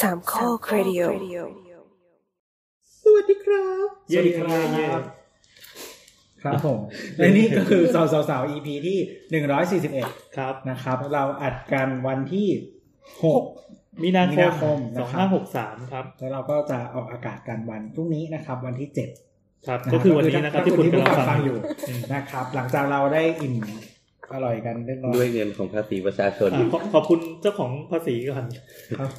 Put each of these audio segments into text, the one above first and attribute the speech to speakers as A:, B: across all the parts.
A: สามข้อครดิโอ
B: สวัสดีครับ
C: เย่ครับ
D: ครับผมและนี่ก็คือสาวสาวสาว EP ที่หนึ่งร้อยสี่สิบเอ็ด
C: ครับ
D: นะครับ เราอัดกันวันที่หก
C: มีนา
D: มี
C: ค
D: นาม คม
C: ส
D: นะ
C: อง
D: ครับ
C: ห้าหกสามครับ
D: แล้วเราก็จะออกอากาศกันวันพรุ่งนี้นะครับ วันที่เจ็ด
C: ครับ
D: ะรับ
C: ก็คือวันนี้นะครับที่คุณกำลัง
D: ผู้
C: ฟัง
D: อ
C: อยู่ ยู่
D: นะครับ หลังจากเราได้อิ่มอร่อยกันเรียบร้อย
E: ด้วยเงินของภาษีประชาชน
C: อ่าขอขอบคุณเจ้าของภาษีก่อน
D: ครับ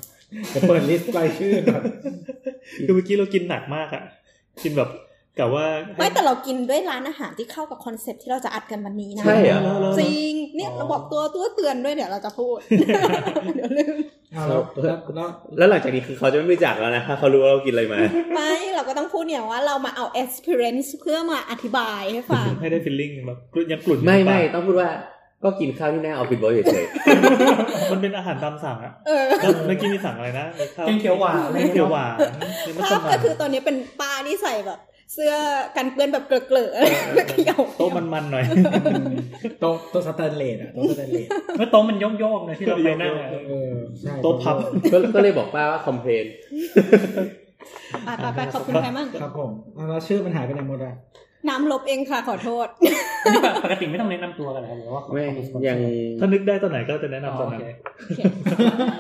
D: เดี๋ยวเปิดลิสต์รายชื่อก่อน
C: คือเมื่อกี้เรากินหนักมากอ่ะ กินแบบกะว่าให้
F: ไม่แต่เรากินด้วยร้านอาหารที่เข้ากับคอนเซปต์ที่เราจะอัดกันวันนี้นะ
E: ใช่เหรอ
F: จริงเนี่ยเราบอกตัวตัวเตือนด้วยเดี๋ยวเราจะพูด เดี๋ยวลืม
D: เอาแล้วแล้วแล้ว
E: แล้วหลังจากนี้คือเขาจะไม่รู้จักแล้วนะถ้าเขารู้ว่าเรากินอะไรมา
F: ไม่เราก็ต้องพูดเนี่ยว่าเรามาเอา experience เพื่อมาอธิบายให้ฟัง
C: ให้ได้ฟีลลิ่งแบบยังกลุ่นอยู่
E: ไม่
C: ในปา
E: ไม่
C: ก
E: ต้องพูดว่าก็กินข้าวที่หน้าออฟฟิศบอยเฉย
C: มันเป็นอาหารตามสั่งอ่ะ
F: เออ
C: แล้วเมื่อกี้มีสั่งอะไรนะมีข้าว
B: แกงเขียวหวาน
C: แกงเขียวหวานมีมั
F: ภา
C: ส
F: พ
C: มั่
F: ก็
C: น
F: คือตอนนี้เป็นป้าที่ใส่แบบ เสื้อกันเปื้อนแบบเกลือะๆอะไรเขียว
C: โต๊ะมันๆหน่อย
D: อืมโต๊ะโต๊ะสแตนเลสอะโต๊ะสแตนเลส
B: เมื่อโต๊ะมันโยกๆนะที่เราไปนั่งอะ
D: เออใช่
C: โต๊ะพับ
E: ๆก็ก็เลยบอกป้าว่าคอมเพลน
F: ไปไปไปขอบคุณใครมั่ง
D: ครับผมเอาแล้วชื่อมันหายไปไหนหมดอะ
F: น้ำลบเองค่ะขอโทษ
B: นี่แบบปกติไม่ต้องแนะนำตัวกันแล้วหรือว่าขอ
E: ไม่ยัง
C: ถ้านึกได้ตอนไหนก็จะ
B: อ๋อน
C: แนะำตอนนั้น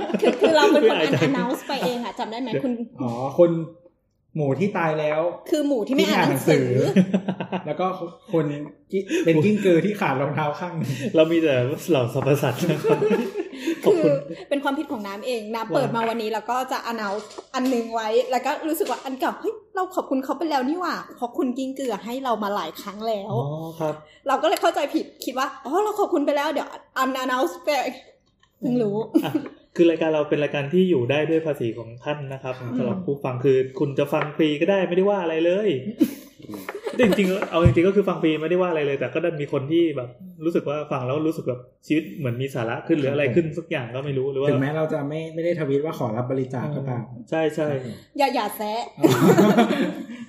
B: โอเค
F: คือคือเราเป็นคนอั
C: ไม่อายใจ
F: น announce ไปเองค่ะจำได้ไหมคุณ
D: อ๋อคนหมูที่ตายแล้ว
F: คือหมูที่ไม่อ่านหนังสือ
D: แล้วก็คนกิ้เป็นกิ้งกือที่ขาดรองเท้าข้างหนึ่ง
C: เรามีแต่เหล่าสรรพสัตว์นะครับขอบ
F: คือ
C: คุณ
F: เป็นความผิดของน้ำเองน้ำเปิดมาวันนี้แล้วก็จะอนาวอันหนึงไว้ แล้วก็รู้สึกว่าอันเก่าเฮ้ยเราขอบคุณเขาไปแล้วนี่หว่าเพราะคุณกิ้งเกือให้เรามาหลายครั้งแล้ว
C: อ๋อครับ
F: เราก็เลยเข้าใจผิดคิดว่าอ๋อเราขอบคุณไปแล้วเดี๋ยวอันอนาวไปเพิ่งรู้
C: อ่ะคือรายการเราเป็นรายการที่อยู่ได้ด้วยภาษีของท่านนะครับสำหรับผู้ฟังคือคุณจะฟังฟรีก็ได้ไม่ได้ว่าอะไรเลยแต่จริงๆเอาจริงๆก็คือฟังฟรีไม่ได้ว่าอะไรเลย แต่ก็ดันมีคนที่แบบรู้สึกว่าฟังแล้วรู้สึกแบบชีวิตเหมือนมีสาระขึ้นหรืออะไรขึ้นสักอย่างก็ไม่รู้หรือว่า
D: ถึงแม้เราจะไม่ไม่ได้ทวีตว่าขอรับบริจาคก็ตาม
C: ใช่ใช่
F: อย่าอย่าแซะ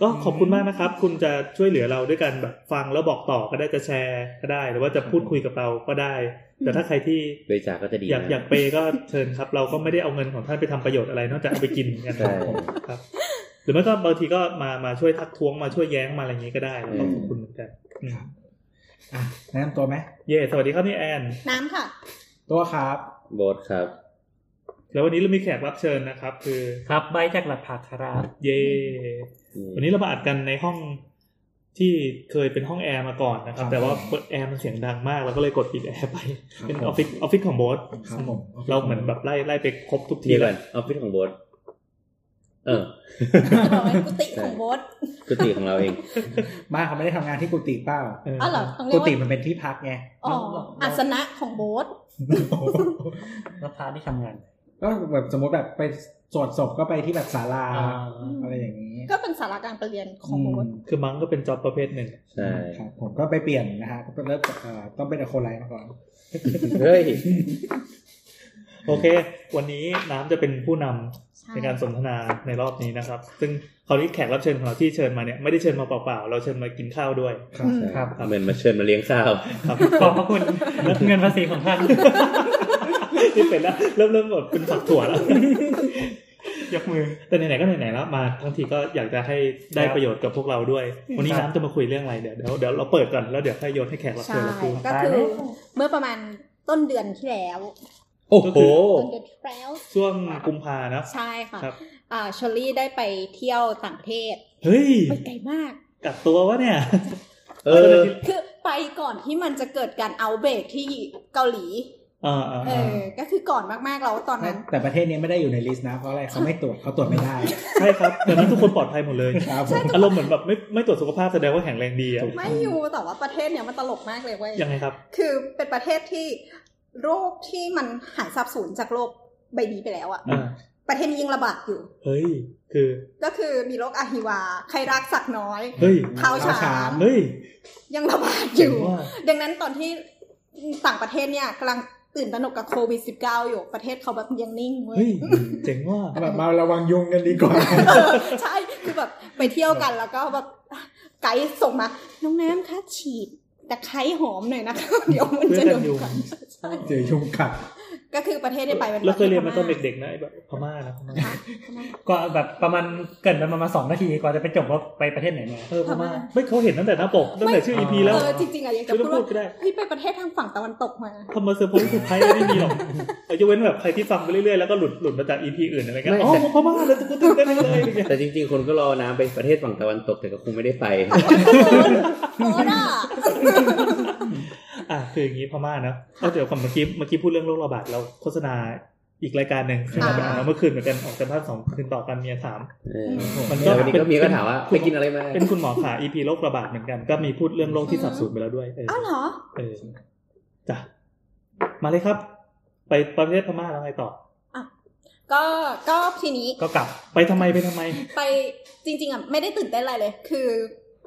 C: ก็ขอบคุณมากนะครับ คุณจะช่วยเหลือเราด้วยการแบบฟังแล้วบอกต่อก็ได้จะแชร์ก็ได้ หรือว่าจะพูดคุยกับเราก็ได้ แต่ถ้าใครที่
E: บริจาคก็จะดี
C: อยาก
E: นะ
C: อยากเปย์ก็เชิญครับ เราก็ไม่ได้เอาเงินของท่านไปทำประโยชน์อะไรนอกจากเอาไปกินกัน
E: ใช่
C: ครับ หรือไม่ก็บางทีก็มามาช่วยทักท้วงมาช่วยแย้งมาอะไรอย่างนี้ก็ได้แล้วก็ขอบคุณเหมือนกันอืม
D: อ่ะแนะนำตัวไหม
C: เย่สวัสดีครับนี่แอน
F: น้ำค่ะ
D: ตัวครับ
E: โบทครับ
C: แล้ววันนี้เรามีแขกรับเชิญนะครับ คือ
B: ครับใบจากหลักผักครับ
C: เย่วันนี้เรามาอัดกันในห้องที่เคยเป็นห้องแอร์มาก่อนนะครับ แต่ว่าเปิดแอร์มันเสียงดังมากเราก็เลยกดปิดแอร์ไป เป็นออฟฟิศออฟฟิศของโบส
D: ครับผม
C: เราเหมือนแบบไล่ไล่ไปครบทุกที
E: เดี๋ยว
C: เล
E: ก่อย นออฟฟิศของโบทเออ
F: บอกไว้กุฏิของโบส
E: กุฏิของเราเอง
D: มาเขาไม่ได้ทำงานที่กุฏิเป้า
C: เออ
F: อ๋อเหรอต้องเรี
D: กุ
F: ยก
D: ฏิ
F: ว่า
D: มันเป็นที่พักไง
F: อ๋ออาสนะของโบส
B: แล้วพาที่ทำงาน
D: ก็แบบสมมติแบบไปสวดศพก็ไปที่แบบศาลาอะไรอย่างนี้
F: ก็เป็นสาระการประเรียนของโบส
C: คือมังก็เป็นจ็อบประเภทหนึ่ง
E: ใช่
D: ครับ ผมก็ไปเปลี่ยนนะฮะก็เป็นเริ่มจากเอ่อต้องเป็นอะโคไลท์มาก่อน
E: เฮ้ย
C: โอเค วันนี้น้ำจะเป็นผู้นำ
F: ใช่
C: ในการสนทนาในรอบนี้นะครับ ซึ่งคราวนี้แขกรับเชิญของเราที่เชิญมาเนี่ยไม่ได้เชิญมาเปล่าๆ เราเชิญมากินข้าวด้วย
D: ครับ
B: ครับ
E: เหมือนมาเชิญมาเลี้ยงข้าว
C: ครับ
B: ขอบพระคุณเงินภาษี ของท่าน
C: นี่เป็นแล้วเริ่มเริ่มแบบเป็นฝักถั่วแล้ว
B: ยกมือ
C: แต่ไหนๆก็ไหนๆแล้วมาทั้งทีก็อยากจะให้ได้ประโยชน์กับพวกเราด้วย วันนี้
B: ครับ
C: น้ำจะมาคุยเรื่องอะไรเดี๋ยวเดี๋ยวเดี๋ยวเราเปิดก่อนแล้วเดี๋ยวให้โยนให้แขกรับเชิ
F: ใช่
C: ญเราคุย
F: ก็คือเมื่อประมาณต้นเดือนที่แล้ว
E: โอ้โห
F: ต้นเดือนที่แล้ว
C: ช่วงกุมภานะ
F: ใช่ค่ะ
C: ครับ
F: อ่าเชอรี่ได้ไปเที่ยวต่างประเทศ
C: เฮ้ย
F: ไปไกลมาก
C: กัดตัววะเนี่ย
E: เออ
F: คือไปก่อนที่มันจะเกิดการเอาเบรกที่เกาหลี
C: เออเออ
F: เอ
C: เออ
F: อ ก็คือก่อนมากๆแล้วตอนนั้น
D: แต่ประเทศนี้ไม่ได้อยู่ในลิสต์นะเพราะอะไรเขาไม่ตรวจเขาตรวจไม่ได้
C: ใช่ครับแต่นั้นทุกคนปลอดภัยหมดเลย
D: ครับผม
C: อารมณ์เหมือนแบบไม่ไม่ตรวจสุขภาพแสดงว่าแข็งแรงดีอะ
F: ไม่อยู่แต่ว่าประเทศเนี้ยมันตลกมากเลยเว้ย
C: ยังไงครับ
F: คือเป็นประเทศที่โรคที่มันหายสับสูญจากโรคใบนี้ไปแล้วอะ
C: อ่า
F: ประเทศนี้ยังระบาดอยู่
C: เฮ้ย คือ
F: ก็คือมีโรคอาฮิวา ใครรักสักน้อย
C: เฮ้ย
F: เท้า
D: เท้า
F: ฉา
D: ฉาม ม
C: เฮ้ย
F: ยังระบาดอยู่
C: ว่า
F: ดังนั้นตอนที่ต่างประเทศเนี่ยกำลังตื่นตระหนกกับโควิด -19 อยู่ประเทศเขาแบบยังนิ่งเว้
C: เฮ้
F: ย
C: ย เจ๋งว่า
D: แบบมาระวังยุงกันดีกว่า
F: เออ ใช่คือแบบไปเที่ยวกันแล้วก็แบบไกด์ส่งมา น้องน้ำคะฉีดตะไคร้หอมหน่อยนะคะ เดี๋ยวมันจะโดน
C: เพื่อกันยุง
F: กัดใช่
D: เจอยุงกัด
F: ก็คือประเทศได้ไปเป็น
C: เราเคยเรียนมาตอน
F: ประทศ
C: เด็กๆนะไอ้แบบพม่านะพม่า
G: ก็แบบประมาณเกรินไปประมาณสองนาทีกว่าจะไปจบว่าไปประเทศไหนมา
C: เออพม่าไม่เขาเห็นตั้งแต่หน้าปกตั้งแต่ชื่อ EP แล้ว
F: เออจริงๆอะอยากจะ
C: ไม่ต้
F: พู
C: อ
F: ด
C: ง
F: ว่า
C: พูดก็ได้
F: พี่ไปประเทศทางฝั่งตะวันตกมา
C: ทำมาเซอร์ไพรส์เซอร์ไพรส์ไม่มีหรอก เอายกเว้นแบบใครที่ฟังไปเรื่อยๆแล้วก็หลุดหลุดมาจาก EP อื่นอะไรเงี้ย
E: ไม่
C: อ๋อ
E: แต่
C: พม่าแล้วกูตื่นเต้นจังเลยอะไรเงี้ย
E: แต่จริงๆ คนก็รอน้ำไปประเทศฝั่งตะวันตกแต่ก็คงไม่ได้ไป
F: โอ้น่ะ
C: อ่ะคืออย่างนี้พม่านะเอาเดี๋ยวก่อนเมื่อกี้เมื่อกี้พูดเรื่องโรคระบาดเราโฆษณาอีกรายการหนึ่งซึ่งเราไปอ่านมาเมื่อคืนเหมือนกันออกจากบ้านสองคืนต่อกันเมียสาม
E: เออ
C: มันก็
E: แต่วันนี้ก็มีก็ถามว่าไปกินอะไรมา
C: เป็นคุณหมอขา EP โรคระบาดเหมือนกัน ก็มีพูดเรื่องโรคที่สับสูญไปแล้วด้วยเออ
F: อ้าวเหรอ
C: เออจ้ะมาเลยครับ ไปประเทศพม่าแล้วไงต่อ
F: ก็ก็ทีนี้
G: ก็กลับ
C: ไปทำไมไปทำไม
F: ไปจริง ๆอ่ะไม่ได้ตื่นเต้นอะไรเลย คือ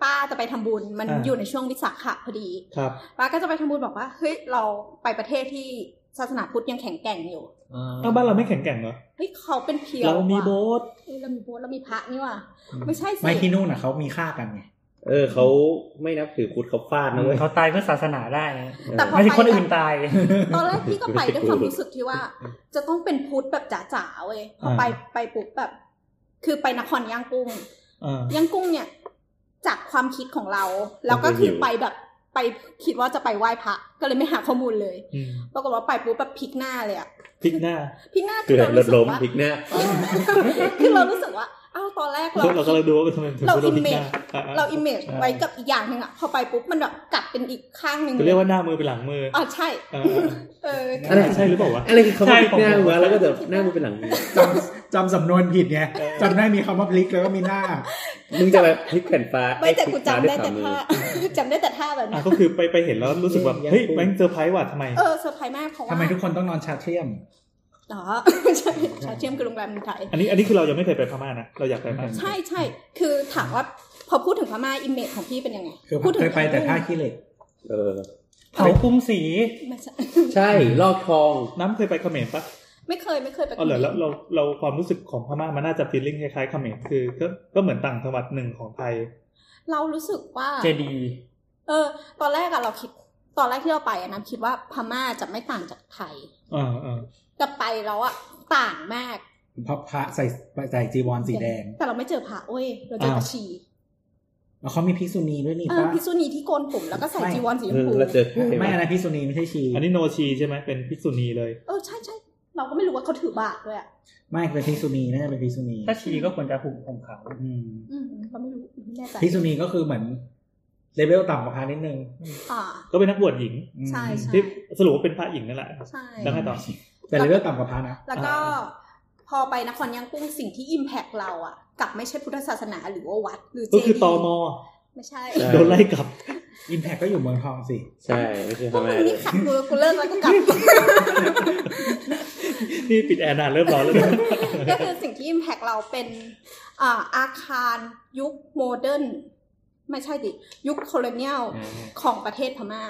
F: ป้าจะไปทำบุญมัน
C: อ่า
F: อยู่ในช่วงวิสาขะพอดี
C: ครับ
F: ป้าก็จะไปทำบุญบอกว่าเฮ้ยเราไปประเทศที่ศาสนาพุทธยังแข็งแกร่งอยู่
C: เอาบ้านเราไม่แข็งแกร่งเหรอ
F: เฮ้ยเขาเป็นเพียว
C: เรามีโบ
F: ว่ะ
C: สถ์
F: เอ้ยเรามีโบสถ์เรามีพระนี่ว่ะ ไม่ใช่สิ
D: ไม่ที่นู่นอ่ะเขามีค่ากันไง
E: เออเขาไม่นับถือพุทธเขาฟาดนะเว้ย
G: เขาตายเพื่อศาสนาได้นะ
F: แต่พอ
G: ไม่ใช่
F: ไป
G: คนอื่นตาย
F: ตอนแรกพี่ก็ไปด้วยความรู้สึกที่ว่า จะต้องเป็นพุทธแบบจ๋าๆเว้ยพออา ไปไปปุ๊บแบบ คือไปนครย่างกุ้ง
C: อ่า
F: ย่างกุ้งเนี่ยจากความคิดของเรา แล้วก็คือไปแบบไปคิดว่าจะไปไหว้พระก็เลยไม่หาข้อมูลเลย
C: อืม
F: ปรากฏว่าไปปุ๊บแบบพลิกหน้าเลยอะ
C: พลิกหน้า
F: พลิกหน้าคื
E: เกิ
F: อ
E: ด
F: เรา
E: ร
F: รู้
E: ถ
F: สึก
E: ล้ม
F: ว่า
E: พลิกเนี่ย
F: เออ คือเรารู้สึกว่าเอ้าตอนแรกเรา
C: เราก็เลยดูว่าทำไมถึง
F: เรา
C: โด
F: อิม
C: นพลิ
F: เมจ
C: กหน้าอ่ะอ่ะ
F: เราอิมเมจไว้กับอีกอย่างหนึ่งอะพอไปปุ๊บมันแบบกลับเป็นอีกข้างหนึ่ง
C: จะเรียกว่าหน้ามือไปหลังมือ
F: อ๋อใช่
C: อ่า
F: เออ
E: นั่นแหละ
C: ใช่หรือเปล่าวะ
E: อะไรคือเขา
G: ใช่
E: พลิกหน้า
G: ผม
E: หัวแล้วก็แบบหน้ามึงเป็นหลังมึง
D: จำจำสำนวนผิดไงจำได้มีคำว่าพลิกแล้วก็มีหน้า
E: มึงจะแบบพลิกแผ่นฟ้า
F: ไม่แต่กูจำได้
E: อ้พลิ
F: แต่
E: กฟ้าวยฝ่ามื
F: ท่า
E: อ
F: จำได้แต่ท่าแบบ
C: อ่ะ
F: นี้
C: ก็คือไปไปเห็นแล้วรู้สึกแบบเฮ้ยแม่งเซอร์ไพรส์ว่ะทำไม
F: เออเซอร์ไพรส์มากเพราะว่า
D: ทำไมทุกคนต้องนอนชาเทียม
F: อ๋อ ใช่ชาเทียมคือโรงแรมในไทย
C: อันนี้อันนี้คือเรายังไม่เคยไปพม่านะเราอยากไปมาก
F: ใช่ใช่ คือถามว่าพอพูดถึงพม่าอิมเมจของพี่เป็นยังไง
D: คือผ
F: พู
D: ม
F: ดถึ
D: เค
F: ง
D: ยไปแต่ท่าขี้เหล็ก
E: เออ
G: เผากรุงศรี
F: ไม่ใช่
E: ใช่ลอกทอง
C: น้ำเคยไปเขมรปะ
F: ไม่เคยไม่เคยไป
C: เอาเหรอแล้วเราเราความรู้สึกของพม่ามันน่าจะฟีลลิ่งคล้ายๆเขมรคือก็ก็เหมือนต่างจังหวัดหนึ่งของไทย
F: เรารู้สึกว่า
G: เจดีย์
F: เออ ตอนแรกอะเราคิด ตอนแรกที่เราไปอะน้ำคิดว่าพม่าจะไม่ต่างจากไทย
C: เอ่าอ่า
F: แต่ไปแล้วอะต่างมาก
D: เพราะพระใส่ใส่จีวรสีแดง
F: แต่เราไม่เจอพระเว้ย เราเจอตะชี
D: แล้วเขามีพิกษุณีด้วยนี่
F: เออ
D: ป้า
F: พิกษุณีที่โกนผมแล้วก็ใส่
D: ไม่
F: จีวรสีชมพู
E: แล้วเจอใคร
D: ไม่
E: วะ
D: อะไรพิกษุณีไม่ใช่ชี
C: อันนี้โนชีใช่ไหมเป็นพิกษุณีเลย
F: เออใช่ใช่เราก็ไม่รู้ว่าเขาถือบาทด้วยอะ
D: ไม่เป็นพิกษุณีน่าจะเป็นพิกษุณี
G: ถ้าชีก็ควรจะหุ่มผมขาว
D: อืม
F: อืมเราไม่รู้ไม่แน่ใจ
D: พิกษุณีก็คือเหมือนเลเวลต่ำกว่าพระนิดนึง
F: อ่า
C: ก็เป็นนักบวชหญิง
D: อืม
F: ใช่ใช่
C: ที่สรุปว่าเป็นพระหญิงนั่นแหละ
F: ใช่
C: แล้วไงต่อ
D: แต่เลเวลต่ำกว่าพระนะ
F: แล้วก็
C: อ่
F: พอไปนครย่างกุ้งสิ่งที่อิมแพกเราอะกลับไม่ใช่พุทธศาสนาหรือว่าวัด หรือเจ
C: ก็
F: ดี
C: คือตม
F: ไม่ใช่
E: ใช่
C: โดนไล่กลับ
D: อิมแพคก็อยู่เมืองทองสิ
E: ใช่ไม่ใช่
F: พว
E: ทำ
F: ก
E: ไม
F: มึงนี่ขัดกูกูเลิกแล้วก็กลับ
C: นี่ปิดแอร์นานเริ่มร้อนแล้วนะ
F: ก็คือสิ่งที่อิมแพกเรา เป็นอ่าอาคารยุคโมเดิร์นไม่ใช่ดิ ยุคโคลเนียลของประเทศพม่า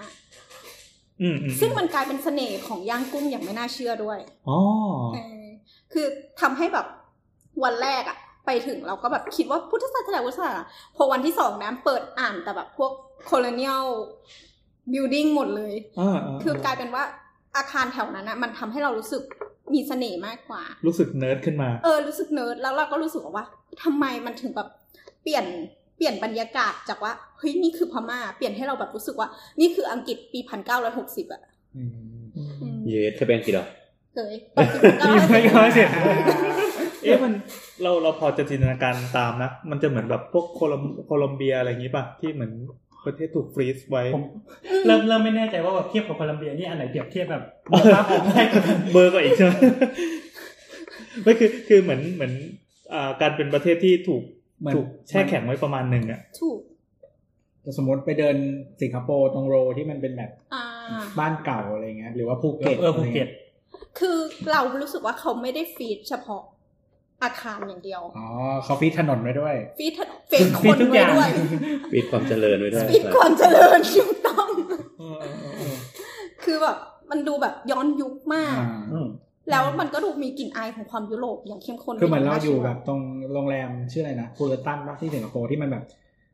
C: อืมอืม
F: ซึ่งมันกลายเป็นเสน่ห์ของย่างกุ้งอย่างไม่น่าเชื่อด้วย
C: อ๋อ
F: เออคือทำให้แบบวันแรกอะไปถึงเราก็แบบคิดว่าพุทธศาสนาพุทธศาสนาพอวันที่สองนะเปิดอ่านแต่แบบพวก colonial building หมดเลย
C: อ่าา
F: คือกลายเป็นว่าอาคารแถวนั้นนะมันทำให้เรารู้สึกมีเสน่ห์มากกว่า
C: รู้สึกเนิร์ดขึ้นมา
F: เออรู้สึกเนิร์ดแล้วเราก็รู้สึกว่าทำไมมันถึงแบบเปลี่ยนเปลี่ยนบรรยากาศจากว่าเฮ้ยนี่คือพม่า เปลี่ยนให้เราแบบรู้สึกว่า นี่คืออังกฤษปีพันเก้าร้อยหกสิบอะอืม
E: เยสเคยเป็นกี่ดอก
F: เคยตอนปี1960
G: ไม่ค่อยเสร็จ
C: เอ๊ะมันเราเราพอจะจินตนาการตามนะ มันจะเหมือนแบบพวกโคลอมโคลอมเบียอะไรอย่างนี้ป่ะ ที่เหมือนประเทศถูกฟรีซไว้
G: ผม เริ่มเริ่มไม่แน่ใจว่าแบบเทียบกับโคลัมเบียนี่อันไหนเปรียบเทียบ แบบภาพผมได้
C: เบอร์กว่าอีกใช่ไหมไม่คือคือเหมือนเหมือนอ่าการเป็นประเทศที่ถูก
D: เหมือน
C: ถูกแช่แข็งไว้ประมาณหนึ่งอ่ะ
F: ถูก
D: สมมติไปเดินสิงคโปร์ตรงโรที่มันเป็นแบบ
F: อ่า
D: บ้านเก่าอะไรเงี้ย หรือว่าภูเก็ต
G: เออภูเก็ต
F: คือเรารู้สึกว่าเขาไม่ได้ฟีดเฉพาะอาคารอย่างเดียว
D: อ๋อเขาฟีดถนนไว้ด้วย
F: ฟีดถนนฟีดคน
G: ทุกอ
F: ไว้
G: ย่าง
F: ด้วย
E: ปีดความเจริญไว้ด้วย
F: ฟีดความเจริญถูกต้อง คือแบบมันดูแบบย้อนยุคมาก
D: อ่า
G: อืม
F: แล้วมันก็ดูมีกลิ่นอายของความยุโรปอย่างเข้มข้น
D: คือเหมือนเราอยู่แบบตรงโรงแรมชื่ออะไรนะฟูลตันปะที่สิงคโปร์ที่มันแบบ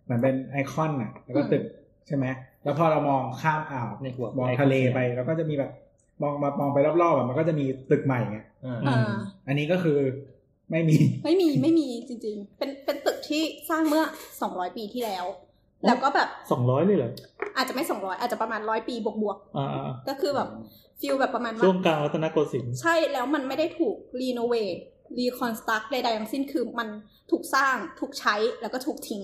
D: เหมือนเป็นไอคอนอ่ะ แล้วก็ตึกใช่ไหม แล้วพอเรามองข้ามอ่าว
G: ในหัว
D: มองทะเลไป แล้วก็จะมีแบบ มองมามองไปรอบๆแบบมันก็จะมีตึกใหม่ไงอ่า
H: อืม
F: อ่า
D: อันนี้ก็คือไม่มี
F: ไม่มีไม่มีจริง ๆ เป็นเป็นตึกที่สร้างเมื่อสองร้อยปีที่แล้ว แล้วก็แบบ
H: สองร้อยเลยเหรอ
F: อาจจะไม่สองร้อยอาจจะประมาณร้อยปีบวก
H: อ่าอ่าอ่า
F: ๆก็คือแบบฟิลแบบประมาณว่า
H: ช่วงกลางรัตนโกสินทร์
F: ใช่แล้วมันไม่ได้ถูกรีโนเวทรีคอนสตรักใดๆทั้งสิ้นคือมันถูกสร้างถูกใช้แล้วก็ถูกทิ้ง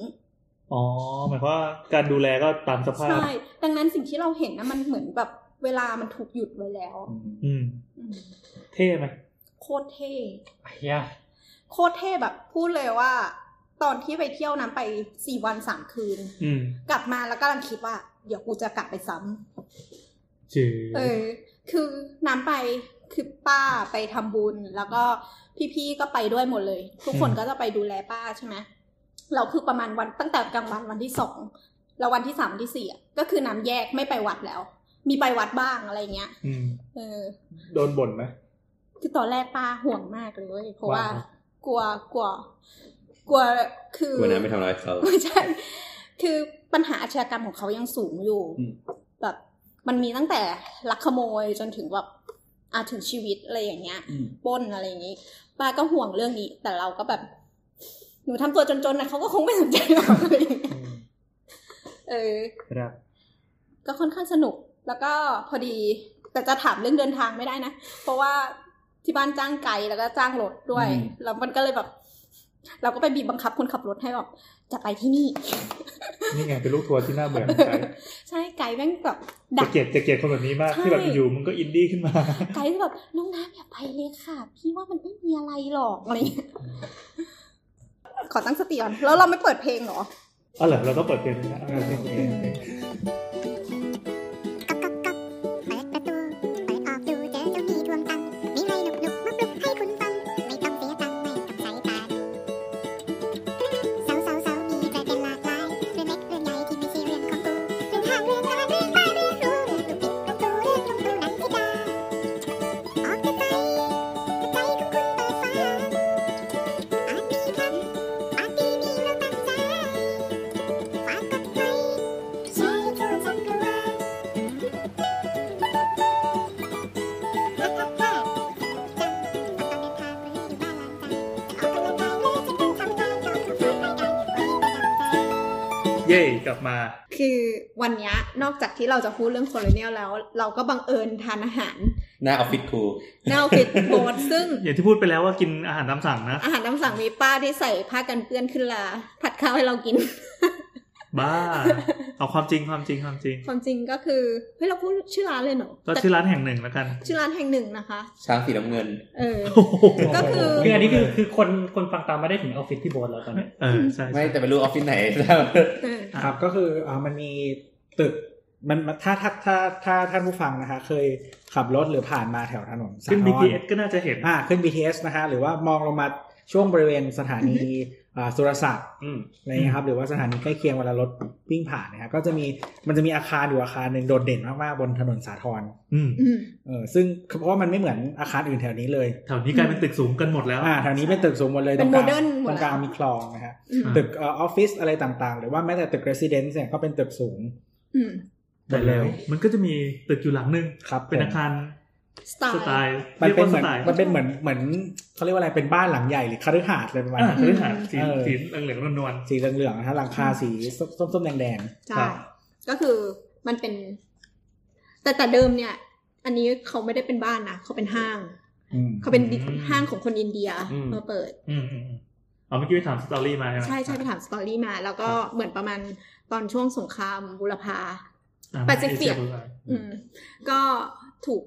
H: อ๋อหมายความว่าการดูแลก็ตามสภาพ
F: ใช่ ดังนั้นสิ่งที่เราเห็นนะมันเหมือนแบบเวลามันถูกหยุดไว้แล้ว
H: อืม
F: อืม
H: เท่ไหม
F: โคตรเท่
I: เฮีย
F: โคตรเท่แบบพูดเลยว่า ตอนที่ไปเที่ยวน้ำไปสี่วันสามคืน
H: อืม
F: กลับมาแล้วก็กำลังคิดว่า เดี๋ยวกูจะกลับไปซ้ำ
H: จืด
F: เออ คือน้ำไปคือป้าไปทำบุญ แล้วก็พี่ๆก็ไปด้วยหมดเลย ทุกคนก็จะไปดูแลป้าใช่ไหมเราคือประมาณวันตั้งแต่กลางวันวันที่สองแล้ววันที่สามวันที่สี่อะก็คือน้ำแยกไม่ไปวัดแล้ว มีไปวัดบ้างอะไรเงี้ย
H: อืม
F: เออ
H: โดนบ่นไหม
F: คือตอนแรกป้าห่วงมากเลยเว้ยเพราะว่า
H: ว่า
F: กลัวกลัว กลัวคือ
E: วันนั้นไม่ทำร้ายเขา
F: ไม่ใช่ คือปัญหาอาชญากรรมของเขายังสูงอยู่
E: อืม
F: แบบมันมีตั้งแต่ลักขโมยจนถึงแบบอาถึงชีวิตอะไรอย่างเงี้ย
D: อืม
F: ปล้นอะไรอย่างงี้ ป้าก็ห่วงเรื่องนี้ แต่เราก็แบบ หนูทำตัวจนๆนะเขาก็คงไม่สนใจหรอกอะไรอย่างเงี้ยเออ
D: ครับ
F: ก็ค่อนข้างสนุก แล้วก็พอดี แต่จะถามเรื่องเดินทางไม่ได้นะ เพราะว่าที่บ้านจ้างไกด์แล้วก็จ้างรถด้วย
D: อืม
F: แล้วมันก็เลยแบบ เราก็ไปบีบบังคับคนขับรถให้แบบจะไปที่นี่
H: นี่ไงเป็นลูกทัวร์ที่น่าเบื่อใจ
F: ใช่ไกด์แม่งแบบดั
H: จะ
F: ก
H: เกลียดจะเกลียดคนแบบนี้มาก
F: ใช่
H: ที่แบบอยู่มันก็อินดี้ขึ้นมา
F: ไกด์แบบน้องน้ำอย่าไปเลยค่ะ พี่ว่ามันไม่มีอะไรหรอกอะไรอย่างเงี้ยขอตั้งสติก่อนแล้วเราไม่เปิดเพลงเหรอ
H: อ๋อเหรอเราก็เปิดเพลงด้วยนะโอเคโอเคโอเค
J: ก๊อกก๊อกก๊อกเปิดประตู เปิดออกดูเจอเจ้าหนี้ทวงตังค์มีอะไรหนุกหนุกมาปลุกให้คุณฟัง ไม่ต้องเสียตังค์ไม่ต้องใช้ตาสาวสาวสาวมีประเด็นหลากหลายเรื่องเล็กเรื่องใหญ่ที่ไม่ใช่เรื่องของกูเรื่องห้างเรื่องร้านเรื่องป้ายเรื่องครูเรื่องลูกบิดเรื่องตูเรื่องลงดูหนังที่ดาออกกระใจกระใจของคุณเปิดฟ้าอาจมีพันอาจมีมีเราตั้งใจฝากกดไลค์แชร์ทั่วจักรวาล ฮ่าฮ่าฮ่าจังตอนเดินทางหรืออยู่บ้านล้างจานจะออกกำลังกายหรือจะเดินทำงานก็ขอฝากรายการไว้ในดวงใจ
H: เย่กลับมา
F: คือวันเนี้ยนอกจากที่เราจะพูดเรื่องโคโลเนียลแล้ว เราก็บังเอิญทานอาหาร
E: หน้าออฟฟิศครู
F: แนวฟิตโบสซึ่ง
H: อย่างที่พูดไปแล้วว่ากินอาหารตามสั่งนะ
F: อาหารตามสั่งมีป้าที่ใส่ผ้ากันเปื้อนขึ้นลาผัดข้าวให้เรากิน
H: บ้า เอาความจริงความจริงความจริง
F: ความจริงก็คือเฮ้ยเราพูดชื่อร้านเลยเหรอ
H: ก็ชื่อร้านแห่งหนึ่งแล้วกัน
F: ชื่อร้านแห่งหนึ่งนะคะ
E: ช้างสีน้ำเงิน
F: เออ
H: โอ้โห
F: ก็คือ
I: คืออันนี้คือคือคนคนฟังตามมาได้ถึงออฟฟิศที่โบสแล้วตอนนี้
H: เออใช่
E: ไม่
H: ใช่
E: แต่ไม่รู้ออฟฟิศไหน
F: เออ
D: ครับก็คืออ่ามันมีตึกมันมันถ้าถ้าถ้าถ้าท่านผู้ฟังนะคะ เคยขับรถหรือผ่านมาแถวถนนสา
H: ขึ้น
D: ทร
H: BTS ก็น่าจะเห็น
D: อ่าขึ้น BTS นะคะ หรือว่ามองลงมาช่วงบริเวณสถานีอ่าสุรศักดิ์
I: อืม
D: อะไรเงี้ยครับ หรือว่าสถานีใกล้เคียงเวลารถวิ่งผ่านนะครับก็จะมีมันจะมีอาคารอยู่อาคารหนึ่งโดดเด่นมากๆบนถนนสาทร
H: อืม
F: อืม
D: เออซึ่งเพราะว่ามันไม่เหมือนอาคารอื่นแถวนี้เลย
H: แถวนี้กลายเป็นตึกสูงกันหมดแล้ว
D: อ่าแถวนี้เป็นตึกสูงหมดเลย
F: เป็น
D: ตรงกลาง
F: modern หมด
D: ตรงกลาง
F: แล้ว
D: มีคลองนะฮะ
F: อืม
D: ตึกเออออฟฟิศอะไรต่างๆ หรือว่าแม้แต่ตึกเรสซิเดนซ์เนี่ยก็เป็นตึกสูง
F: อืม
H: แต่แล้ว มันก็จะมีตึกอยู่หลังนึง
D: ครับ
H: เป็นอา
D: ผม
H: คาร
F: ส
H: ส
F: ไตล์
H: ไตล์
D: มัน
H: เรียก
D: เป็น
H: ว่าส
D: เหมือน
H: ไตล์
D: มันเป็นเหมือนเหมือนเขาเรียกว่าอะไรเป็นบ้านหลังใหญ่หรือคฤหาสน์อะไรประมาณ
H: อ่า
D: นั้น
H: คฤหาสน์สี
D: เออ
H: สีเหลืองๆนวลๆ
D: สีเหลืองๆนะฮะหลังคาสีส้มส้มๆแดง
F: ใช่ก็คือมันเป็น แต่แต่เดิมเนี่ย อันนี้เขาไม่ได้เป็นบ้านนะเขาเป็นห้าง
D: ๆอืม
F: เขาเป็น
H: อืม
F: ห้างของคนอินเดีย
I: อืม
F: มาเปิด
H: อืมอืมอืมเอาเมื่อกี้ไปถามสตอรี่มาใช่ไหม
F: ใช่ใช่ไปถามสตอรี่มา แล้วก็เหมือนประมาณตอนช่วงสงครามบุรพา
H: อ่ามา
F: Pacific
H: เอเชียโบราณ
F: อืมก็ถูก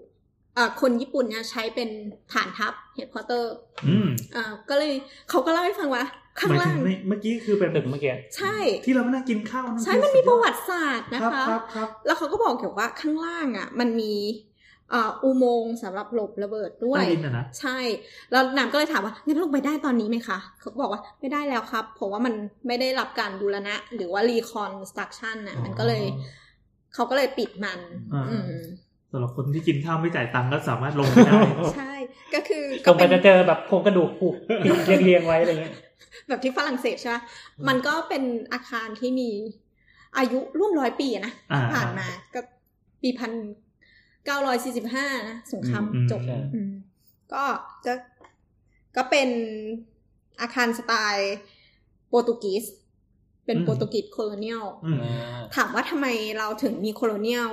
F: เอ่อคนญี่ปุ่นเนี่ยใช้เป็นฐานทัพเฮดคอเตอร์
H: อืม
F: อ่าก็เลยเขาก็เล่าให้ฟังว่า ข้า
H: ห
F: ง
H: มายถึ
F: ล่าง ง
H: ไม่เมื่อกี้คือเป็น
I: ตึกเมื่อกี้
F: ใช่
H: ที่เรามานั่งกินข้าว
F: ใช่มันมีประวัติศาสตร์นะ
H: ครับค
F: คะ
H: รับครับ
F: แล้วเขาก็บอกเกี่ยวว่าข้างล่างอ่ะ มันมีเอ่ออุโมงค์สำหรับหลบระเบิดด้วย
H: ใต้ดินอะนะ
F: ใช่ แล้วน้ำก็เลยถามว่างั้นลงไปได้ตอนนี้ไหมคะ เขาก็บอกว่าไม่ได้แล้วครับ เพราะว่ามันไม่ได้รับการบูรณะ หรือว่ารีคอนสตรักชั่นน่ะ มันก็เลย เขาก็เลยปิดมัน
H: อ่า
F: อืม
H: สำหรับคนที่กินข้าวไม่จ่ายตังค์ก็สามารถลงไปได้
F: ใช่ ก็คือ
I: ต
F: ก็
I: รงไป
F: เป็น
I: จะเจอแบบโครงกระดูกผูกเรียงเรียงๆไว้อะไรเงี้ย
F: แบบที่ฝรั่งเศสใช่ไหมมันก็เป็นอาคารที่มีอายุร่วมร้อยปีอะนะ
H: อ่า
F: ผ่านมาก็ปีพัน 945นะสงคราม
H: อืม
F: จบ
I: ใช่
F: อืมก็จะก็เป็นอาคารสไตล์โปรตุกีสเป็น
H: อืม
F: โปรตุกีสโคโลเนียล
H: อื ม
F: ถามว่าทำไมเราถึงมีโคโลเนียล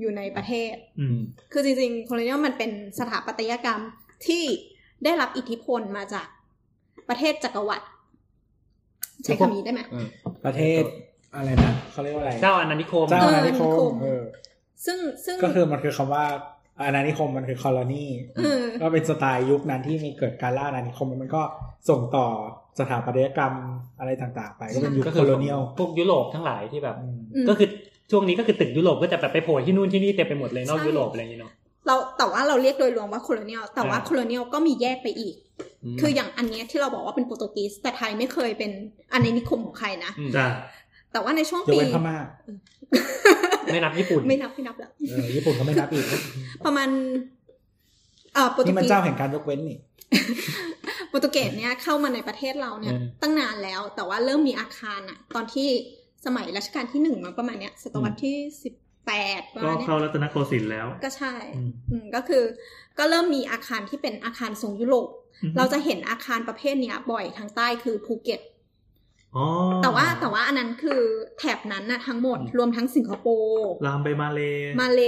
F: อยู่ในประเทศ
H: อืม
F: คือจริงๆ โคโลเนียลมันเป็นสถาปัตยกรรมที่ได้รับอิทธิพลมาจากประเทศจักรวรรดิใช้คำนี้ได้ไหม
D: ประเทศอะไรนะเขาเรียกว่าอะไร
I: เจ้าอาณานิคม
D: เจ้าอาณานิค
F: เออนิค
D: ม
F: ม
D: เออ
F: ซึ่งซึ่ง
D: ก็คือมันคือคำว่าอาณานิคมมันคือคอลอนี
F: เออ
D: ก็เป็นสไตล์ยุคนั้นที่มีเกิดการล่าอาณานิคมแล้วมันก็ส่งต่อสถาปัตยกรรมอะไรต่างๆ ไป ก็เป็นยุค
I: ก็
D: โค
I: คือ
D: โลเนียล
I: พวกยุโรปทั้งหลายที่แบบ
D: อืม
F: ม
I: ก็คือช่วงนี้ก็คือตึกยุโรปก็จะแบบไปโผล่ที่นู่นที่นี่เต็มไปหมดเลยนอก
F: ใช่
I: ยุโรปอะไรอย่างเงี้ยเนาะ
F: เราแต่ว่าเราเรียกโดยรวมว่าโคโลเนียลแต่ว่า
I: อ่า
F: โคโลเนียลก็มีแยกไปอีก คืออย่างอันเนี้ยที่เราบอกว่าเป็นโปรตุเกสแต่ไทยไม่เคยเป็นอันในนิคมของใครนะ
I: ม
H: จ้า
F: แต่ว่าในช่วง
D: ยก
F: ปี
D: เว้นพม่า
I: ไม่นับญี่ปุ่น
F: ไม่นับไม่นับแล้ว
D: เออญี่ปุ่นเขาไม่นับอีก
F: ประมาณเอ่อโปรตุ
D: นี่มัน
F: เกส
D: เจ้าแห่งการยกเว้นนี่
F: โปรตุเกสเนี่ยเข้ามาในประเทศเราเนี่ย
I: อืม
F: ตั้งนานแล้ว แต่ว่าเริ่มมีอาคารอะตอนที่สมัยรัชกาลที่หนึ่งมาประมาณเนี้ยศตวรรษที่สิบแปดประ
H: ก็
F: มาณเนี้ย
H: เข้ารัตนโกสินทร์แล้ว
F: ก็ใช่
H: อืม
F: อืมก็คือ ก็เริ่มมีอาคารที่เป็นอาคารทรงยุโรปเราจะเห็นอาคารประเภทเนี้ยบ่อยทางใต้คือภูเก็ต
H: อ๋อ
F: แต่ว่าแต่ว่าอันนั้นคือแถบนั้นนะทั้งหมดรวมทั้งสิงคโปร์
H: ลามไปมาเล
F: มาเล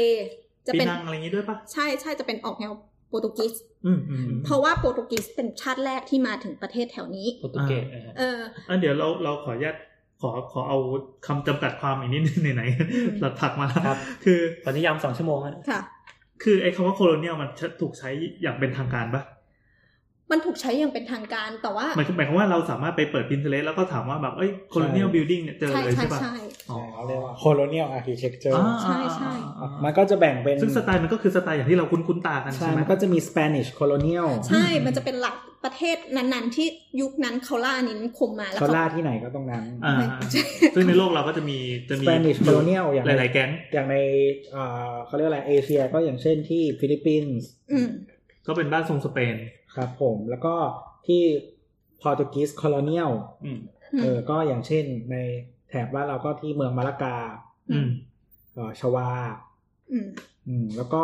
F: จะ
H: ปี
F: เป็น
H: นังอะไรอย่างงี้ด้วยปะ
F: ใช่ใช่จะเป็นออกแนวโปรตุเกส
H: อืมอืมอืม
F: เพราะว่าโปรตุเกสเป็นชาติแรกที่มาถึงประเทศแถวนี้
I: โปรตุเกสนะฮะ
F: เออ
H: อันเดี๋ยวเราเราขออนุญาตขอขอเอาคำจำกัดความอีกนิดนึงไหน
F: ม
H: ๆเราถักมา
I: ครับ
H: คือ
I: ตอนนี้ยามสองชั่วโมงแล้วนะ
F: ค่ะ
H: คือไอ้คำว่าโคโลเนียลมันถูกใช้อย่างเป็นทางการปะ
F: มันถูกใช้อย่างเป็นทางการแต่ว่า
H: หมายหมายความว่าเราสามารถไปเปิด Pinterest แล้วก็ถามว่าแบบเอ้ยโคโลเนียล
D: ใช่
H: บิลดิ้งเนี่ยเจอ
F: ใช่
H: เลย
F: ใช่
H: ใช่ปะ
F: ใช่
H: อ๋อ
D: เขาเรียกว่า c o l o n i a l architecture
H: อ่า
F: ใช่ใช่
H: อ่า
D: มันก็จะแบ่งเป็น
H: ซึ่งสไตล์มันก็คือสไตล์อย่างที่เราคุ้นๆตากัน
D: ใช่
H: ใช่ไหม
D: มันก็จะมี Spanish colonial
F: ใช่มันจะเป็นหลักประเทศนั้นๆ ที่ยุคนั้นเขาล่านินคมมาแล้ว
D: เขาล่าที่ไหนก็ตรงนั้น
H: อ่า
F: ไม่ใช่
H: ซึ่งในโลกเราก็จะมีจะมี
D: Spanish colonial อย่าง
H: ห
D: ใน
H: ลายๆแก๊ง
D: อย่างในเอ่อเขาเรียกอะไรเอเชียก็อย่างเช่นที่ฟิลิปปินส์
F: อืม
H: ก็เป็นบ้านทรงสเปน
D: ครับผมแล้วก็ที่ Portuguese colonial
I: อืม
F: อืม
D: เออก็อย่างเช่นในแถบบ้านเราก็ที่เมืองมาลากา
H: อืม
D: เอ่อชวา
F: อืม
D: อืมแล้วก็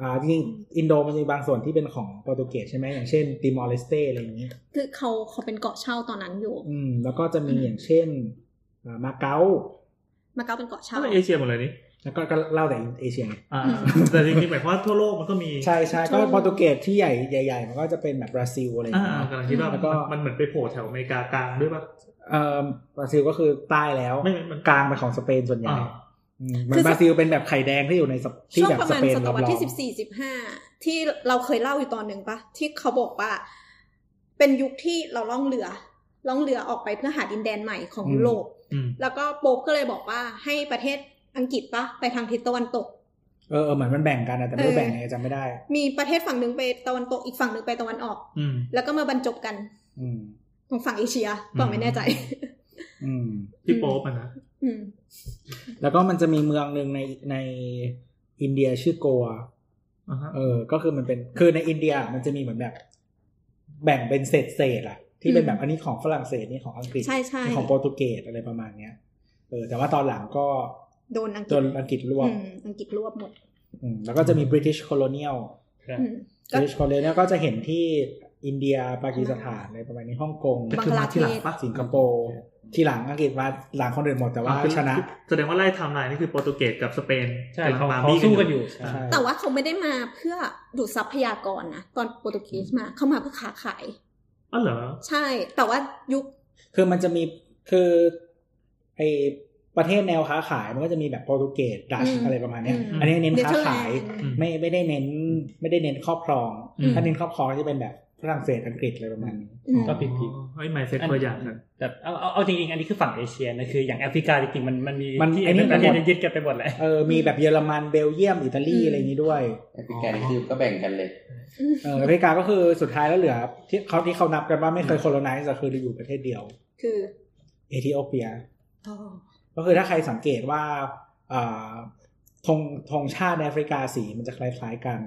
D: อ่าจริงๆอินโดมันจะมีบางส่วนที่เป็นของโปรตุเกสใช่ไหมอย่างเช่นติมอร์เลสเตอะไรอย่างนี้
F: คือเขาเขาเป็นเกาะเช่าตอนนั้นอยู่
D: อืมแล้วก็จะมีอย่างเช่นอ่ามาเก๊า
F: มาเก๊าเป็นเกาะเช่า
H: ก็เอเชียหมดเลยนี่
D: แล้วก็ก็เล่าแต่เอเชียไง
H: อ่า
F: อืม
H: แต่จริงๆหมายความว่าทั่วโลกมันก็มี
D: ใช่ใช่ก็โปรตุเกสที่ใหญ่ใหญ่ๆมันก็จะเป็นแบบบราซิลอะไรอย่าง
H: อ่ากำ
D: เงี้ย
H: ลังคิดว่า
D: แล้วก็
H: มันเหมือนไปโผล่แถวอเมริกากลางด้วยป่ะ
D: เอ่อบราซิลก็คือใต้แล้ว
H: ไม่ไม่มัน
D: กลางเป็นของสเปนส่วนใหญ่
H: อ่า
D: อืมมัน
F: คือ
D: บราซิลเป็นแบบไข่แดงที่อยู่ในสเปที่
F: ช่วง
D: แบบ
F: ประ
D: ส
F: มาณ
D: เปน
F: ศต
D: รับ
F: วรร
D: ร
F: ษ
D: อ
F: ที่
D: ง
F: สิบสี่สิบห้าที่เราเคยเล่าอยู่ตอนหนึ่งปะที่เขาบอกว่า เป็นยุคที่เราล่องเรือ ล่องเรือออกไปเพื่อหาดินแดนใหม่ของยุโรป
H: อืม
F: แล้วก็โป๊ปก็เลยบอกว่าให้ประเทศอังกฤษปะไปทางทิศตะวันตก
D: เออเออเหมือนมันแบ่งกันนะแต่ไม่รู้แบ่งยังไงจำไม่ได้
F: มีประเทศฝั่งหนึ่งไปตะวันตกอีกฝั่งหนึ่งไปตะวันออก
H: อืม
F: แล้วก็มาบรรจบกัน
D: อืม
F: ตรงฝั่งเอเชียก็ไม่แน่ใจ
D: อืม
H: พี่โป๊ปอะนะ
F: อืม
D: แล้วก็มันจะมีเมืองหนึ่งในในอินเดียชื่อโกวา
H: อ่าฮะ
D: เออ ก็คือมันเป็นคือในอินเดียมันจะมีเหมือนแบบ แบ่งเป็นเศษเศษๆอะที่เป็นแบบอันนี้ของฝรั่งเศสนี่ของอังกฤษ
F: ใช่ใช่
D: นี่ของโปรตุเกสอะไรประมาณเนี้ยเออ แต่ว่าตอนหลังก็
F: โดนอังก
D: จ
F: ฤษ
D: นอังกฤษรวม
F: อืมอังกฤษรวบหมด
D: อืมแล้วก็จะมี British colonial
I: ครับ
F: อืม ก็
D: British colonial ก็จะเห็นที่อินเดียปากีสถานอะไรประมาณนี้ฮ่องกง
F: บังกลาเทศ
H: ปะ
D: สิงคโปร์ที่หลังอังกฤษมาหลังคนอื่นหมดแต่ว่า
H: อ่คือ
D: ชนะ
H: แสดงว่าไล่ไทม์ไลน์นี่คือโปรตุเกสกับสเปน
I: ใช่
H: กำลังปา
I: เขาเขา
H: บี้
I: สู้กันอยู่ใช่
H: า
F: แต่ว่าเขาไม่ได้มาเพื่อดูดทรัพยากรนะตอนโปรตุเกสมาเขามาเพื่อค้าขาย
H: อ๋อเหรอ
F: ใช่ แต่ว่ายุค
D: คือมันจะมีคือไอประเทศแนวค้าขายมันก็จะมีแบบโปรตุเกสดัช
F: อืม
D: อะไรประมาณเนี้ย
F: อืม
D: อันนี้เน้นค้าขาย
F: เนเธอร์แลนด์
H: อืม
D: ไม่ไม่ได้เน้น ไม่ได้เน้นครอบครอง
F: อืม
D: ถ้าเน้นครอบครองก็จะเป็นแบบฝรั่งเศสอังกฤษอะไรประมาณนี้
F: อืม
I: ก็ ผิดผิด
H: เฮ้ยไมเซ็ตตัวอย่างกัน
I: แต่เอาเอาเอาจริงๆ อันนี้คือฝั่งเอเชียนะคืออย่างแอฟริกาจริงๆมันมันมี
D: มัน
I: ที่
D: ไอ้นี่
I: ประเทศ
D: มันหมด
I: ยึดกันไปหมดแหละ
D: เออมีแบบเยอรมันเบลเยียมอิตาลี
F: อืม
D: อะไรอย่างนี้ด้วย
E: แอฟริกานี่คือก็แบ่งกันเลย
D: เอออเมริกาก็คือสุดท้ายแล้วเหลือ ที่เขาที่เขานับกันว่าไม่เคยโคโลไนซ์คืออยู่ประเทศเดียว
F: คือ
D: เอธิโอเปีย
F: อ๋อ
D: ก็คือถ้าใครสังเกตว่าอ่าธงธงชาติในแอฟริกาสีมันจะคล้ายๆกัน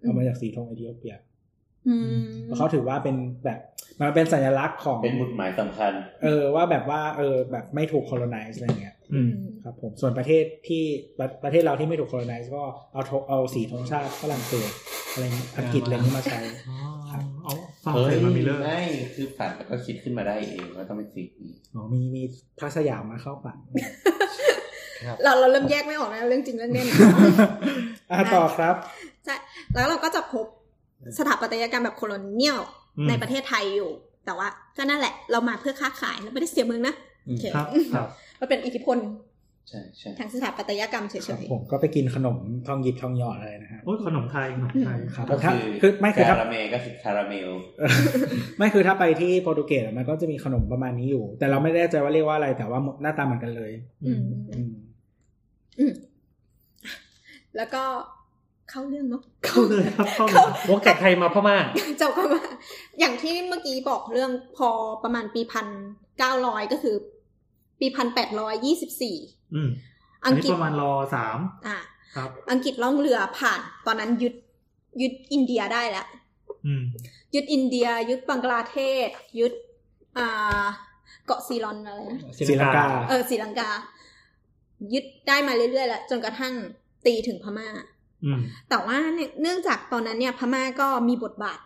D: เอามาจากสีธงเอธิโอเปีย
F: อืม
D: เพราะเขาถือว่าเป็นแบบมันเป็นสัญลักษณ์ของ
E: เป็นบุตหมายสำคัญ
D: เออว่าแบบว่าเออแบบไม่ถูก colonize อะไรเงี้ย
H: อืม
D: ครับผมส่วนประเทศที่ประประเทศเราที่ไม่ถูก colonize ก็เอาธงเอาสีธงชาติฝรั่งเศสอะไรเงี้ยอังกฤษอะไรนี้ยมาใช้ ครับ
C: เอาฝรั่งเศสมามีเลิก
E: ไม่คือฝันแล้วก็คิดขึ้นมาได้เองว่าต้องเป็นสีนี้
D: อ๋อมีมีพระสยามมาเข้าปาก
F: เราเราเริ่มแยกไม่ออกนะเรื่องจริงเรื่องเล่น
D: อ่ะต่อครับ
F: ใช่แล้วเราก็จะพบสถาปัตยกรรมแบบโคโลเนียล
H: อืม
F: ในประเทศไทยอยู่ แต่ว่าก็นั่นแหละเรามาเพื่อค้าขายเราไม่ได้เสียเมืองนะ
D: อืม
F: โอเค
H: ครับครับ
F: มันเป็นอิทธิพล
E: ใช่ใช่
F: ทางสถาปัตยกรรมเฉ
D: ครับ
F: ย
D: ผมก็ไปกินขนมทองหยิบทองหยอดอะไรนะฮะ
H: โอ้ยขนมไทยขนมไทย
D: ครับ
E: ก็
D: ถ้า
E: คือ
D: คือไม่คือ
E: คา
D: ถ้า
E: ราเมลก็คือคาราเมล
D: ไม่คือถ้าไปที่โปรตุเกสอะมันก็จะมีขนมประมาณนี้อยู่ แต่เราไม่แน่ใจว่าเรียกว่าอะไรแต่ว่าหน้าตาเหมือนกันเลย
F: ๆอืม
D: อืม
F: แล้วก็เข้าเรื่องเนาะ
H: เข้าเลยครับเข้าเล
F: เข้า
H: ยว
I: กจากไทยมาพม่า
F: เจ้าก็ว่าอย่างที่เมื่อกี้บอกเรื่องพอประมาณปีพันเก้าร้อยก็คือ ปีพันแปดร้อยยี่สิบสี่
H: อืมอั
F: อั
H: น
F: ง
H: นี้
F: กฤษ
H: ประมาณรอสาม
F: อ่ะ
H: ครับ
F: อังกฤษล่องเรือผ่าน ตอนนั้นยึดยึดอินเดียได้แล้ว
H: อืม
F: ยึดอินเดีย ยึดบังกลาเทศ ยึดอ่าเกาะซีลอนอะไรนะ
D: ศรีลังกา
F: เออศรีลังกา ยึดได้มาเรื่อยๆแล้วจนกระทั่งตีถึงพม่า
H: อืม
F: แต่ว่าเนี่ยเนื่องจากตอนนั้นเนี่ยพม่าก็มีบทบาท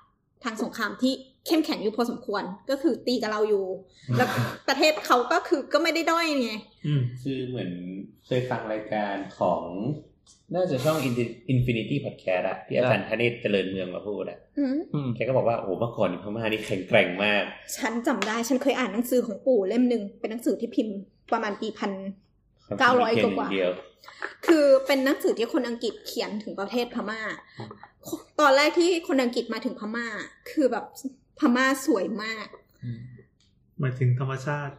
F: ทางสงครามที่เข้มแข็งอยู่พอสมควรก็คือตีกับเราอยู่ แล้วประเทศเขาก็คือก็ไม่ได้ด้อยไง
H: อืม
E: คือเหมือนเคยฟังรายการของ น่าจะช่อง Infinity- Infinity Podcast อะที่อาจารย์ธเนศเจริญเมืองมาพูดอะ
F: อืม
D: อืม
E: แกก็บอกว่าโอ้โหเมื่อก่อนนี่พม่านี่แข็งแกร่งมาก
F: ฉันจำได้ฉันเคยอ่านหนังสือของปู่เล่มหนึ่งเป็นหนังสือที่พิมพ์ประมาณปีพัน เก้าร้อยกว่า
E: เดียว
F: คือเป็นหนังสือที่คนอังกฤษเขียนถึงประเทศพม่า ตอนแรกที่คนอังกฤษมาถึงพม่า คือแบบพม่าสวยมาก
H: หมายถึงธรรมชาติ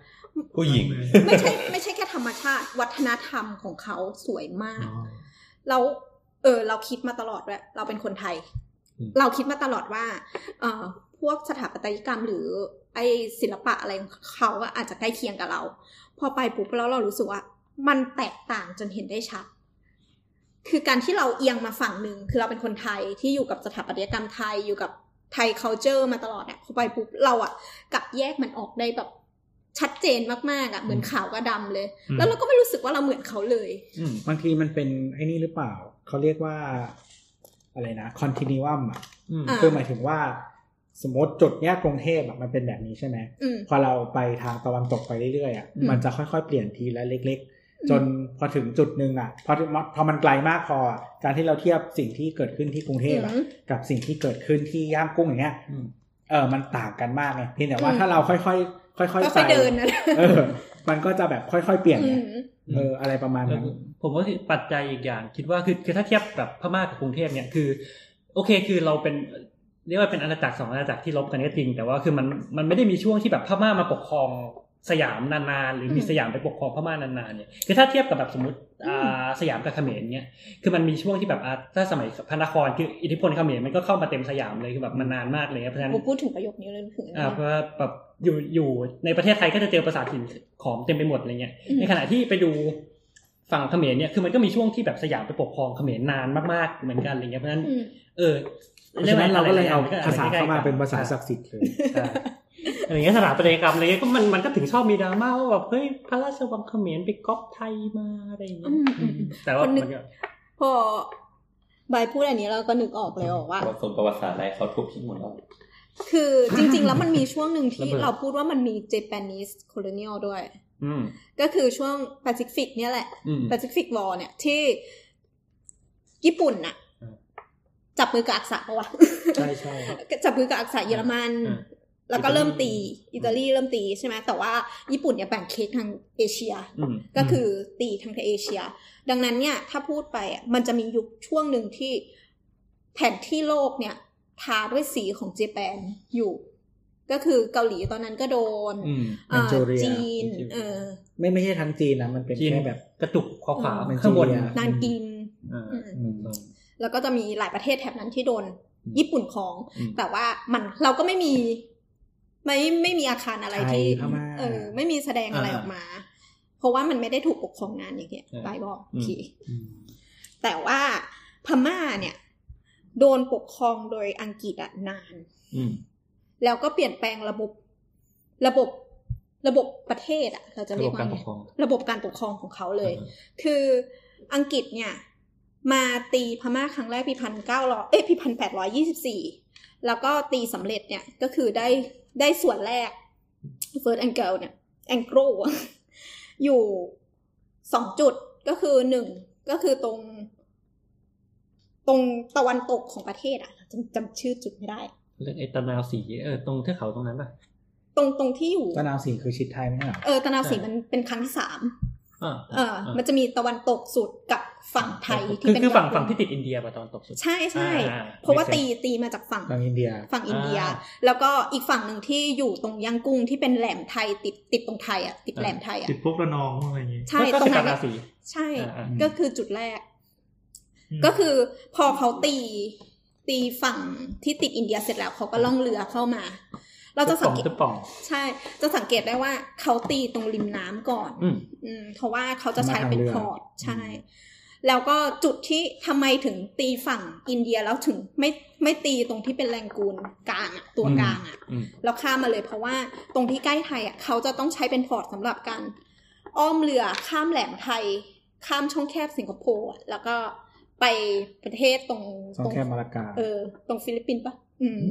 E: ผู้หญิง
F: ไม่ใช่ไม่ใช่แค่ธรรมชาติ วัฒนธรรมของเขาสวยมาก
H: อ๋อ
F: เราเออ เราคิดมาตลอดว่าเราเป็นคนไทย เราคิดมาตลอดว่า เออพวกสถาปัตยกรรมหรือ ไอศิลปะอะไรของเขาอะอาจจะใกล้เคียงกับเรา พอไปปุ๊บแล้วเรารู้สึกว่า มันแตกต่างจนเห็นได้ชัด คือการที่เราเอียงมาฝั่งหนึ่งคือเราเป็นคนไทยที่อยู่กับสถาปัตยกรรมไทยอยู่กับไทย culture มาตลอดอะพอไปปุ๊บเราอะกลับแยกมันออกได้แบบชัดเจนมากๆอะเหมือนขาวกับดำเลย
H: อืม
F: แล้วเราก็ไม่รู้สึกว่าเราเหมือนเขาเลย
D: อืมบางทีมันเป็นไอ้นี่หรือเปล่า เขาเรียกว่า อะไรนะ continuum อ่ะ
F: อ่า
D: คือหมายถึงว่า สมมติจุดแยกกรุงเทพอะมันเป็นแบบนี้ใช่ไหม
F: อืม
D: พอเราไปทางตะวันตกไปเรื่อยๆอ่ะ
F: อืม
D: มันจะค่อยๆ เปลี่ยนทีละเล็ก
F: อืม
D: ๆ จนพอถึงจุดหนึ่งอ่ะพอถึงพอมันไกลมากพออะการที่เราเทียบสิ่งที่เกิดขึ้นที่กรุงเทพอะ
F: อืม
D: กับสิ่งที่เกิดขึ้นที่ย่างกุ้งอย่างเงี้ย
C: อืม
D: เออมันต่างกันมากไงเพียงแต่ว่า
F: อืม
D: ถ้าเราค่อยๆค่อยๆ
F: ค่อย
D: ไป
F: ๆเดินนะ
D: เออ มันก็จะแบบค่อยๆเปลี่ยนไง
F: อืม
D: เอออะไรประมาณนั้น
I: ผมว่าปัจจัยอีกอย่างคิดว่าคือคือถ้าเทียบแบบพม่ากับกรุงเทพเนี่ยคือ โอเคคือเราเป็นเรียกว่าเป็นอาณาจักรสองอาณาจักรที่ลบกันก็จริง แต่ว่าคือมันมันไม่ได้มีช่วงที่แบบพม่ามาปกครองสยามนานๆหรือมี
F: อืม
I: สยามไปปกครองพม่านานๆเนี่ยคือถ้าเทียบกับแบบสมมติอ่าสยามกับเขมรเนี่ยคือมันมีช่วงที่แบบอ่าถ้าสมัยพระนครคืออิทธิพลเขมรมันก็เข้ามาเต็มสยามเลยคือแบบมันนานมากเลยเพราะฉะนั้น
F: กูพูดถึงประโยคนี้เลยนึกถึงอัน
I: อ่า
F: นี้
I: เพราะว่าแบบอยู่อยู่ในประเทศไทยก็จะเจอภาษาถิ่นของเต็มไปหมดอะไรเงี้ย
F: อืม
I: ในขณะที่ไปดูฝั่งเขมรเนี่ยคือมันก็มีช่วงที่แบบสยามไปปกครองเขมรนานมากๆเหมือนกันอะไรเงี้ยเพราะฉะนั้น
F: อืม
I: เออ
D: เพราะฉะนั้นเราก็เลยเอาภาษาเข้ามาเป็นภาษาศัก
I: ก
D: ดิ์สิทธิ์เลย
I: อะไรเงี้ยสถาปัตยกรรมอะไรเงี้ยก็มันมันก็ถึงชอบมีดราม่าว่าแบบเฮ้ยพระราชวังเขมรไปก๊อปไทยมาอะไรเงี้ย
F: อืมอืมอืม
I: แต่ว่ามันก็
F: พอบายพูดอันนี้เราก็นึกออกเลยบอกว่า
E: ว่าสมประวัติศาสตร์อะไรเขาทุบทิ้งหมดแล้ว
F: คือจริง ๆ แล้วมันมีช่วงหนึ่งที่
E: ระเบิด
F: เราพูดว่ามันมี Japanese colonial ด้วย
I: อืม
F: ก็คือช่วง Pacific เนี่ยแหละ
I: อืม
F: Pacific War เนี่ยที่ญี่ปุ่นน่ะ
I: อืม
F: จับมือกับอักษะปะวะ
D: ใช่ใช่
F: จับมือกับอักษะเยอรมัน
I: อืม
F: แล้วก็เริ่มตีอิตาลีเริ่มตีใช่ไหมแต่ว่าญี่ปุ่นเนี่ยแบ่งเค้กทางเอเชีย
I: อืม
F: ก็คือตีทางเอเชีย ดังนั้นเนี่ยถ้าพูดไปอะมันจะมียุคช่วงหนึ่งที่แผนที่โลกเนี่ย ทาด้วยสีของเจแปนอยู่ ก็คือเกาหลีตอนนั้นก็โดน
I: อืม
D: แมนจูเรีย
F: จีน เออ
D: ไม่ไม่ใช่ทั้งจีนนะมันเป็น
I: จีน
D: แค่
I: แบ
D: แบบ บ
I: กระจุกขาว
D: แมน
I: ๆ
D: จูเรีย
I: ข้างบน
F: นานกิน
I: อ่า
F: อืม
D: อืม
F: แล้วก็จะมีหลายประเทศแถบนั้นที่โดน
D: อืม
F: ญี่ปุ่นของ
D: อืม
F: แต่ว่ามันเราก็ไม่มี ไม่ไม่มีอาคารอะไร
D: ไทย
F: ที่
D: พม่า
F: เออ ไม่มีแสดงอะไร
I: อ่า
F: ออกมา เพราะว่ามันไม่ได้ถูกปกครองนานอย่างเงี้ย
I: ใช่
F: ไปบอก
I: อืม
F: ที แต่ว่าพม่าเนี่ย โดนปกครองโดยอังกฤษอะนาน
E: อืม
F: แล้วก็เปลี่ยนแปลงระบบระบบระบบประเทศอะเราจะ
I: ระ
F: เรี
I: บ
F: ยก
I: บ
F: ว่า
I: การป
F: ไง
I: กครอง
F: ระบบการปกครองของเขาเลย
E: อ่า
F: คืออังกฤษเนี่ย มาตีพม่าครั้งแรกปีพันเก้าร้อยเอ้ยปีพันแปดร้อยี่สิบสี่แล้วก็ตีสำเร็จเนี่ยก็คือได้ได้ส่วนแรกเฟิร์สแองเกิลเนี่ยแองโกลอยู่สองจุดก็คือหนึ่งก็คือตรง ตรงตะวันตกของประเทศอะจำจำชื่อจุดไม่ได้
I: เรื่องไอ้ตะนาวสีเออตรงเทือกเขาตรงนั้นป่ะ
F: ตรงตรงที่อยู่
D: ตะนาวสีคือชิดไทยไม่ใช่เหรอ
F: เออตะนาวสี
I: ใช่
F: มันเป็นครั้งที่สาม
I: อ่า
F: เออ มันจะมีตะวันตกสุดกับฝั่งไทย
I: คือ
F: ที่เป็น
I: คือฝั่ง
F: ตะวันตก
I: ฝั่งที่ติดอินเดียป่ะตอนตกสุด
F: ใช่ใช่
I: อ่า
F: เพราะว่า
I: ไม่ใช่
F: ตีตีมาจากฝั่ง
D: ทางอินเดีย
F: ฝั่งอินเดีย
I: อ่า
F: แล้วก็อีกฝั่งหนึ่งที่อยู่ตรงย่างกุ้งที่เป็นแหลมไทยติดติดตรงไทยอ่ะติดแหลมไทยอ่ะ
H: ติดพวกระนองพวกอะไรอย่างงี้
F: ใช่
I: ก็
F: ตร
I: ติ
F: ง
I: ด
F: นั้น
I: ตะนาว
F: อะ
I: สี
F: ใช่
I: อ่าอ่า
F: ก็คือจุดแรก
H: ม
F: ก็คือพอเขาตีตีฝั่งที่ติดอินเดียเสร็จแล้วเขาก็ล่องเรือเข้ามา เราจะสังเกต
I: ตึ๊บป่อง
F: ใช่ จะสังเกตได้ว่าเขาตีตรงริมน้ำก่อน
I: อืม
F: อืมเพราะว่าเขาจะใช้เป็น
D: มาทางเรือ
F: พอร์ตใช่ แล้วก็จุดที่ทำไมถึงตีฝั่งอินเดียแล้วถึงไม่ไม่ตีตรงที่เป็นแรงกูลกลางอะตัวกลางอะ
I: อืม
F: แล้วข้ามมาเลยเพราะว่าตรงที่ใกล้ไทยอะเขาจะต้องใช้เป็นพอร์ตสำหรับการอ้อมเรือข้ามแหลมไทย ข้ามช่องแคบสิงคโปร์อะแล้วก็ไปประเทศตรง
D: ช่องแคบมาลากา
F: เออ ตรงฟิลิปปินส์ปะอืม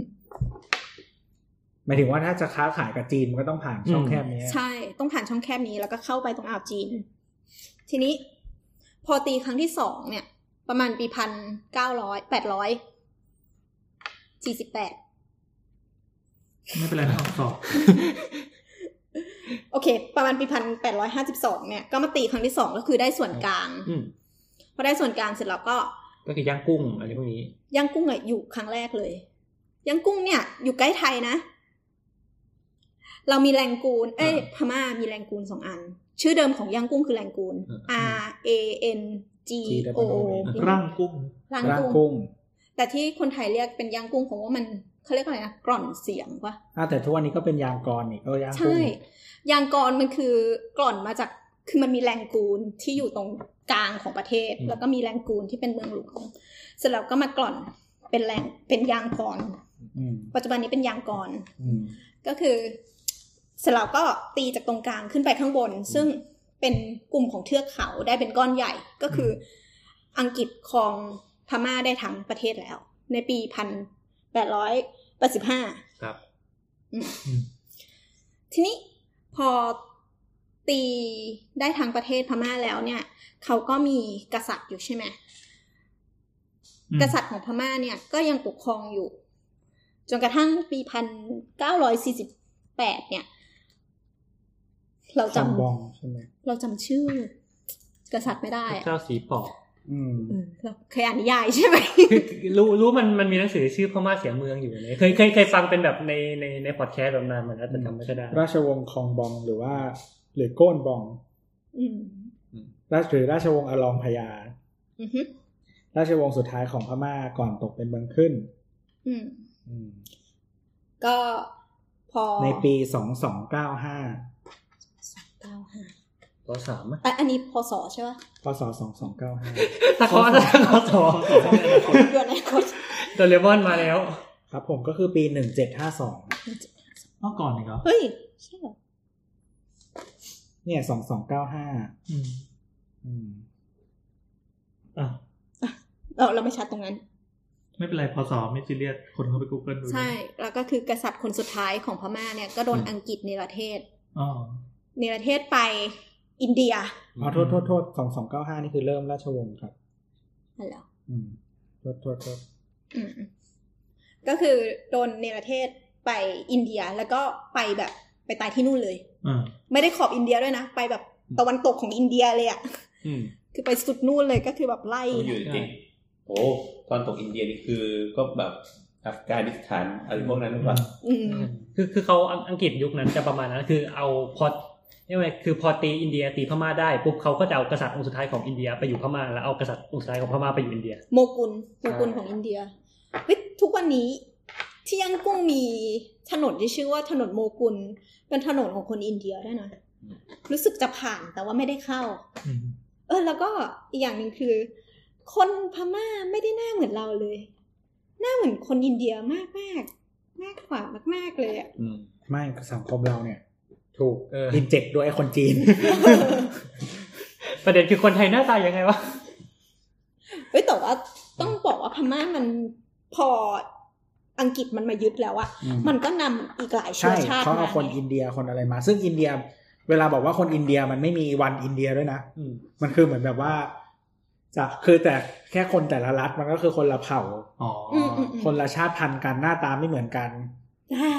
D: หมายถึงว่าถ้าจะค้าขายกับจีนมันก็ต้องผ่านช่องแคบนี้
F: ใช่ ต้องผ่านช่องแคบนี้แล้วก็เข้าไปตรงอ่าวจีน ทีนี้พอตีครั้งที่สองเนี่ย ประมาณปีพันเก้าร้อยแปดร้อยสี่สิบแปด
H: ไม่เป็นไรนะออกสอบ
F: โอเค ประมาณปีพันแปดร้อยห้าสิบสองเนี่ยก็มาตีครั้งที่สองก็คือได้ส่วนกลาง
I: อืม
F: พอได้ส่วนกลางเสร็จแล้วก็
I: ก็คือย่าง กุ้งอะไรพวกนี้
F: ย่างกุ้งอะอยู่ครั้งแรกเลยย่างกุ้งเนี่ย อยู่ใกล้ไทยนะ เรามีแรงกูล เอ้ยพม่ามีแรงกูลสองอัน ชื่อเดิมของย่างกุ้งคือแรงกูล R A N G O O
H: ร่างกุ้ง
F: ร่าง
D: ร่าง
F: กุ้ง
D: กุ้ง
F: แต่ที่คนไทยเรียกเป็นย่างกุ้งผมว่ามันเขาเรียกอะไรนะกร่อนเสียงปะ
D: อ่ะแต่ทุกวันนี้ก็เป็นยางกรนี่ก็ยางกุ้
F: ใช่
D: ง
F: ยางกรมันคือกร่อนมาจากคือมันมีแรงกูลที่อยู่ตรงกลางของประเทศ
I: อืม
F: แล้วก็มีแรงกูลที่เป็นเมืองหลวงเสร็จแล้วก็มากร่อนเป็นแรงเป็นยางกร
D: อืม
F: ปัจจุบันนี้เป็นยางกร
D: อืม
F: ก็คือเสร็จแล้วก็ตีจากตรงกลางขึ้นไปข้างบน ซึ่งเป็นกลุ่มของเทือกเขาได้เป็นก้อนใหญ่ก็คือออังกฤษครองพม่าได้ทั้งประเทศแล้ว ในปีพันแปดร้อยแปดสิบห้า
I: ครับ
H: อืม
F: ทีนี้พอตีได้ทั้งประเทศพม่าแล้วเนี่ย เขาก็มีกษัตริย์อยู่ใช่ไหม
H: อืม
F: กษัตริย์ของพม่าเนี่ยก็ยังปกครองอยู่ จนกระทั่งปีพันเก้าร้อยสี่สิบแปดเนี่ย เรา
D: คำบอง
F: จำ
D: ใช่ไหม
F: เราจำชื่อ กษัตริย์ไม่ได้อะ
I: เจ้าสีปอบ
D: อืม
F: เออเราเคยอ่านนิยายใช่ไหม
I: คือรู้รู้มันมันมีหนังสือชื่อพม่าเสียเมืองอยู่เนี่ยเคยเคยเคยฟังเป็นแบบในในในพอดแคสต์แบบนานมาแล้วแต่จำไม่ค่อยได้
D: ราชวงศ์คองบองหรือว่า หรือโก้นบอง
F: อืม
D: ราชหรือราชวงศ์อลองพญา
F: อือฮึ
D: ราชวงศ์สุดท้ายของพม่าก่อนตกเป็นเมืองขึ้น
F: อืม
D: อืม
F: ก็พอ
D: ในปีสองสองเก้าห้า
F: เก้าห้า
I: ปสามอะ
F: แต่อันนี้พศใช่ปะ
D: พศสองสองเก้าห้า
I: ตะคอตะคอสอง
F: เดือนไหนคต
I: โดเรมอนมาแล้ว
D: ครับผมก็คือปีหนึ่งเจ็ดห้าสอง
H: เมื่อก่อนอีกเหรอ
F: เฮ้ยใช่เหรอ
D: เนี่ยสองสองเก้าห้า
H: อืมอ่ะ
F: เราเราไม่ชัดตรงนั้น
H: ไม่เป็นไรพอสอบไม่ซีเรียสคนเข้าไป Google ดู
F: ใช่ แล้วก็คือกษัตริย์คนสุดท้ายของพม่าเนี่ยก็โดนอังกฤษในประเทศ
H: อ๋อ
F: ในประเทศไปอินเดีย
D: เอาโทษโทษโทษสองสองเก้าห้านี่คือเริ่มราชวงศ์ครับ
F: นั่นเหรอ
D: อืมโทษโทษโทษ
F: อืมก็คือโดนในประเทศไปอินเดียแล้วก็ไปแบบไปตายที่นู่นเลย
H: อ่า
F: ไม่ได้ขอบอินเดียด้วยนะ ไปแบบตะวันตกของอินเดียเลยอะ
I: อืม
F: คือไปสุดนู่นเลยก็คือแบบไล่
E: ผมอยู่จริงโอ้ตอนตกอินเดียนี่คือก็แบบอัฟกานิสถานอะไรพวกนั้นหรือเปล่า
F: อืม
I: คือคือเขาอังอังกฤษยุคนั้นจะประมาณนั้นคือเอาพอเรียกว่าไงคือพอตีอินเดียตีพม่าได้ปุ๊บเขาก็จะเอากษัตริย์องค์สุดท้ายของอินเดียไปอยู่พม่าแล้วเอากษัตริย์องค์สุดท้ายของพม่าไปอยู่อินเดีย
F: โมกุลโมกุลของอินเดียเฮ้ยทุกวันนี้ที่ยังกุ้งมีถนนที่ชื่อว่าถนนโมกุล เป็นถนนของคนอินเดียด้วยนะ รู้สึกจะผ่านแต่ว่าไม่ได้เข้า
H: อืม
F: เออแล้วก็อีกอย่างหนึ่งคือ คนพม่าไม่ได้หน้าเหมือนเราเลย หน้าเหมือนคนอินเดียมากมากมากกว่ามาก ๆเลยอ่ะ
E: อืม
D: ไม่สังคมเราเนี่ย ถูก
I: เออ
D: ดินเจ็ดด้วยไอ้คนจีน
I: ประเด็นคือคนไทยหน้าตายังไงวะ
F: เฮ้ยแต่ว่าต้องบอกว่าพม่ามันพออังกฤษมันมายึดแล้วอะ
D: อืม
F: มันก็นำอีกหลายเชื้
D: ใช่
F: อชาติ
D: เขา
F: มา
D: เอาคน
F: ไง
D: อินเดียคนอะไรมา ซึ่งอินเดีย เวลาบอกว่าคนอินเดียมันไม่มีวันอินเดียด้วยนะ
I: อืม
D: มันคือเหมือนแบบว่าจากคือแต่แค่คนแต่ละรัฐมันก็คือคนละเผ่า
C: อ๋อ
F: อืมอืมอืม
D: คนละชาติพันธุ์กันหน้าตาไม่เหมือนกัน
F: อ่า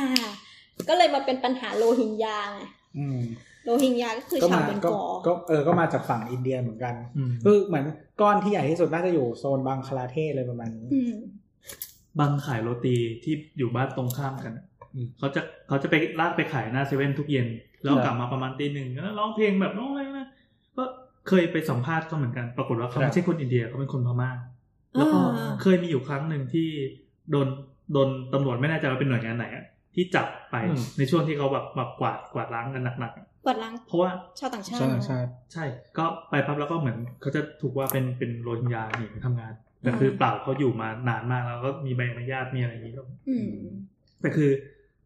F: ก็เลยมาเป็นปัญหาโรฮิงญาไง
D: อืม
F: โรฮิงญาก็คือ
D: ก็
F: ชาว
D: มา
F: เบง
D: ก็
F: กอล
D: ก็เออก็มาจากฝั่งอินเดียเหมือนกัน
C: อืม
D: คือเหมือนก้อนที่ใหญ่ที่สุดน่าจะอยู่โซนบังคลาเทศเลยประมาณนี้
F: อืม
C: บางขายโรตีที่อยู่บ้านตรงข้ามกันอะอืมเขาจะเขาจะไปลากไปขายหน้าเซเว่นทุกเย็น แล้วกลับมาประมาณตีหนึ่งแล้วร้องเพลงแบบร้องอะไรนะก็เคยไปสัมภาษณ์เขาเหมือนกัน ปรากฏว่าเขา
I: ครับ
C: ไม่ใช่คนอินเดียเขาเป็นคนพม่า แล้วก็
F: อ่า
C: เคยมีอยู่ครั้งหนึ่งที่โดนโดนตำรวจไม่แน่ใจว่าเป็นหน่วยงานไหนอะที่จับไป
I: อืม
C: ในช่วงที่เขาแบบแบบกวาดกวาดล้างกันหนักๆอะ
F: กวาดล้าง
C: เพราะว่า
F: ชาวต่างชาติ
D: ชาติต่างชาติ
C: ใช่ ก็ไปพับแล้วก็เหมือนเขาจะถูกว่าเป็นเป็นโรฮิงญาหนีไปทำงาน แต่คือเปล่าเขาอยู่มานานมากแล้วก็มีใบอนุญาตมีอะไรอย่างนี้ก็
F: อืม
C: แต่คือ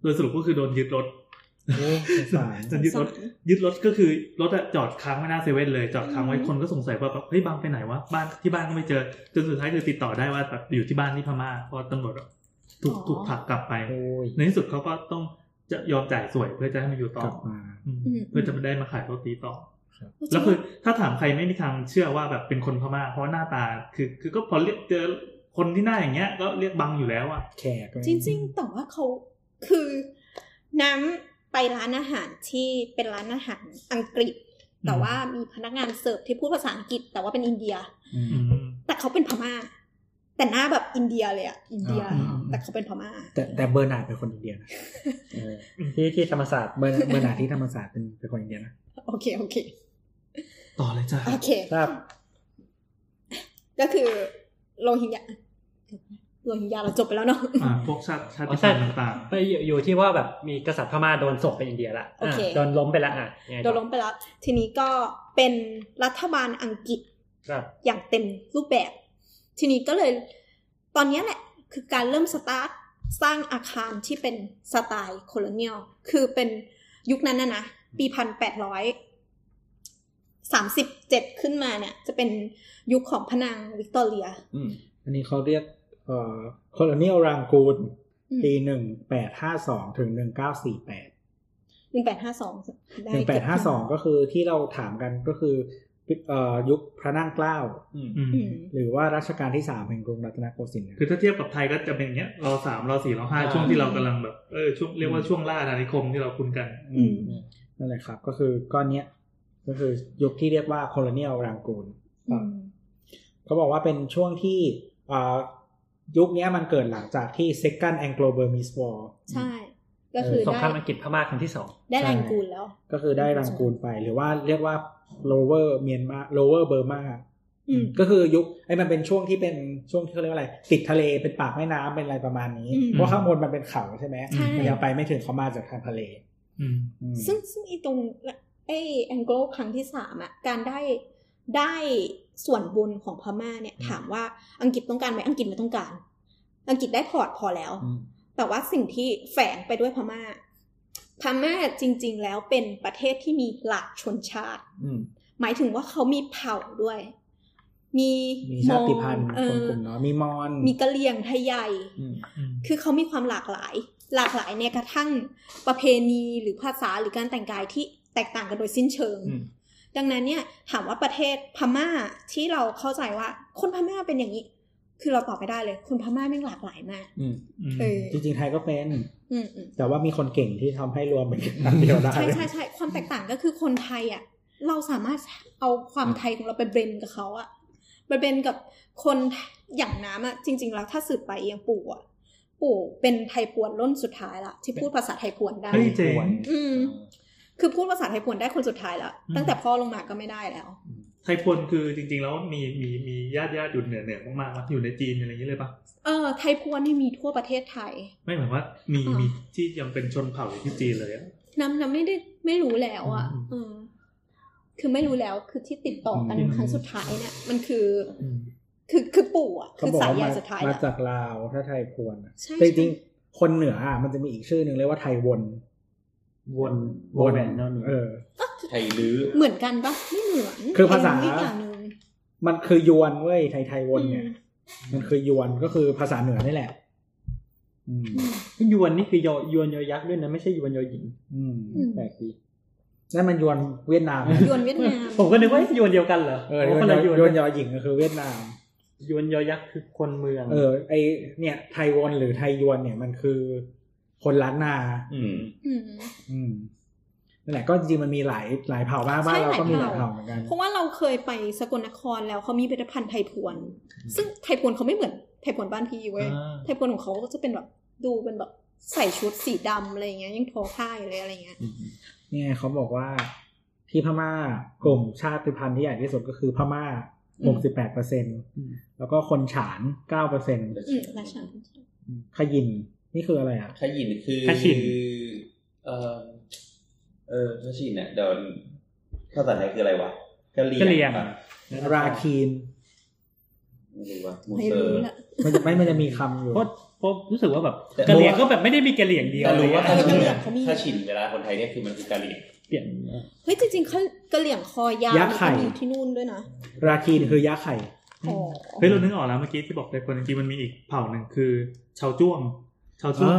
C: โดยสรุปก็คือโดนยึดรถ
D: โอ้สงสาร
C: โดนยึดรถ ยึดรถก็คือรถอะจอดค้างไว้หน้าเซเว่นเลยจอดค้างไว้คนก็สงสัยว่าแบบเฮ้ยบางไปไหนวะบ้านที่บ้านก็ไม่เจอจนสุดท้ายคือติดต่อได้ว่าแบบอยู่ที่บ้านที่พม่าเพราะตำรวจถูกถูกผลักกลับไป
D: โอ้ย
C: ในที่สุดเขาก็ต้องจะยอมจ่ายสวยเพื่อจะให้มันอยู่ต่
D: ก
C: อ
D: ลับมา
C: อืมเพื่อจะได้มาขายโรตีต่อ
F: แล้
C: แล้ว ว
F: คื
C: คือ อถ้าถามใครไม่มีทางเชื่อว่าแบบเป็นคนพม่าเพราะหน้าตาคือ คือก็พอเรียกเจอคนที่หน้าอย่างเงี้ย ก็เรียกบังอยู่แล้วอะ
D: แขก
F: จริง ๆ แต่ว่าเขาคือน้ำไปร้านอาหารที่เป็นร้านอาหารอังกฤษ แต่ว่ามีพนักงานเสิร์ฟที่พูดภาษาอังกฤษ แต่ว่าเป็นอินเดีย
D: อืม
C: อืม
F: แต่เขาเป็นพม่า แต่หน้าแบบอินเดียเลยอะอินเดีย
D: อ่า
F: แต่เขาเป็นพม่า
D: แต่แต่เบอร์นาร์ดเป็นคนอินเดียนะ
I: ที่ที่ธรรมศาสตร์
D: เบอร์เบอร์นาร์ดที่ธรรมศาสตร์เป็นเป็นคนอินเดียนะ
F: โอเคโอเค
C: ต่อเลยจ้ะ
F: โอเค
D: ครับ
F: ก็คือโรฮิงญาโรฮิงญาเราจบไปแล้วเนาะ
C: อ่าพวกชาติชาติพันธุ์ต่าง
I: ไปอยู่อยู่ที่ว่าแบบมีกษัตริย์พม่าโดนส่งไปอินเดียละ
F: โอเค
I: ะโดนล้มไปละอ่ะยังไงต่อ
F: โดนล้มไปแล้ว ทีนี้ก็เป็นรัฐบาลอังกฤษ
I: ครับ
F: อย่างเต็มรูปแบบ ทีนี้ก็เลยตอนเนี้ยแหละ คือการเริ่มสตาร์ทสร้างอาคารที่เป็นสไตล์โคโลเนียลคือเป็นยุคนั้นนะนะปีพันแปดร้อยสามสิบเจ็ดขึ้นมาเนี่ย จะเป็นยุคของพระนางวิกตอเรีย
E: อืม
D: อันนี้เขาเรียกเอ่อโคโลเนียลรังกูน
F: อืม
D: ปีหนึ่งแปดห้าสองถึงหนึ่งเก้าสี่แปด
F: หนึ่งแปดห้าสอง
D: หนึ่งแปดห้าสองก็คือที่เราถามกันก็คือเอ่อยุคพระนั่งเกล้า
E: อืม
C: ๆอืม
D: หรือว่ารัชกาลที่สามแห่งกรุงรัตนโกสินทร์นะ
C: คือถ้าเทียบกับไทยก็จะเป็นอย่างเงี้ยรอสามรอสี่รอห้าช่วงที่เรากำลังแบบเออช่วงเรียกว่าช่วงล่าอาณานิคมที่เราคุ้นกัน
F: อืม
D: นั่นแหละครับ ก็คือก้อนเนี้ยก็คือยุคที่เรียกว่าโค l เนียลรังกูล
F: อืม
D: เขาบอกว่าเป็นช่วงที่เอ่อยุคเนี้ยมันเกิดหลังจากที่ Second Anglo-Burmese War
F: ใช่ ก็คือ
I: สง
F: ได้
I: ครามอังกฤษพม่าครั้งที่สอง
F: ได้แรงกูลแล้ว
D: ก็คือได้รังกูลไป หรือว่าเรียกว่า lower Myanmar lower Burma
F: อืม
D: ก็คือยุคไอ้มันเป็นช่วงที่เป็นช่วงที่เขาเรียกว่าอะไร ติดทะเลเป็นปากแม่น้ำเป็นอะไรประมาณนี้
F: อืม
D: เพราะข้างบนมันเป็นเขาใช่ไหม
F: ใช่
D: มันยังไปไม่ถึงเขามาจากทางทะเล
C: อืม
D: อืม
F: ซึ่งซึ่งไอ้ตรงไอ้แองโกลครั้งที่สามอะการได้ได้ส่วนบนของพม่าเนี่ย ถามว่าอังกฤษต้องการไหมอังกฤษไม่ต้องการ อังกฤษได้พอร์ตพอแล้ว
D: อืม
F: แต่ว่าสิ่งที่แฝงไปด้วยพม่า พม่าจริง ๆ แล้วเป็นประเทศที่มีหลากชนชาติ
D: อืม
F: หมายถึงว่าเขามีเผ่าด้วย มี
D: มี
F: ม
D: ชา
F: อ
D: ติพันธุ์
F: เออก
D: คนลุ่มน้อยมีมอน
F: มีกะเหรี่ยงไทยใหญ่
D: อืม
C: อืม
F: คือเขามีความหลากหลาย หลากหลายในกระทั่งประเพณีหรือภาษาหรือการแต่งกายที่แตกต่างกันโดยสิ้นเชิง
E: อืม
F: ดังนั้นเนี่ยถามว่าประเทศพม่าที่เราเข้าใจว่าคนพม่าเป็นอย่างนี้ คือเราตอบไม่ได้เลย คนพม่าแม่งหลากหลายมาก
E: อืม
C: อืม
F: เออ
D: จริงๆไทยก็เป็น
F: อืมอืม
D: แต่ว่ามีคนเก่งที่ทำให้รวมเป็นอันเดียวได้
F: ใช่ใช่ใช่ความแตกต่างก็คือคนไทยอ่ะ เราสามารถเอาความไทยของเราไปเบรนกับเขาอ่ะไปเบรนกับคนอย่างน้ำอ่ะจริง ๆ แล้วถ้าสืบไปยังปู่อ่ะปู่เป็นไทยพวนรุ่นสุดท้ายละที่พูดภาษาไทยพวนได้
C: เฮ้ยเจ๋ง
F: อืม คือพูดภาษาไทยพวนได้คนสุดท้ายแล้ว ตั้งแต่พ่อลงมาก็ไม่ได้แล้ว
C: ไทยพลคือจริง ๆ แล้วมีมีมีญาติญาติอยู่เหนือเหนือมากๆนะอยู่ในจีนอะไรอย่างนี้เลยปะ
F: เออ ไทยพวนนี่มีทั่วประเทศไทย
C: ไม่เหมือนว่ามี
F: อ๋อ
C: มีที่ยังเป็นชนเผ่าอยู่ที่จีนเลยอะ
F: น้ำน้ำไม่ได้ไม่รู้แล้วอ่ะเออคือไม่รู้แล้วคือที่ติดต่อกันครั้งสุดท้ายเนี่ย มันคือ
C: อืม
F: คือคือปู่อ่ะ
D: เขา
F: คือ
D: บอก
F: สา
D: ว่าย
F: ยา
D: มา
F: สุดท้าย
D: มา
F: อะ
D: จากลาวถ้าไทยพวนอะ
F: ใช่
D: แต่จ
F: ใช่
D: ริงๆคนเหนืออ่ะมันจะมีอีกชื่อหนึ่งเรียกว่าไทยวน
I: วนว
D: วน
I: แหวนนั่น
D: เออ
E: ไทยลื้อ
F: เหมือนกันปะไม่เหมือน
D: คือภาษา
F: อีกอย่างหนึ่ง
D: มันคือยวนเว้ยไทยไทยวนเนี่ย
F: อืม
D: มันคือยวนก็คือภาษาเหนือนี่แหละ อืม
I: ยวนนี่คือยอยวนยอยักษ์ด้วยนะไม่ใช่ยวนยอหญิง
D: อืม
F: อืม
D: แปลกดีนั่นมันยวนเวียดนาม
F: ยวนเวียดนาม
I: ผมก็นึกว่าเอ๊ะยวนเดียวกันเหรอ
D: เออยวน
I: โคนละยวน
D: ยวนยอหญิงก็คือเวียดนาม
I: ยวนยอยักษ์คือคนเมือง
D: เออ ไอเนี่ย ไทยวนหรือไทยยวนเนี่ยมันคือคนล้านนา
E: อืม
F: อืม
D: อืมนั่นแหละก็จริงๆมันมีหลายหลายเผ่ามากบ้าน
F: ใช่
D: เราก็มีห
F: ห
D: ลา
F: ลาย ย
D: เผ่า
F: เผ่า
D: เหมือนกัน
F: เพราะว่าเราเคยไปสกลนครแล้วเขามีพิพิธภัณฑ์ไทยพวน ซึ่งไทยพวนเขาไม่เหมือนไทยพวนบ้านพี่เว้ย
C: อ่า
F: ไทยพวนของเขาก็จะเป็นแบบดูเป็นแบบใส่ชุดสีดำอะไรอย่างเงี้ยยังทอผ้าอยู่เลยอะไรอย่างเงี้ย
D: เนี่ยเขาบอกว่าที่พม่ากลุ่มชาติพันธุ์ที่ใหญ่ที่สุดก็คือพม่า
F: อื
D: ห
F: ม
D: กสิบแปดเปอร์เซ็นแล้วก็คนฉานเก้าเปอร์เซ็น
F: อืมราชา
D: ขยินนี่คืออะไรอ่ะ
E: ขยินคือ
C: ขยิน
E: เออเออขยินเนี่ยเดี๋ยวภาษาไทยคืออะไรวะกะเหรี่ยง
I: กะเหรียง
E: ปะ
D: ราคีน
E: ไม่รู้ว่ามู
F: ไม่
E: เตอ
F: รู้
E: ร์
F: ละ
D: มันจะไม่มันจะมีคำอยู่
I: เพราะเพราะรู้สึกว่าแบบ
E: แต่
I: กะเหรี่ยงก็แบบไม่ได้มีกะเหรี่ยงเดียว
E: แต่รู้ว่า
I: อะไรอย่ง
F: กะเห
I: เงี้ย
F: รี่ยงเขามี
E: ขยินเวลาคนไทยเนี่ยกคือมันคือกะเหรี่ยง
I: เปลี่ยน
F: เฮ้ยจริงๆเขากระเหลี่ยงคอยาว
D: ยักษ์ไข่
F: มีที่นู่นด้วยนะ
D: ราคีนคือยาไข่
F: อ๋อ
C: เฮ้ยเรานึกออกแล้วเมื่อกี้ที่บอกไทยพวนจริงๆมันมีอีกเผ่าหนึ่งคือ ชาวจ้วง ชาวจ้วง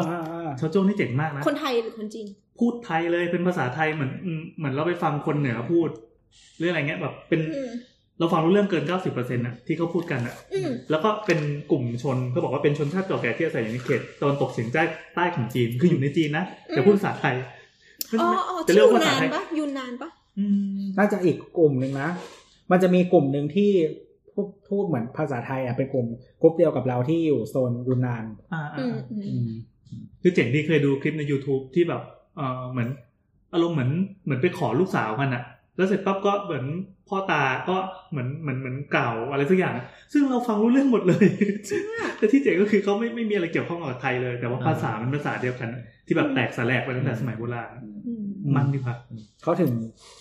C: ชาวจ้วงนี่เจ๋งมากนะ
F: คนไทยหรือคนจีน
C: พูดไทยเลยเป็นภาษาไทยเหมือนอืมเหมือนเราไปฟังคนเหนือพูดหรืออะไรเงี้ยแบบเป็น
F: อืม
C: เราฟังรู้เรื่องเกิน 90%น่ะที่เขาพูดกันอ่ะ
F: อืม
C: แล้วก็เป็นกลุ่มชนก็บอกว่าเป็นชนชาติเก่าแก่ที่อาศัยอยู่ในเขตตอนตกเฉียงใต้ใต้ของจีนคืออยู่ในจีนนะแต่พูดภาษาไทย
F: อ๋ออ๋อ
C: จะ
F: ที่
C: เรียกว่าภาษาน
F: ยูาน
C: ไทย
F: ปะยูนานปะ
C: อืม
D: น่าจะอีกกลุ่มหนึ่งนะ มันจะมีกลุ่มหนึ่งที่พูดพูดเหมือนภาษาไทยอ่ะเป็นกลุ่มกลุ่มเดียวกับเราที่อยู่โซนยูนนาน
C: อ่าอ่า
F: อืม
C: อ่า
F: อืม
D: อืม
C: คือเจ๋งที่เคยดูคลิปใน YouTube ที่แบบเออเหมือนอารมณ์เหมือนเหมือนไปขอลูกสาวกันอ่ะ แล้วเสร็จปั๊บก็เหมือนพ่อตาก็เหมือนเหมือนเหมือนกล่าวอะไรสักอย่าง ซึ่งเราฟังรู้เรื่องหมดเลย แต่ที่เจ๋งก็คือเขาไม่ไม่มีอะไรเกี่ยวข้องกับไทยเลย แต่ว่าภาษามันภาษาเดียวกัน ที่แบบแตกสลกไปตั้งแต่สมัยโบราณ
D: อืม
C: มันดีกว่า
D: เขาถึง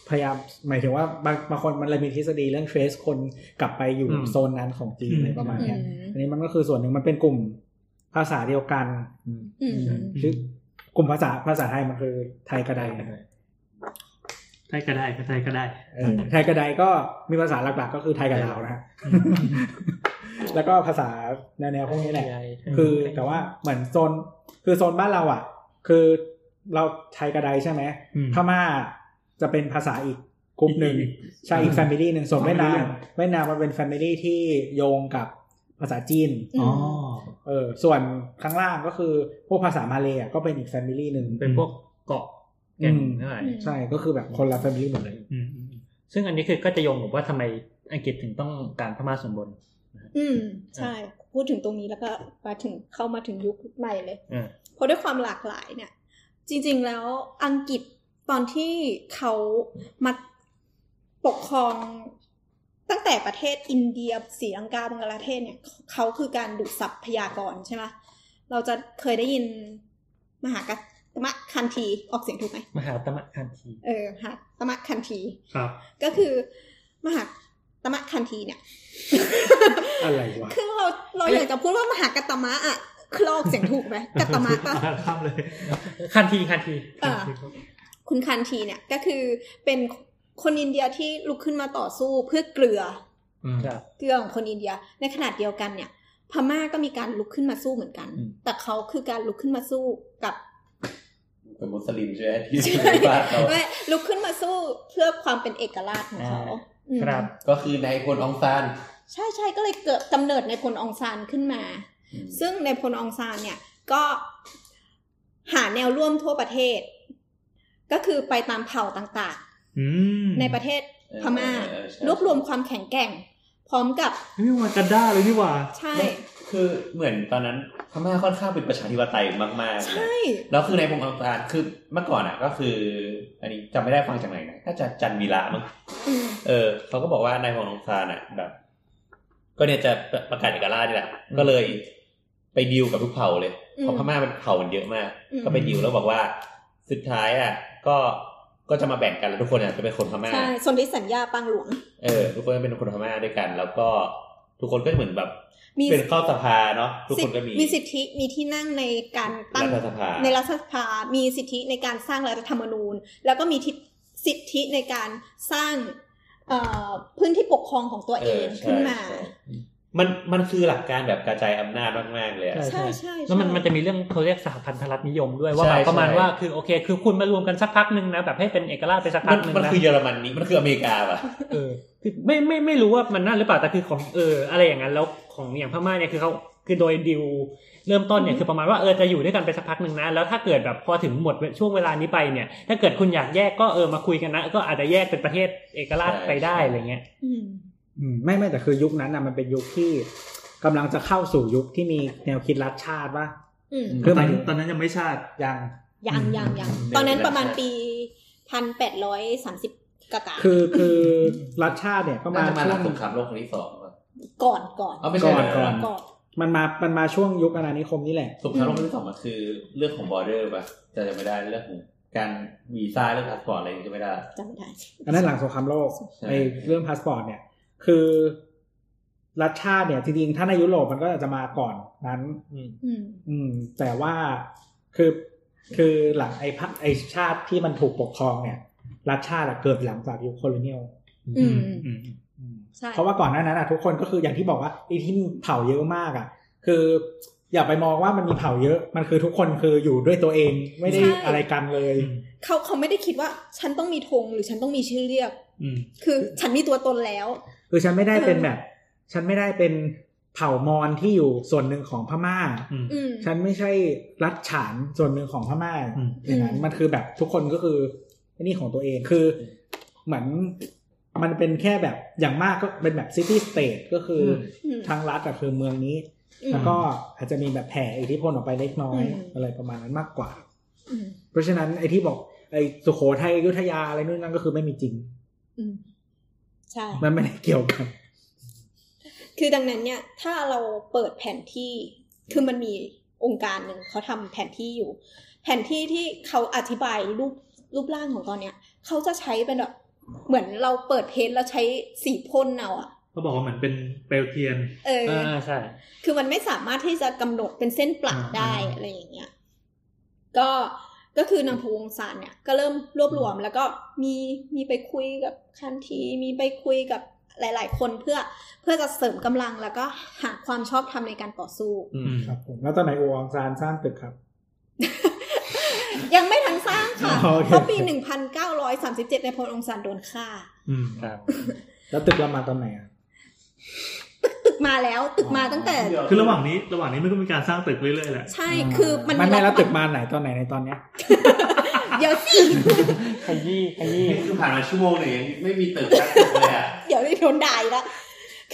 D: พยายามหมายถึงว่าบางบางคนมันเลยมีทฤษฎีเรื่อง trace คนกลับไปอยู่
C: อืม
D: โซนนั้นของจีนอะไรประมาณเนี้ย
F: อืม
D: อันนี้มันก็คือส่วนหนึ่งมันเป็นกลุ่มภาษาเดียวกัน
F: อืมอืม
C: ม
D: คือกลุ่มภาษาภาษาไทยมันคือไทยกระได
C: ไทยก็ได้ก็ไทยก็ได้
D: เออไทยกระไดก็มีภาษาหลักๆ ก็คือไทยกับลาวนะฮะ แล้วก็ภาษาแนวๆพวกนี้แหละ คือแต่ว่าเหมือนโซนคือโซนบ้านเราอ่ะ คือเราไทยกระไดใช่ไหม
C: อืม
D: พม่าจะเป็นภาษาอีกกลุ่มหนึ่ง
C: อีก
D: ใช่อีกแฟมิลี่หนึ่งส่วน
C: อ๋อ
D: เวียดนาม
C: ไม่รู้เรื่อง
D: เวียดนามมันเป็นแฟมิลี่ที่โยงกับภาษาจีน
C: อ๋อ
D: เออส่วนข้างล่างก็คือพวกภาษามาเลยอ่ะก็เป็นอีกแฟมิลี่หนึ่ง
I: เป็นพวกเกาะแก่งทั้งหลาย
D: ใช่ก็คือแบบคนละแฟมิลี่หมดเลย
C: อืมอืมอืม
I: ซึ่งอันนี้คือก็จะโยงกับว่าทำไมอังกฤษถึงต้องการพม่าส่วนบน
F: อืม ใช่ พูดถึงตรงนี้แล้วก็มาถึงเข้ามาถึงยุคใหม่เลย
I: อ่า
F: เพราะด้วยความหลากหลายเนี่ย จริงๆแล้วอังกฤษตอนที่เขามาปกครองตั้งแต่ประเทศอินเดียศรีลังกาบังกลาเทศเนี่ยเขาคือการดูดทรัพยากรใช่ไหมเราจะเคยได้ยินมหากัตมะคันทีออกเสียงถูกไหม
I: มหาตมะคันธี
F: เออหาตมะคันที
C: ครับ
F: ก็คือมหาตมะคันทีเนี่ย
D: อะไรวะ
F: คือเราเราอยากจะพูดว่ามหากัตมะอะคือเราออกเสียงถูกไหมกัตมะปะ
C: ข้ามเลย
I: คันธีคันธี
F: เออ คุณคันทีเนี่ยก็คือเป็นคนอินเดียที่ลุกขึ้นมาต่อสู้เพื่อเกลือ
C: อืม
I: ครับ
F: เกลือของคนอินเดีย ในขนาดเดียวกันเนี่ย พม่าก็มีการลุกขึ้นมาสู้เหมือนกัน
I: อืม
F: แต่เขาคือการลุกขึ้นมาสู้กับ
E: เป็นมุสลิมใช่ไหมที่ไม่ว่าเรา
F: ไม่ลุกขึ้นมาสู้เพื่อความเป็นเอกราชของเขา
I: อ่า
F: อืม
I: ครับ
E: ก็คือนายพลอองซาน
F: ใช่ใช่ก็เลยเกิดกำเนิดในพลองซานขึ้นมา ซึ่งในพลองซานเนี่ยก็หาแนวร่วมทั่วประเทศ ก็คือไปตามเผ่าต่าง
C: อืม
F: ๆ ในประเทศพม่า
E: เออใช่
F: รวบรวมความแข็งแกร่ง พร้อมกับ
C: นี่มันกันด้าเลยนี่หว่า
F: ใช่
E: คือเหมือนตอนนั้นพม่าค่อนข้างเป็นประชาธิปไตยมากๆนะ
F: ใช่
E: แล้วคือในพลอองซานคือเมื่อก่อนอ่ะ ก็คือ อันนี้จำไม่ได้ฟังจากไหนนะถ้าจะจันวีระมั้ง
F: อืม
E: เออเขาก็บอกว่านายของนงซานอ่ะแบบ ก็เนี่ยจะประกาศเอกราชนี่แหละก็เลยไปดีลกับทุกเผ่าเลยเพราะพม่ามันเผ่ามันเยอะมาก
F: อืม
E: ก็ไปดีลแล้วบอกว่า สุดท้ายอ่ะ ก็ก็จะมาแบ่งกันแล้วทุกคนอ่ะจะเป็นคนพม่า
F: ใช่สนธิสัญญาปางหลวง
E: เออทุกคนเป็นคนพม่าด้วยกัน แล้วก็ ทุกคนก็เหมือนแบบ
F: มี
E: เป็นเข้าสภาเนาะทุกคนก็มี
F: มีสิทธิมีที่นั่งในการตั้
E: รั
F: ง
E: ฐสภา
F: ในรัฐสภา มีสิทธิในการสร้างรัฐธรรมนูญ แล้วก็มีทิสิทธิในการสร้างเอ่อพื้นที่ปกครองของตัวเอง
E: ใช่
F: ขึ้นมา
E: ใช่มันมันคือหลักการแบบกระจายอำนาจมากๆเลยอะ
F: ใช่ใช่
I: แล้วมัน
F: ใช่
I: มันจะมีเรื่องเขาเรียกสหพันธรัฐนิยมด้วยว่า
E: ใช่
I: แบบประมาณ
E: ใช่
I: ว่าคือโอเค คือคุณมารวมกันสักพักหนึ่งนะแบบให้เป็นเอกราชไปสักพั
E: มั
I: ก
E: น
I: หนึ่ง
E: มัน
I: นะ
E: คือเยอรมันนี้มันคืออเมริกาป่ะ
I: เออคือไม่ไม่ไม่รู้ว่ามันนั่นหรือเปล่าแต่คือของเอออะไรอย่างนั้นแล้วของอย่างพม่าเนี่ยคือเขาคือโดยดิวเริ่มต้นเนี่ยคือประมาณว่าเออจะอยู่ด้วยกันไปสักพักหนึ่งนะแล้วถ้าเกิดแบบพอถึงหมดช่วงเวลานี้ไปเนี่ย ถ้าเกิดคุณอยากแยกก็เออมาคุยกันนะ ก็อาจจะแยกเป็นประเทศเอกราชไปได้อะไรเงี้ย
F: อืม
D: อืมไม่ไม่แต่คือยุคนั้นนะมันเป็นยุคที่กำลังจะเข้าสู่ยุคที่มีแนวคิดรัฐชาติว่า
F: อืม
D: คือหมายถึง
C: ตอนนั้นยังไม่ชาติ
D: ยัง
F: ยังยังยังตอนนั้นประมาณปีพันแปดร้อยสามสิบกะกะ
D: คือคือรัฐชาติเนี่ยก็
E: น่า
D: มา
E: จะมาห
D: ช่
E: ลั
D: ว
E: ง
D: ง
E: สงครามโลกครั้งที่สองป่ะ
F: ก่อนก่อน
E: เอาไม่ใช่
D: ก่อนก่อน
E: เหร
F: ก่อน
D: มันมามันมาช่วงยุคอาณานิคมนี่แหละ
E: สงครามโลกครั้งที่สองมันคือเรื่องของบอร์เดอร์ป่ะจะจำไม่ได้เรื่องของการวีซ่าเรื่องพาสปอร์ตอะไรอย่างงี้จะไม่ได้
F: จำไม่ได้
D: อันนั้นหลังสงครามโลก
E: ใช่
D: ไอ้เรื่องพาสปอร์ตเนี่ย คือรัฐชาติเนี่ยจริงๆถ้าในยุโรปมันก็อาจจะมาก่อนนั้น
F: อืม
D: อืม แต่ว่าคือคือหลังไอ้พรรคไอ้ชาติที่มันถูกปกครองเนี่ย รัฐชาติอะเกิดหลังจากยุคโคโลเนียล
F: อืม
C: อืม
D: อืม
F: ใช่
D: เพราะว่าก่อนหน้านั้นอะทุกคนก็คืออย่างที่บอกว่าไอ้ที่เผ่าเยอะมากอะคือ อย่าไปมองว่ามันมีเผ่าเยอะ มันคือทุกคนคืออยู่ด้วยตัวเองไม่ได้อะไรกันเลย
F: เขาเขาไม่ได้คิดว่าฉันต้องมีธงหรือฉันต้องมีชื่อเรียก
C: อืม
F: คือฉันมีตัวตนแล้ว
D: คือฉันไม่ได้เป็นแบบ ฉันไม่ได้เป็นเผ่ามอญที่อยู่ส่วนหนึ่งของพม่า
C: อืม
F: อืม
D: ฉันไม่ใช่รัฐฉานส่วนหนึ่งของพม่า
C: อืม
D: อย่างนั้น
F: อืม
D: มันคือแบบทุกคนก็คือไอ้นี่ของตัวเองคือเหมือนมันเป็นแค่แบบอย่างมากก็เป็นแบบซิตี้สเตทก็คืออ
F: อืม
D: ทางรัฐก็คือเมืองนี้
F: อืม
D: แล้วก็อาจจะมีแบบแผ่อิทธิพลออกไปเล็กน้อย
F: อืม
D: อะไรประมาณนั้นมากกว่า
F: อืม
D: เพราะฉะนั้นไอ้ที่บอกไอ้สุโขทัยอยุธยาอะไรนู่นนั่นก็คือไม่มีจริง
F: อืมใช่
D: มันไม่ได้เกี่ยวกัน
F: คือดังนั้นเนี่ย ถ้าเราเปิดแผนที่ คือมันมีองค์การหนึ่งเขาทำแผนที่อยู่ แผนที่ที่เขาอธิบายรูปรูปร่างของตอนเนี้ยเขาจะใช้เป็นแบบเหมือนเราเปิดเพจแล้วใช้สีพ่นเอาอะ
C: เขาบอกว่าเหมือนเป็นเปลวเทียน
F: เออ
I: อ่าใช่
F: คือมันไม่สามารถที่จะกำหนดเป็นเส้นปลักได้
C: อ่า
F: อะไรอย่างเงี้ย ก็ก็คือนางพวงศารเนี่ยก็เริ่มรวบรวมแล้วก็มีมีไปคุยกับคันทีมีไปคุยกับหลาย ๆ คนเพื่อเพื่อจะเสริมกำลังแล้วก็หาความชอบธรรมในการต่อสู้
C: อืม
D: ครับผมแล้วตอนไหนโอองซานสร้างตึกครับ
F: ยังไม่ทันสร้างค่ะ
D: โอเค
F: เพราะปี 1937 ในพลองศารโดนฆ่า
C: อืม
D: แล้วตึกเรามาตอนไหนอะ
F: ตึกมาแล้วตึกมาตั้งแต่
C: คือระหว่างนี้ระหว่างนี้มันก็มีการสร้างตึกเรื่อยๆแหละ
F: ใช่คือมัน
D: ไม่ไม่แล้ว
F: ห
D: ตึกมาไหนตอนไหนในตอนเนี้ย
F: เดี๋ยวสิ
I: ขยี้ขยี้
E: นี่คือผ่านมาชั่วโมงหนึ่งยังไม่มีตึกสักตึกเลยอ่ะ
F: เดี๋ยวได้โดนด่าอีกแล้ว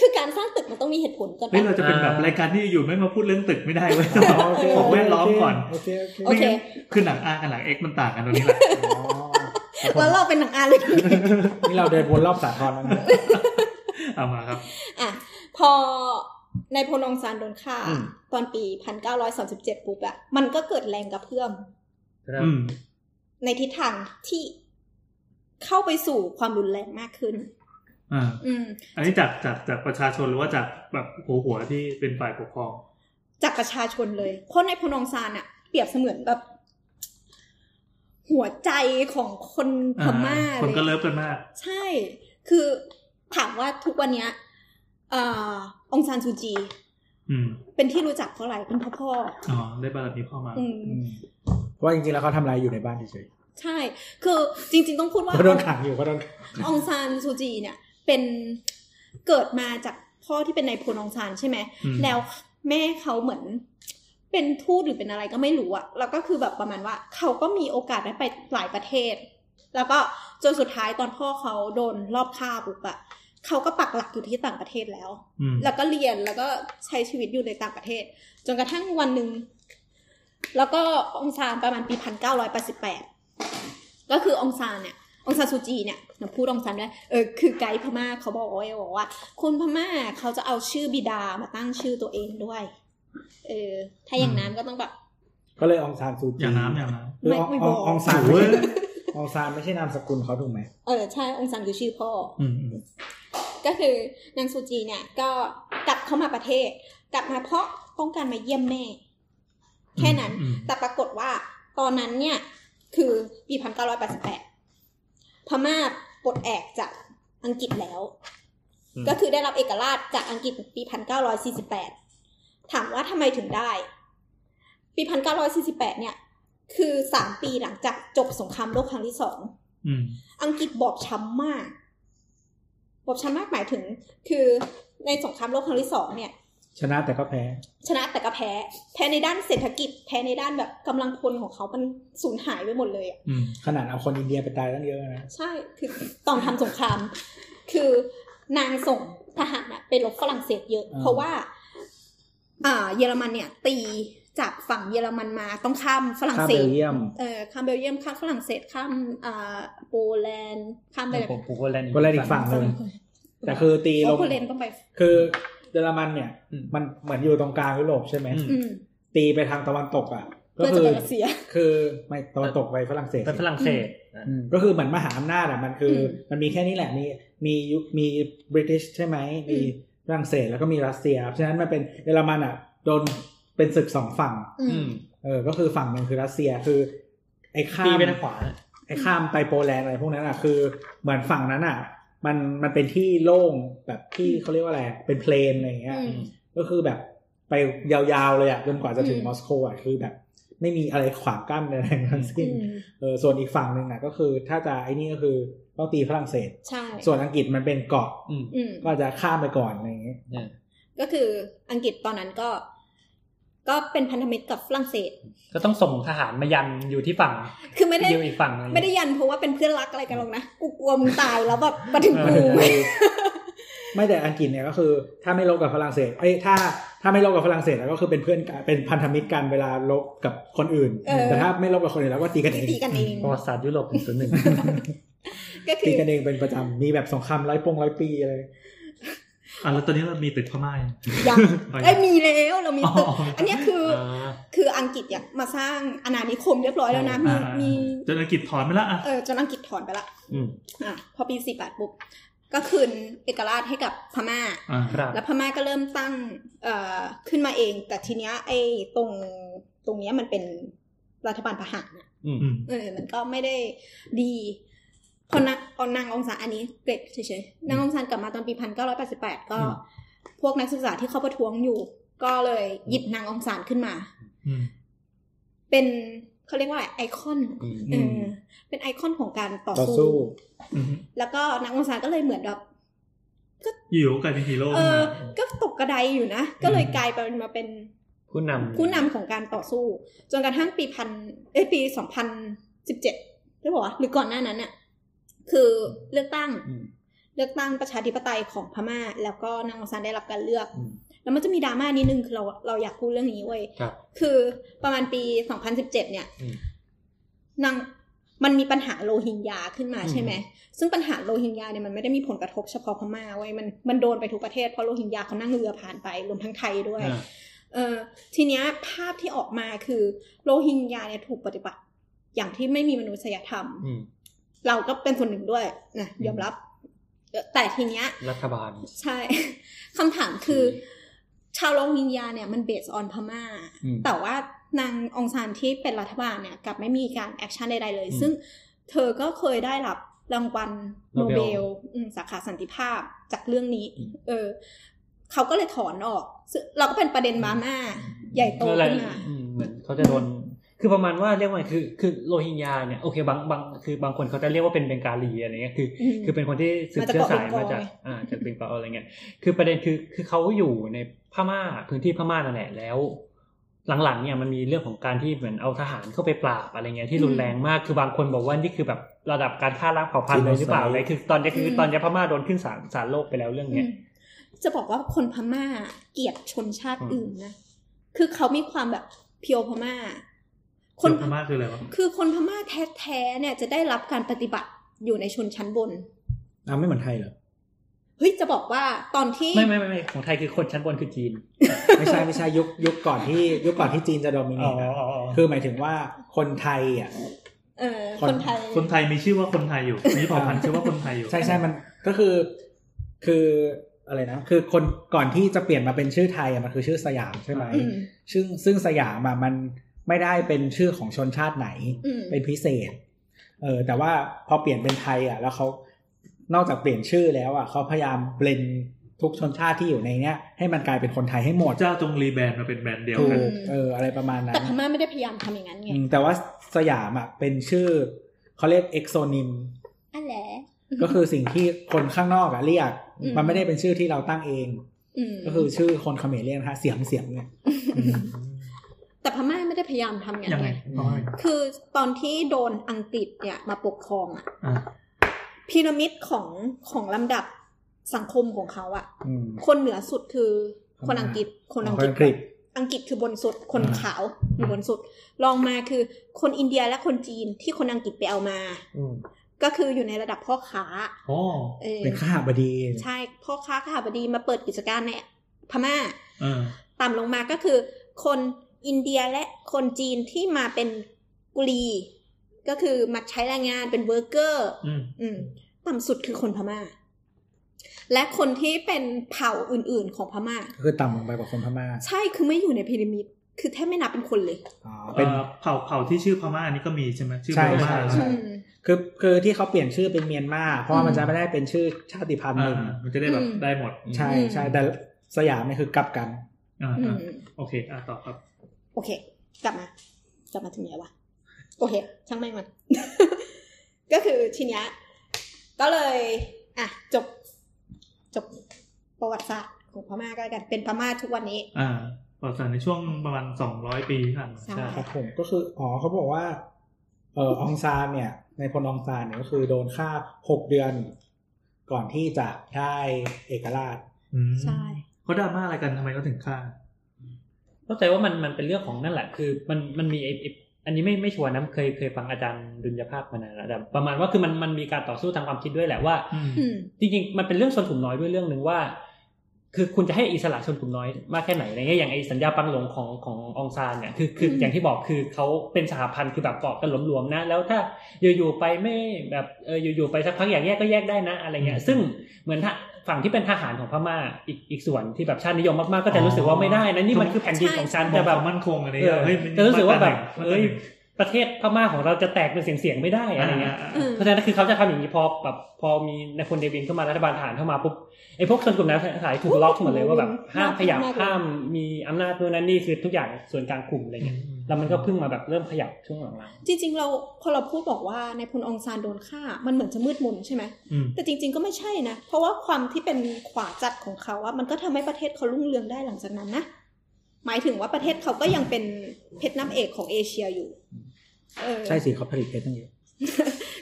F: คือการสร้างตึกมันต้องมีเหตุผลก่อน
C: เฮ้ย
F: ปะ
C: เราจะเป็นแบบ
I: อ่าร
C: รายการที่อยู่ไม่มาพูดเรื่องตึกไม่ได้เว้ย
D: โเค
C: ของแวดล้อมก่อน
D: โอเคโอเค
F: โอ
C: ไม่
F: เค
C: งั้นคือหนังอากับหนังเอ็กมันต่างกันตรงนี้แหละ
D: อ๋อ
F: แล้วเราเป็นหนังอาเลย
D: นี่เราเดินวนรอบสาทรแล้วนะ
C: เอามาครับ
F: อ่ะ พอในายพลองซานโดนฆ่า
D: อืม
F: ตอนปี 1937 ปุ๊บอะมันก็เกิดแรงกระเพื่อม
I: ครับ
C: อืม
F: ในทิศทางที่เข้าไปสู่ความรุนแรงมากขึ้น
C: อ่า
F: อืม
C: อันนี้จากจากจากประชาชนหรือว่าจากแบบหัวหัวที่เป็นฝ่ายปกครอง
F: จากประชาชนเลย เพราะในายพลองซานอะเปรียบเสมือนแบบ หัวใจของคนพ
C: อ่า
F: ม่า
C: คนก็
F: เลย
C: เลิฟกันมาก
F: ใช่ คือถามว่าทุกวันเนี้ยเอ่อองซานซูจี
C: อืม
F: เป็นที่รู้จักเพราะอะไรเป็นเพ่อพ่อ
C: อ๋อ ได้บารมีพ่อมา
F: อืม
D: เพราะว่าจริงๆแล้วเขาทำอะไรอยู่ในบ้านเฉย
F: ใช่ คือจริง ๆ ต้องพูด
D: ๆ
F: ว่า
D: เขาโดนขังอยู่เขาโดนขัง
F: องซานซูจีเนี่ย เป็นเกิดมาจากพ่อที่เป็นนายพลองซานใช่ไหม
C: อืม
F: แล้วแม่เขาเหมือน เป็นทูตหรือเป็นอะไรก็ไม่รู้อะแล้วก็คือแบบประมาณว่า เขาก็มีโอกาสได้ไปหลายประเทศ แล้วก็จนสุดท้ายตอนพ่อเขาโดนรอบฆ่าปุ๊บอะเขาก็ปักหลักอยู่ที่ต่างประเทศแล้ว
C: อืม
F: แล้วก็เรียนแล้วก็ใช้ชีวิตอยู่ในต่างประเทศ จนกระทั่งวันหนึ่ง แล้วก็องซานประมาณปีพันเก้าร้อยแปดสิบแปดก็คือองซานเนี่ย องซานซูจีเนี่ยเราพูดองซานด้วยเออคือไกด์พม่าเขาบอกไว้บอกว่า คนพม่าเขาจะเอาชื่อบิดามาตั้งชื่อตัวเองด้วย เออ ถ้าอย่างนั้นก็ต้องแบบ
D: ก็เลยอองซานซูจี
C: อย่างน้ำอย่างน้
D: หรืออ
F: ไม่ไม่
D: อง
F: บอก
D: อองซาน
C: ำเว้ย
D: อองซานไม่ใช่นามสกุลเขาถูกไหม
F: เออใช่องซานคือชื่อพ่อ
C: อืมอืม
F: ก็คือนางซูจีเนี่ยก็ กลับเข้ามาประเทศ กลับมาเพราะต้องการมาเยี่ยมแม่ แค่นั้น
C: อืม
F: แต่ปรากฏว่าตอนนั้นเนี่ย คือปีพันเก้าร้อยแปดสิบแปดพม่าปลดแอกจากอังกฤษแล้ว
I: อืม
F: ก็คือได้รับเอกราชจากอังกฤษปีพันเก้าร้อยสี่สิบแปดถามว่าทำไมถึงได้ ปีพันเก้าร้อยสี่สิบแปดเนี่ย คือสามปีหลังจากจบสงครามโลกครั้งที่สอง
C: อืม
F: อังกฤษบอบช้ำมาก บอบช้ำมากหมายถึง คือในสงครามโลกครั้งที่สองเนี่ย
D: ชนะแต่ก็แพ้
F: ชนะแต่ก็แพ้ แพ้ในด้านเศรษฐกิจ แพ้ในด้านแบบกำลังพลของเขามันสูญหายไปหมดเลยอะ
C: อืม
D: ขนาดเอาคนอินเดียไปตายตั้งเยอะนะ
F: ใช่ คือตอนทำสงคราม คือนางส่งทหารอะไปรบฝรั่งเศสเยอะ
D: อ่า
F: เพราะว่า อ่า เยอรมันเนี่ย ตีจากฝั่งเยอรมันมาต้องข้ามฝรั่ง
D: ข้าม
F: เศ
D: เบ
F: ส
D: ลเยียม
F: เออข้ามเบลเยียม ข้ามฝรั่งเศส ข้ามอ่าโปแลนด์ ข้ามไปแบบ
I: ผมผมคนแลนด์
D: ก็เลยอีกฝั่งเลยแต่คือตีล
F: โอ้
D: ง
F: โปแลนด์ต้องไป
D: คือเยอรมันเนี่ย มันเหมือนอยู่ตรงกลางยุโรปใช่ไหม
I: อืม
F: อืม
D: ตีไปทางตะวันตกอ่ะ ก็
F: เพื่อจะไป
D: คือ
F: รัสเซีย
D: คือไม่ตะวันตกไปฝรั่งเศส
I: เป็นฝรั่งเศสนะ
D: อืมก็คือเหมือนมหาอำนาจอ่ะมันคืออ
F: ม
D: มันมีแค่นี้แหละมีมียุมีบริติชใช่ไหมมี
F: อืม
D: ฝรั่งเศสแล้วก็มีรัสเซียฉะนั้นมันเป็นเยอรมันอ่ะโดนเป็นศึกสองฝั่ง
F: อืม
D: เออ ก็คือฝั่งหนึ่งคือรัสเซียคือ ไอ้ข้าม
I: ตีไปทางขวา
D: ไอ้ข้ามไปโปแลนด์อะไรพวกนั้นอ่ะคือเหมือนฝั่งนั้นอ่ะ มันมันเป็นที่โล่งแบบที่เขาเรียกว่าอะไรเป็นเพลนอะไรอย่างเงี้ย
F: อืม
D: ก็คือแบบไปยาวๆเลยอ่ะจนกว่าจะถึง
F: อืม
D: มอสโกอ่ะคือแบบ ไม่มีอะไรขวางกั้นอะไรทั้ง
F: อื
D: สิ้น
F: ม
D: เออส่วนอีกฝั่งหนึ่งอ่ะ ก็คือถ้าจะไอ้นี่ก็คือต้องตีฝรั่งเศส
F: ใช่
D: ส่วนอังกฤษมันเป็นเกาะ
F: อืม
D: ก็จะข้ามไปก่อนอะไรอย่างเงี้ย
F: ก็คืออังกฤษตอนนั้นก็ ก็เป็นพันธมิตรกับฝรั่งเศส
I: ก็ต้องส่งทหารมายันอยู่ที่ฝั่ง
F: คือไม่ได้
I: เดียวอีกฝั่งหนึ่ง
F: ไม่ได้ยันเพราะว่าเป็นเพื่อนรักอะไรกันหรอกนะ กูกลัวมึงตายแล้วแบบมาถึงกู
D: เอ อไม่แต่อังกฤษเนี่ยก็คือ ถ้าไม่ลบกับฝรั่งเศสเอ้ยถ้า ถ้าไม่ลบกับฝรั่งเศสแล้วก็คือเป็นเพื่อนกันเป็นพันธมิตรกันเวลาลบกับคนอื่น
F: เออ
D: แต่ถ้าไม่ลบกับคนอื่นแล้วก็ตีกันเอง
F: ตีกันเอง
I: ประวัติศาสตร์ยุโรปหนึ่งศูนย์หนึ่ง
F: ก็คื
D: ตี
F: อ
D: กันเองเป็นประจำ มีแบบสงครามร้อยปงร้อยปีอะไร
C: อ่ะแล้วตอนนี้เรามีตึกพม่ายัง
F: ยังเอ้ยมีแล้วเรามีตึก
C: อ๋ออั
F: อันเนี้ยคืออคืออังกฤษอยากมาสร้างอาณานิคมเรียบร้อยแล้วนะมี
C: อ่า
F: มี
C: จนอังกฤษถอนไปแล้วอ่ะ
F: เออจนอังกฤษถอนไปละ
I: อืม
F: อ่ะพอปีสี่แปดปุ๊บก็คืนเอกราชให้กับพม่า
C: อ่า
I: ครับ
F: แล้วพม่าก็เริ่มตั้งเอ่อขึ้นมาเอง แต่ทีเนี้ยไอ้ตรงตรงเนี้ยมันเป็นรัฐบาลประหารน่ะ
I: อืม
C: อืม
F: เออมันก็ไม่ได้ดีพอนางเอานางองซานอันนี้เกรดเฉยๆนางองซานกลับมาตอนปีพันเก้าร้อยแปดสิบแปดก็
C: อืม
F: พวกนักศึกษาที่เข้าประท้วงอยู่ ก็เลยหยิบนางองซานขึ้นมา
C: อืม
F: เป็นเขาเรียกว่าอะไรไอคอน
E: อืม
F: เออเป็นไอคอนของการต่อ
D: ต่อ
F: สู้
D: สู้
C: อืม
F: แล้วก็นางองซานก็เลยเหมือนแบบ
C: อยู่ๆกลายเป็นฮีโร่
F: เอ
C: ขึ้น
F: อ
C: มา
F: ก็ตกกระไดอยู่นะ ก็เลยกลายเป็นมาเป็น
I: ผู้นำ
F: ผู้นำของการต่อสู้ จนกระทั่งปีพันเอ้ยปีสองพันสิบเจ็ดหรือเปล่าวะหรือก่อนหน้านั้นน่ะคือเลือกตั้ง เลือกตั้งประชาธิปไตยของพม่า แล้วก็นางองซานได้รับการเลือก
I: อืม
F: แล้วมันจะมีดราม่านิดนึงคือเราเราอยากพูดเรื่องนี้เว้ย
I: ครับ
F: คือประมาณปีสองพันสิบเจ็ดเนี่ย
I: อืม
F: นางมันมีปัญหาโรฮิงญาขึ้นมา
I: อืม
F: ใช่ไหมซึ่งปัญหาโรฮิงญาเนี่ยมันไม่ได้มีผลกระทบเฉพาะพม่าเว้ยมันมันโดนไปทุกประเทศเพราะโรฮิงญาเขานั่งเรือผ่านไปรวมทั้งไทยด้วย
I: อ่า
F: เออทีเนี้ยภาพที่ออกมาคือโรฮิงญาเนี่ยถูกปฏิบัติ อย่างที่ไม่มีมนุษยธรรม
I: อืม
F: เราก็เป็นส่วนหนึ่งด้วยนะยอมรับเออแต่ทีเนี้ย
I: รัฐบาล
F: ใช่ คำถามคือ ชาวโรฮิงญาเนี่ยมันเบสออนพม่า
I: อืม
F: แต่ว่านางองซานที่เป็นรัฐบาลเนี่ยกลับไม่มีการแอคชั่นใดๆเลย
I: อืม
F: ซึ่งเธอก็เคยได้รับรางวัลโน
I: โนเบล
F: เบลอืมสาขาสันติภาพจากเรื่องนี้
I: อืม
F: เออ เขาก็เลยถอนออกซึ่งเราก็เป็นประเด็นมาม่า ใหญ่โต
I: อะไร
F: ขึ้นมา
I: อืมเหมือนเขาจะโดน คือประมาณว่าเรียกว่าไงคือ คือโรฮิงญาเนี่ยโอเคบางบางคือบางคนเขาจะเรียกว่าเป็นเบงกาลีอะไรเงี้ยคือ
F: อืม
I: คือเป็นคนที่สืบเชื้อสาย
F: มา
I: มา
F: จา
I: จาก ก
F: เบงกอล
I: อ่าจากเบงกอลอะไรเงี้ยคือประเด็นคือคือเขาอยู่ในพม่าพื้นที่พม่านั่นแหละแล้ว หลังๆเนี่ยมันมีเรื่องของการที่เหมือนเอาทหารเข้าไปปราบอะไรเงี้ยที่รุนแรงมากคือบางคนบอกว่านี่คือแบบระดับการฆ่าล้างเผ่าพันธุ์เลยหรือเปล่าเลยคือ ตอนเนี้ยคือตอนเนี้ยพม่าโดนขึ้นศาลศาลโลกไปแล้วเรื่องเนี้ย
F: อืมจะบอกว่าคนพม่าเกลียดชนชาติ
I: อืม
F: อื่นนะ คือเขามีความแบบเพียวพม่า คน
C: ตึกพม่าคืออะไรวะ
F: คือคนพม่าแท้ๆเนี่ยจะได้รับการปฏิบัติอยู่ในชนชั้นบน
D: อ่ะไม่เหมือนไทยเหรอ
F: เฮ้ยจะบอกว่าตอนที่
I: ไม่ไม่ไม่ไม่ของไทยคือคนชั้นบนคือจีน
D: ไม่ใช่ไม่ใช่ยุคยุคก่อนที่ยุคก่อนที่จีนจะโดมิเนตอะคือหมายถึงว่าคนไทยอ่ะ
F: เออ
D: คน
F: คนไทย
C: คนไทยมีชื่อว่าคนไทยอยู่ มีเผ่าพันธุ์ชื่อว่าคนไทยอยู่
D: ใช่ใช่มันก็คือ คือ อะไรนะ คือคนก่อนที่จะเปลี่ยนมาเป็นชื่อไทยอะมันคือชื่อสยามใช่ไหม
F: อืม
D: ซึ่งซึ่งสยามอะมันไม่ได้เป็นชื่อของชนชาติไหน
F: อืม
D: เป็นพิเศษ เออ แต่ว่าพอเปลี่ยนเป็นไทย อ่ะ แล้วเขานอกจากเปลี่ยนชื่อแล้วอ่ะเขาพยายามเบลนทุกชนชาติที่อยู่ในเนี้ย ให้มันกลายเป็นคนไทยให้หมด
C: เจ้าจงรีแบรนด์มาเป็นแบรนด์เดียว
D: ถู
C: กัน
D: กเออ อะไรประมาณนั้
F: แต่
D: น
F: พม่าไม่ได้พยายามทำอย่างนั้นไง
D: อืมแต่ว่าสยามอ่ะเป็นชื่อเขาเรียกเอกโซนิม
F: อันแหละ
D: ก็คือสิ่งที่คนข้างนอกอ่ะเรียก
F: อืม
D: มันไม่ได้เป็นชื่อที่เราตั้งเอง
F: ม
D: ก็คือชื่อคนเขมรเรียกนะคะเสียงเสียงเนี่ยอืม
F: แต่พม่าไม่ได้พยายามทำอย่าง
C: ยัง
F: นั้น
C: ไง
F: ไง
C: เอาให้
F: คือตอนที่โดนอังกฤษเนี่ยมาปกครองอะ
C: อ่ะ
F: พีระมิดของของลำดับสังคมของเขาอะ
D: อืม
F: คนเหนือสุดคือคนอังกฤษ คนอังกฤษ
D: คนอังกฤษ
F: อังกฤษคือบนสุด คนขาวอยู่บนสุดรองมาคือคนอินเดียและคนจีนที่คนอังกฤษไปเอามา
D: อืม
F: ก็คืออยู่ในระดับพ่อค้า
C: อ๋อ
F: เออ
D: เป็นข้าหาบดี
F: ใช่พ่อค้าขหาบดีมาเปิดกิจการในพม่า
C: เออ
F: ต่ำลงมาก็คือ คนอินเดียและคนจีนที่มาเป็นกุลี ก็คือมาใช้แรงงานเป็นเวอร์กเกอร์
C: อืม
F: อืมต่ำสุดคือคนพม่า และคนที่เป็นเผ่าอื่นๆของพม่า
D: ก็คือต่ำลงไปกว่าคนพม่า
F: ใช่คือไม่อยู่ในพีระมิด คือแทบไม่นับเป็นคนเลย
D: อ๋อ
C: เป็
D: เป็น น
C: เผ่าเผ่าที่ชื่อพม่านี่ก็มีใช่ไหมชื่อ
D: ใช่
C: พม่า
D: ใช่ใช่
F: อืม
D: คือคือที่เขาเปลี่ยนชื่อเป็นเมียนมาเพราะว่ามัน
F: อืม
D: จะไม่ได้เป็นชื่อชาติพันธุ์หนึ่ง
C: อ่ามันจะได้แบบ
F: อืม
C: ได้หมด
D: ใช่ใช่แต่สยามเนี่ยคือกลับกัน
C: อ่า
F: อื
C: อ่าม โอเคอ่ะต่อครับ
F: โอเค กลับมา กลับมาถึงไหนวะ โอเค ช่างแม่งมัน ก็คือทีเนี้ยก็เลย อ่ะ จบ จบประวัติศาสตร์ของพม่าก็แล้วกัน เป็นพม่าทุกวันนี้
C: อ่าประวัติศาสตร์ในช่วงประมาณสองร้อยปีที่ผ่านมา
F: ใช่
D: ครับผมก็คืออ๋อเขาบอกว่าเออองซานเนี่ย ในพลองซานเนี่ยก็คือโดนฆ่าหกเดือน ก่อนที่จะได้เอกราช
C: อืม
F: ใช่
C: เขาดราม่าอะไรกันทำไมเขาถึงฆ่า
I: เข้าใจว่ามันมันเป็นเรื่องของนั่นแหละ คือมันมันมีไอ้ไอ้อันนี้ไม่ไม่ชัวร์นะเคยเคยฟังอาจารย์ดุลยภาพมานานแล้วแต่ประมาณว่าคือมันมันมีการต่อสู้ทางความคิดด้วยแหละว่า
C: อืม
F: อืม
I: จริงๆ มันเป็นเรื่องชนกลุ่มน้อยด้วยเรื่องหนึ่งว่า คือคุณจะให้อิสระชนกลุ่มน้อยมากแค่ไหนอะไรเงี้ยอย่างไอสัญญาปังหลงของขององซานเนี่ยคือคือ
F: อืม
I: อย่างที่บอกคือเขาเป็นสหพันธ์คือแบบเกาะกันหลวมๆนะ แล้วถ้าอยู่ๆไปไม่แบบเอออยู่ๆไปสักพักอยากแยกก็แยกได้นะอะไรเงี้ยซึ่งเหมือนถ้าฝั่งที่เป็นทหารของพม่าอีกอีกส่วนที่แบบชาตินิยมมากๆก็จะรู้สึกว่าไม่ได้นะนี่มันคือแผ่นดินของฉัน
C: จะ
I: จะ
C: แบ
I: แบบ บ
C: มั่นคงอะไร
I: เอ
C: เงี้ย
I: อ
C: เฮ้ย
I: จะรู้สึกว่าแบบ
C: มัน
I: เอ้ยประเทศพม่าของเราจะแตกเป็นเสียงๆไม่ได้
C: อะ
I: อะไร ไร
C: เงี้
I: เงี้
C: ย
I: ย
F: อืม
I: เพราะฉะนั้นคือเขาจะทำอย่างนี้พอแบบพอมีนายพลเดวินเข้ามารัฐบาลทหารเข้ามาปุ๊บไอ้พวกชนกลุ่มนั้นสายถูกล็อกหมดเลยว่าแบบห้ามขยับห้ามมีอำนาจนู่นนั่นนี่คือทุกอย่างส่วนกลางกลุ่มอะไรเงี้ยแล้วมันก็เพิ่งมาแบบเริ่มขยับช่วงหลัง
F: จริงๆ เราพอเราพูดบอกว่าในายพลองซานโดนฆ่า มันเหมือนจะมืดมนใช่ไหม
C: อืม
F: แต่จริง ๆ ก็ไม่ใช่นะ เพราะว่าความที่เป็นขวาจัดของเขาอะมันก็ทำให้ประเทศเขารุ่งเรืองได้หลังจากนั้นนะ หมายถึงว่าประเทศเขาก็ยังเป็นเพชรน้ำเอกของเอเชียอยู่ เออ
D: ใช่สิเขาผลิตเพชรตั้งเยอะ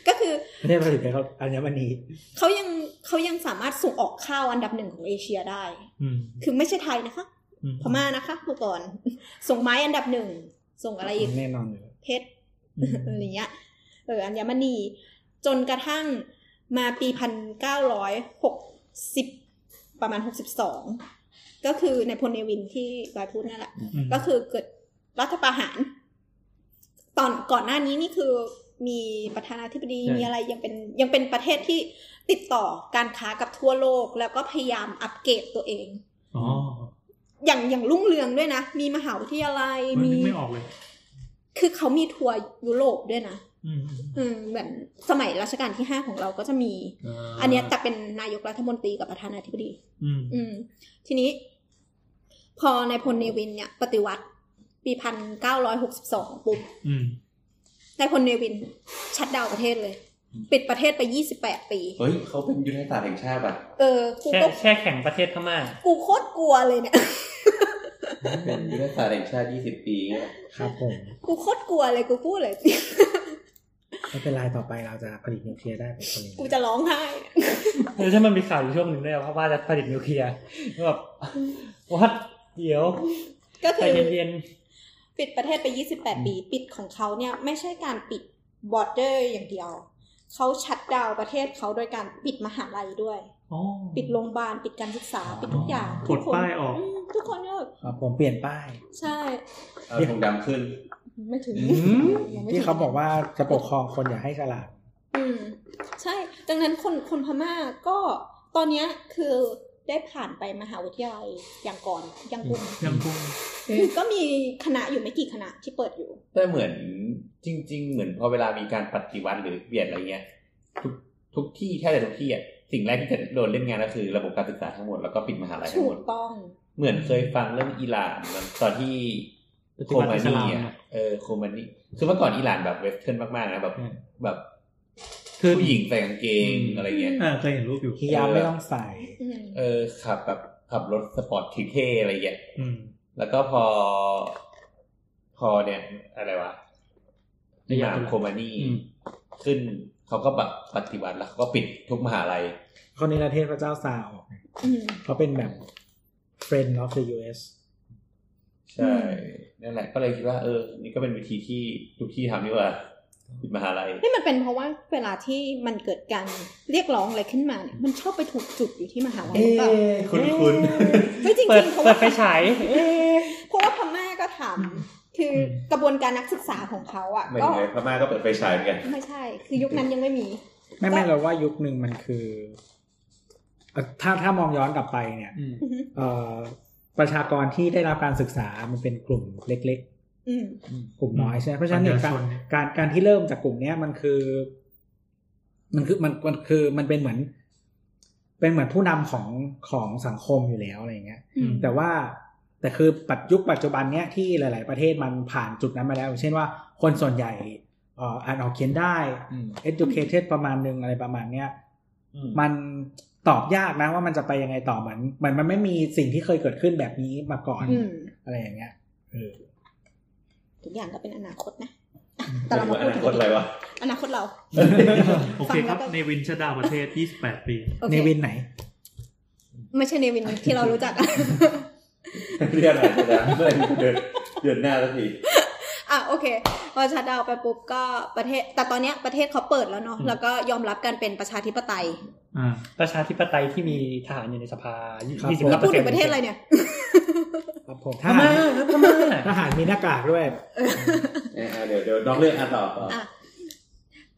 F: ก็คือ
D: ไม่ได้ผลิตเพชรเขาอัญมณี
F: เขายังเขายังสามารถส่งออกข้าวอันดับหนึ่งของเอเชียได้
C: อืม
F: คือไม่ใช่ไทยนะคะ
C: อืม
F: พม่านะคะเมื่อก่อน ส่งไม้อันดับหนึ่ง ส่งอะไรอีก
D: แน่นอนอยู่แล้ว
F: เพชร อะไรเงี้ย เอออัญมณี จนกระทั่งมาปีพันเก้าร้อยหกสิบประมาณหกสิบสองก็คือในพลเนวินที่บายพูดนั่นแหละ
C: อืม
F: ก็คือเกิดรัฐประหาร ตอนก่อนหน้านี้นี่คือมีประธานาธิบดีมีอะไรยังเป็นยังเป็นประเทศที่ติดต่อการค้ากับทั่วโลก แล้วก็พยายามอัปเกรดตัวเอง
C: อ๋อ
F: อย่างอย่างรุ่งเรืองด้วยนะ มีมหาวิทยาลัย
C: มัน
F: มี
C: นึกไม่ออกเลย
F: คือเขามีทัวร์ยุโรปด้วยนะ
C: อืมอืม
F: อืมเหมือนสมัยรัชกาลที่ห้าของเราก็จะมี
C: า
F: อันเนี้ยแต่เป็นนายกรัฐมนตรีกับประธานาธิบดี
C: อืม
F: อืม ทีนี้ พอนายพลเนวินเนี่ย ปฏิวัติ ปีพันเก้าร้อยหกสิบสองปุ๊บ
C: อืม
F: นายพลเนวิน ชัดดาวน์ประเทศเลย ปิดประเทศไปยี่สิบแปดปี
E: เฮ้ยเขาเป็นยุทธศาสตร์แห่งชาติอ่ะ
F: เออ
I: ๆ
F: กู
I: แช่
F: ก็
I: แช่แข็งประเทศพม่า
F: กูโคตรกลัวเลย เนี่ย
E: เป็นยุทธศาสตร์แห่งชาติ 20 ปีเงี้ย
D: ครับผม
F: กูโคตรกลัวเลยกูพูดเลย
D: ไม่เป็นไรต่อไปเราจะผลิตนิวเคลียร์ได้เป็นคน
F: กูจะร้องไห้
I: เออใช่มันมีข่าวอยู่ช่วงหนึ่งด้วยเพราะว่าจะผลิตนิวเคลียร์แล้วแบบวัดเดี๋ยว
F: ก็
I: ใจ
F: คือ
I: เย็น
F: ปิดประเทศไป 28 ปี ปิดของเขาเนี่ยไม่ใช่การปิดบอร์เดอร์อย่างเดียว เขาชัดดาวน์ประเทศเขาโดยการปิดมหาลัยด้วย
C: อ๋อ
F: ปิดโรงพยาบาล ปิดการศึกษา ปิดทุกอย่าง
C: กดป้ายออก
F: มทุกคนก็
D: ครับผมเปลี่ยนป้าย
F: ใช่
E: เอาธงดำขึ้น
F: ไม่ถึง
I: ๆอืม
F: ยังไม่ถึง
D: ที่เขาบอกว่าจะปกครองคนอย่าให้ฉลาด
F: อืมใช่ ดังนั้นคนคนพม่าก็ตอนเนี้ยคือ ได้ผ่านไปมหาวิทยาลัยยังก่อนยังกุม
C: ยังคง
F: คือก็มีคณะอยู่ไม่กี่คณะที่เปิดอยู่
E: แต่เหมือนจริง ๆ เหมือนพอเวลามีการปฏิวัติหรือเปลี่ยนอะไรเงี้ยทุกทุกที่แทบจะทุกที่อ่ะสิ่งแรกที่จะโดนเล่นงานก็คือระบบการศึกษาทั้งหมดแล้วก็ปิดมหาลัยทั้
F: ถู
E: งหม
F: ก
E: ด
F: ต้อง
E: เหมือนเคยฟังเรื่องอิหร่านมันตอนที่
C: ป
E: โค
C: ฏิบัติ
E: มา
C: อิส
E: นี
C: ลามอะ
E: อ่ะเออโคมานีคือเมื่อก่อนอิหร่านแบบเวสเทิร์นมากๆนะแบบ
C: อืม
E: แบบ
C: คือ
E: ผู้หญิงใส่กางเกงอะไรเงี้ย
C: เออเคยเห็นรูปอยู่
D: ฮิยาไม่ต้องใส่
F: อืม
E: เออขับแบบขับรถสปอร์ตเท่ๆอะไรเงี้ย
C: อืม
E: แล้วก็พอ พอเนี่ย อะไรวะนิยามโคมานี่
I: อืม
E: ขึ้นเขาก็แบบปฏิวัติแล้วเขาก็ปิดทุกมหาลัย
D: คนนี้ประเทศพระเจ้าซาออก
F: อืม
D: เขาเป็นแบบ friend of the US
E: ใช่ นั่นแหละ ก็เลยคิดว่าเออ นี่ก็เป็นวิธีที่ทุกที่ทำนี่หว่าปิดมหาลัย
F: นี่มันเป็นเพราะว่าเวลาที่มันเกิดการเรียกร้องอะไรขึ้นมาเนี่ยมันชอบไปถูกจุดอยู่ที่มหาลัยหรือเปล่า
E: คุณคุณ
F: ไม่จริง
I: เปิด
F: ๆเพราะ
I: เปิ
F: ว่า
I: ดไฟฉายเอ๊ะ
F: เพราะว่าพม่าก็ทำคือกระบวนการนักศึกษาของเขาอ่ะ
E: ไม่
F: ก็
E: ใช่พม่าก็เปิดไฟฉายเหมือนกัน
F: ไม่ใช่ คือยุคนั้นยังไม่มี
D: ไม่ไม่เราว่ายุคหนึ่งมันคือเอ่อถ้าถ้ามองย้อนกลับไปเนี่ย
C: อืม
F: อือฮึ
D: เอ่อประชากรที่ได้รับการศึกษามันเป็นกลุ่มเล็ก
F: อืม
D: ๆ กลุ่มน้อยใช่ไหมเพราะฉะนั้น
C: ปั
D: เนี่ย
C: ญญา
D: การ
C: ชนเนี่ย
D: การการที่เริ่มจากกลุ่มเนี้ยมันคือ มันคือมันมันคือมันเป็นเหมือน เป็นเหมือนผู้นำของของสังคมอยู่แล้วอะไรอย่างเงี้ย
F: อืม
D: แต่ว่าแต่คือปัจจุบันปัจจุบันเนี้ยที่หลาย ๆ ประเทศมันผ่านจุดนั้นมาแล้ว เช่นว่าคนส่วนใหญ่เอ่ออ่านออกเขียนได้ educated ประมาณหนึ่งอะไรประมาณเนี้ยมันตอบยากนะว่ามันจะไปยังไงต่อเหมือนเหมือนมันไม่มีสิ่งที่เคยเกิดขึ้นแบบนี้มาก่อน
F: อืม
D: อะไรอย่างเงี้ยเออ
F: ทุกอย่างก็เป็นอนาคตนะอ่ะแต่
E: แต่
F: เรา
E: เรา
F: มาพูดถึง
E: คนอะไร วะ
F: อนาคตเรา
C: โอเคครับ เนวินชดาประเทศ 28 ปี
F: โอเค
D: ในวินไหน
F: ไม่ใช่เนวินที่เรารู้จัก
E: เรียกอะไรนะเมื่อไหร่ เดินเดือนหน้าสักที
F: อ่ะโอเคพอชัดดาวน์ไปปุ๊บก็ประเทศ แต่ตอนเนี้ยประเทศเขาเปิดแล้วเนาะแล้วก็ยอมรับการเป็นประชาธิปไตย
C: อ่า
I: ประชาธิปไตยที่มีทหารอยู่ในสภา
D: ครับ
I: ยี่สิบห้าเปอ
F: พูด
I: ร์เซ็
F: ถึ
I: นต์
F: งประเทศอะไรเนี่ย
D: ครับผมท
I: พ
D: หา
I: ม่าร ครับพม่า
D: ทหารมีหน้ากากด้วย
E: เออเดี๋ยวเดี๋ยวน้องเลือกอันต่อต่อ
F: อ่ะ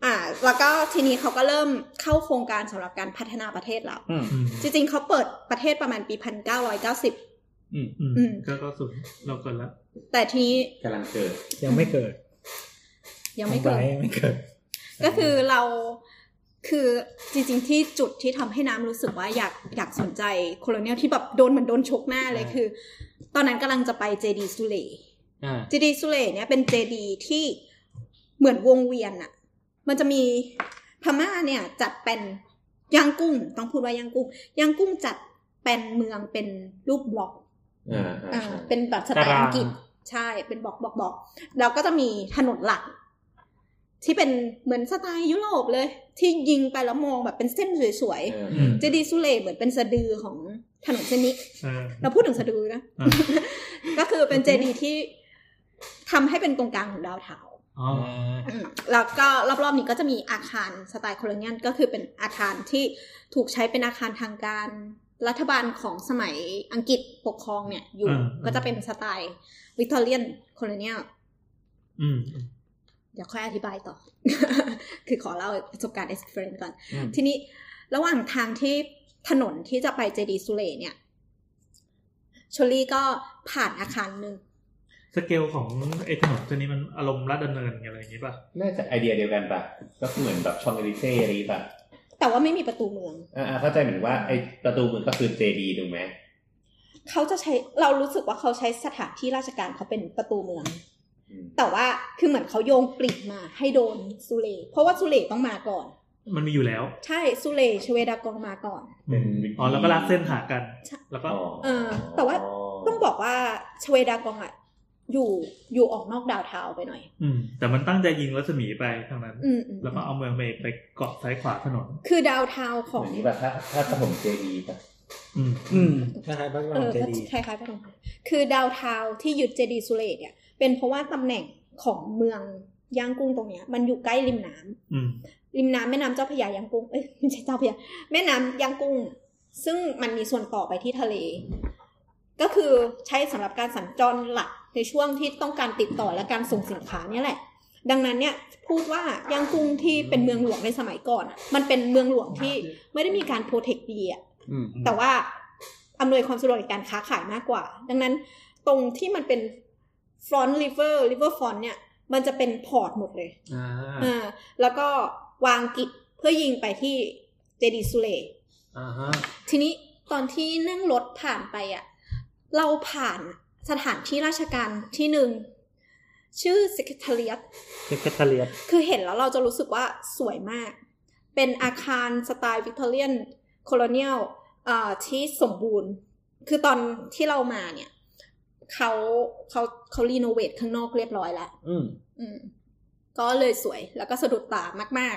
F: อ่ะแล้วก็ทีนี้เขาก็เริ่มเข้าโครงการสำหรับการพัฒนาประเทศเรา
I: อืม
C: อืม
F: จริงๆ เขาเปิดประเทศประมาณปี 1990
C: อืม
F: อืม
C: ก็ก็สุดเราเกิดละ
F: แต่ทีนี้
E: กำลังเกิด
D: ยังไม่เกิด
F: ยังไม่เกิด
D: ยังไม่เกิด
F: ก็คือเราคือจริงๆ ที่จุดที่ทำให้น้ำรู้สึกว่าอยากอยากสนใจโคโลเนียลที่แบบโดนเหมือนโดนชกหน้าเลยคือ ตอนนั้นกำลังจะไปเจดีสุเล
I: อ่า
F: เจดีย์สุเลเนี่ยเป็นเจดีย์ที่เหมือนวงเวียนอะมันจะมีพม่าเนี่ยจัดเป็นย่างกุ้ง ต้องพูดว่าย่างกุ้งย่างกุ้งจัดเป็นเมืองเป็นรูปบล็อก
E: อ่า
F: อ่า
E: อ่าใช่
F: เป็นแบบสไตล์
I: ตาราง
F: อังกฤษใช่เป็นบล็อกบล็อกบล็อกแล้วก็จะมีถนนหลัก ที่เป็นเหมือนสไตล์ยุโรปเลย ที่ยิงไปแล้วมองแบบเป็นเส้นสวย
E: เออ
F: ๆเจดีย์สุเลเหมือนเป็นสะดือของถนนเส้นนี้
C: เออ
F: เราพูดถึงสะดือนะ
C: อ่า
F: ก็คือเป็นเจดีย์ที่ทำให้เป็นตรงกลางของดาวเถา
C: อ๋อ
F: อืมแล้วก็รอบๆนี้ก็จะมีอาคารสไตล์โคโลเนียลก็คือเป็นอาคารที่ถูกใช้เป็นอาคารทางการรัฐบาลของสมัยอังกฤษปกครองเนี่ยอยู่ ก็จะเป็นสไตล์วิกตอเรียนโคโลเนียล
C: อืม
F: เดี๋ยวค่อยอธิบายต่อ คือขอเล่าประสบการณ์เอ็กซ์เพรนก่อน
I: อืม
F: ทีนี้ระหว่างทางที่ถนนที่จะไปเจดีย์สุเลเนี่ยชลลี่ก็ผ่านอาคารหนึ่ง
C: สเกลของไอ้ถนนตัวนี้มันอารมณ์รัดดำเนินอะไรอย่างงี้ป่ะ
E: น่าจะไอเดียเดียวกันป่ะ ก็คือเหมือนแบบชองเอลิเซ่อะไรอย่างงี้ป่ะ
F: แต่ว่าไม่มีประตูเมือง
E: อ่าอ่าเข้าใจเหมือนว่าไอประตูเมืองก็คือเจดีถูกไหม
F: เขาจะใช้เรารู้สึกว่าเขาใช้สถานที่ราชการเขาเป็นประตูเมือง
E: อืม
F: แต่ว่าคือเหมือนเขาโยงปลิกมาให้โดนซูเล เพราะว่าซูเลต้องมาก่อน
C: มันมีอยู่แล้ว
F: ใช่ซูเลชเวดากองมาก่อน
E: เป็น
C: อ๋อแล้วก็ลากเส้นหากัน
F: ใช่
C: แล้วก็
E: อ๋อ
F: เออแต่ว่า ต้องบอกว่าชเวดากองอะอยู่อยู่ออกนอกดาวเทาวน์ไปหน่อย
C: อืม แต่มันตั้งใจยิงรัศมีไปทางนั้น
F: อืมอืม
C: แล้วก็เอาเมืองไปไปเกาะซ้ายขวาถนน
F: คือดาวเทาวน์ข
E: เห
F: อง
E: มือนนี้ป่ะถ้าถ้าถนนเจดีป่ะ
C: อืม
D: อืมคล้ายๆพระบร
F: เอ
D: ม
F: อ
D: เจ
F: ก็
D: ดีย์
F: คล้ายๆพระนมคือดาวเทาวน์ที่ยึดเจดีย์ซูเลเนี่ยเป็นเพราะว่าตำแหน่งของเมืองย่างกุ้งตรงเนี้ยมันอยู่ใกล้ริมน้ำ
C: อืม
F: ริมน้ำแม่น้ำเจ้าพระยายางกุ้ง เอ้ยไม่ใช่เจ้าพระยาแม่น้ำยางกุ้ง ซึ่งมันมีส่วนต่อไปที่ทะเล ก็คือใช้สำหรับการสัญจรหลักในช่วงที่ต้องการติดต่อและการส่งสินค้าเนี่ยแหละ ดังนั้นเนี่ยพูดว่ายางกุ้งที่เป็นเมืองหลวงในสมัยก่อนอะมันเป็นเมืองหลวงที่ไม่ได้มีการโปรเทคดีอะ
I: อืม
F: แต่ว่า อำนวยความสะดวกในการค้าขายมากกว่า ดังนั้นตรงที่มันเป็น front river river front เนี่ย มันจะเป็นพอร์ตหมดเลย
C: อ่า
F: อ่าแล้วก็วางกิจเพื่อยิงไปที่เจดีสุเล
C: อ่าฮะ
F: ทีนี้ตอนที่นั่งรถผ่านไปอะเราผ่านสถานที่ราชการที่หนึ่ง ชื่อ Secretariat
I: เทคเทเลีย
F: คือเห็นแล้วเราจะรู้สึกว่าสวยมาก เป็นอาคารสไตล์วิกตอเรียนโคโลเนียลที่สมบูรณ์ คือตอนที่เรามาเนี่ยเขาเขาเขารีโนเวทข้างนอกเรียบร้อยแล้ว
I: อืม
F: อืม ก็เลยสวยแล้วก็สะดุดตามาก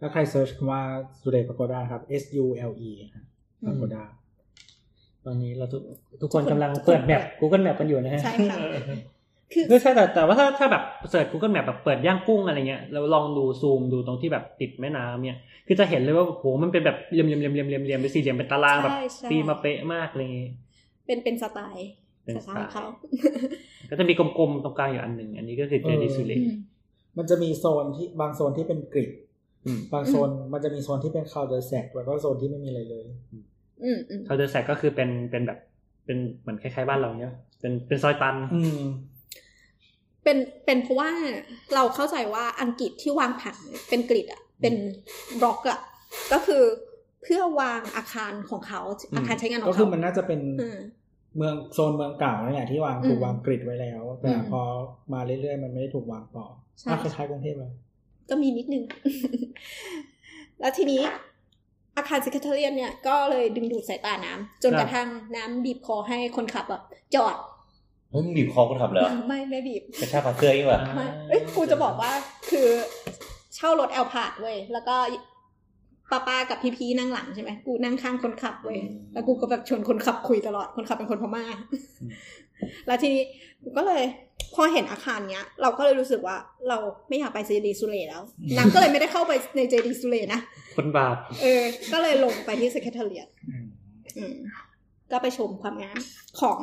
D: ถ้าใครเซิร์ชคำว่าสุเดปาโกดาครับ S U L E ปาโกดา
I: ตอนนี้เราทุกทุกคนกำลังเปิดแมป Google Map กันอยู่นะฮะ
F: ๆ ใช่ค่ะ คือ
I: คือใช่แต่แต่ว่าถ้าถ้าแบบเสิร์ช Google Map แบบเปิดย่างกุ้งอะไรเงี้ยเราลองดูซูมดูตรงที่แบบติดแม่น้ำเนี่ย คือจะเห็นเลยว่าโอ้โหมันเป็นแบบเหลี่ยมเหลี่ยมเหลี่ยมเหลี่ยมเหลี่ยมเหลี่ยมเป็นสี่เหลี่ยมเป็นตารางแบบ
F: ใช่ใช่
I: ตีมาเป๊ะมากเลย
F: เป็นเป็นสไตล์
I: เป็น
F: ส
I: ส
F: ไต
I: ไตล์
F: ล์เขา
I: ก็จะมีกลมๆตรงกลางอยู่อันหนึ่งอันนี้ก็คือเจดีซูเล
F: อืม
D: มันจะมีโซนที่บางโซนที่เป็นกริด
I: อืม
D: บางโซนมันจะมีโซนที่เป็นคาวเดอร์แซกแล้วก็โซนที่ไม่มีอะไรเลย
F: อืมอืม
I: เทาเดอร์แซกก็คือเป็นเป็นแบบเป็นเหมือนคล้ายๆบ้านเราเนี่ยเป็นเป็นซอยตัน
D: อืม
F: เป็นเป็นเพราะว่าเราเข้าใจว่าอังกฤษที่วางผังเป็นกริดอะเป็นบล็อกอะก็คือเพื่อวางอาคารของเขา
I: อืม
F: อาคารใช้งานของ
D: ก็
F: เขา
D: คือมันน่าจะเป็น
F: อืม
D: เมืองโซนเมืองเก่านี่นแหละที่วาง
F: อืม
D: ถูกวางกริดไว้แล้ว แต่
F: อืม
D: พอมาเรื่อยๆ มันไม่ได้ถูกวางต่อ
F: ใช่
D: อ่ะคล้ายๆกรุงเทพเลย
F: ก็มีนิดนึง แล้วทีนี้อาคาร s ิ c r e t a r i a t เนี่ยก็เลยดึงดูดสายตาน้ำจนกระทั่งน้ำบีบคอให้คนขับอะจอด
E: เฮ้ยมึงบีบคอกูทำเหรอ
F: ไม่ไม่บีบ
E: กระชากคอเสื้อยี่หว่า
F: ไม่เอ้ยกูจะบอกว่าคือเช่ารถแอลพาดเว้ย แล้วก็ป้าป้ากับพี่พีนั่งหลังใช่ไหม กูนั่งข้างคนขับเว้ย
E: อืม
F: แล้วกูก็แบบชวนคนขับคุยตลอด คนขับเป็นคนพม่า แล้วทีนี้กูก็เลยพอเห็นอาคารเนี้ย เราก็เลยรู้สึกว่าเราไม่อยากไปเจดีสุเลแล้วนังก็เลยไม่ได้เข้าไปในเจดีสุเลนะ
I: คนบาป
F: เออ ก็เลยลงไปที่สแคทเทเลีย อืมก็ไปชมความงามของ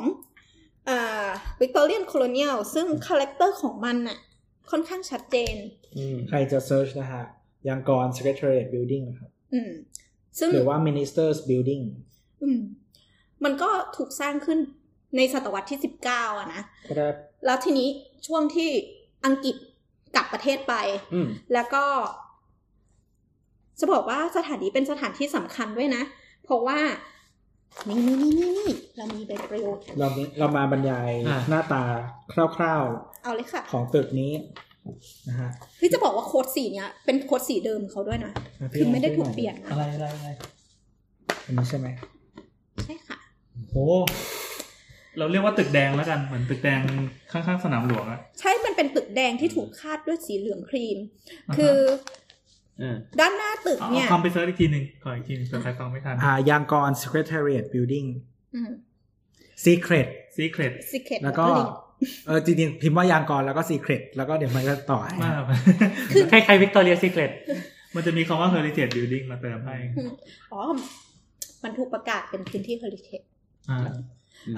F: วิกตอเรียนโคโลเนียลซึ่งคาแรคเตอร์ของมันน่ะ ค่อนข้างชัดเจน
I: อืม
D: ใครจะเซิร์ชนะฮะยังกร Secretariat Building นะครับ
F: อืม ซึ่ง
D: หรือว่า Ministers Building
F: อืม มันก็ถูกสร้างขึ้นในศตวรรษที่สิบเก้าอะนะ
D: ก็ได้
F: แล้วทีนี้ช่วงที่อังกฤษกลับประเทศไป
I: อืม
F: แล้วก็ จะบอกว่าสถานนี้เป็นสถานที่สำคัญด้วยนะ เพราะว่า นี่นี่นี่นี่นี่เรามีเป็นประโยชน์
D: เรามีเรามาบรรยายหน้าตาคร่าว
F: เอาเลยค่ะ
D: ๆของตึกนี้นะฮะ
F: คือจะบอกว่าโค้ดสีเนี้ยเป็นโค้ดสีเดิมเขาด้วยนะ คือไม่ได้ถูกเปลี่ยนนะ
D: อะไรอะไรอะไรอันนี้ใช่ไหม
F: ใช่ค่ะ
D: โอ้
C: เราเรียกว่าตึกแดงแล้วกันเหมือนตึกแดงข้างๆสนามหลวงอะ
F: ใช่มันเป็นตึกแดงที่ถูกคาดด้วยสีเหลืองครีม คือ
I: อืม
F: ด้านหน้าตึก
C: เอา
F: เนี่ย
C: เอาคำไปเซิร์ชอีกทีหนึ่งขออีกทีหนึ่งเผื่อใครฟังไม่ทัน
D: อ่ายังกร Secretariat Building
F: อืม
D: Secret
C: Secret
F: สิเกต
D: แล้วก็เออจริงๆพิมพ์ว่ายางกรแล้วก็ Secret แล้วก็เดี๋ยวมันจะต่อให้
C: มาก
I: คล้ายๆวิกตอเรียซีเกรต
C: มันจะมีคำว่า Heritage Building มาเติมให้
F: อ๋อ มันถูกประกาศเป็นพื้นที่เฮอริเทจ
C: อ่า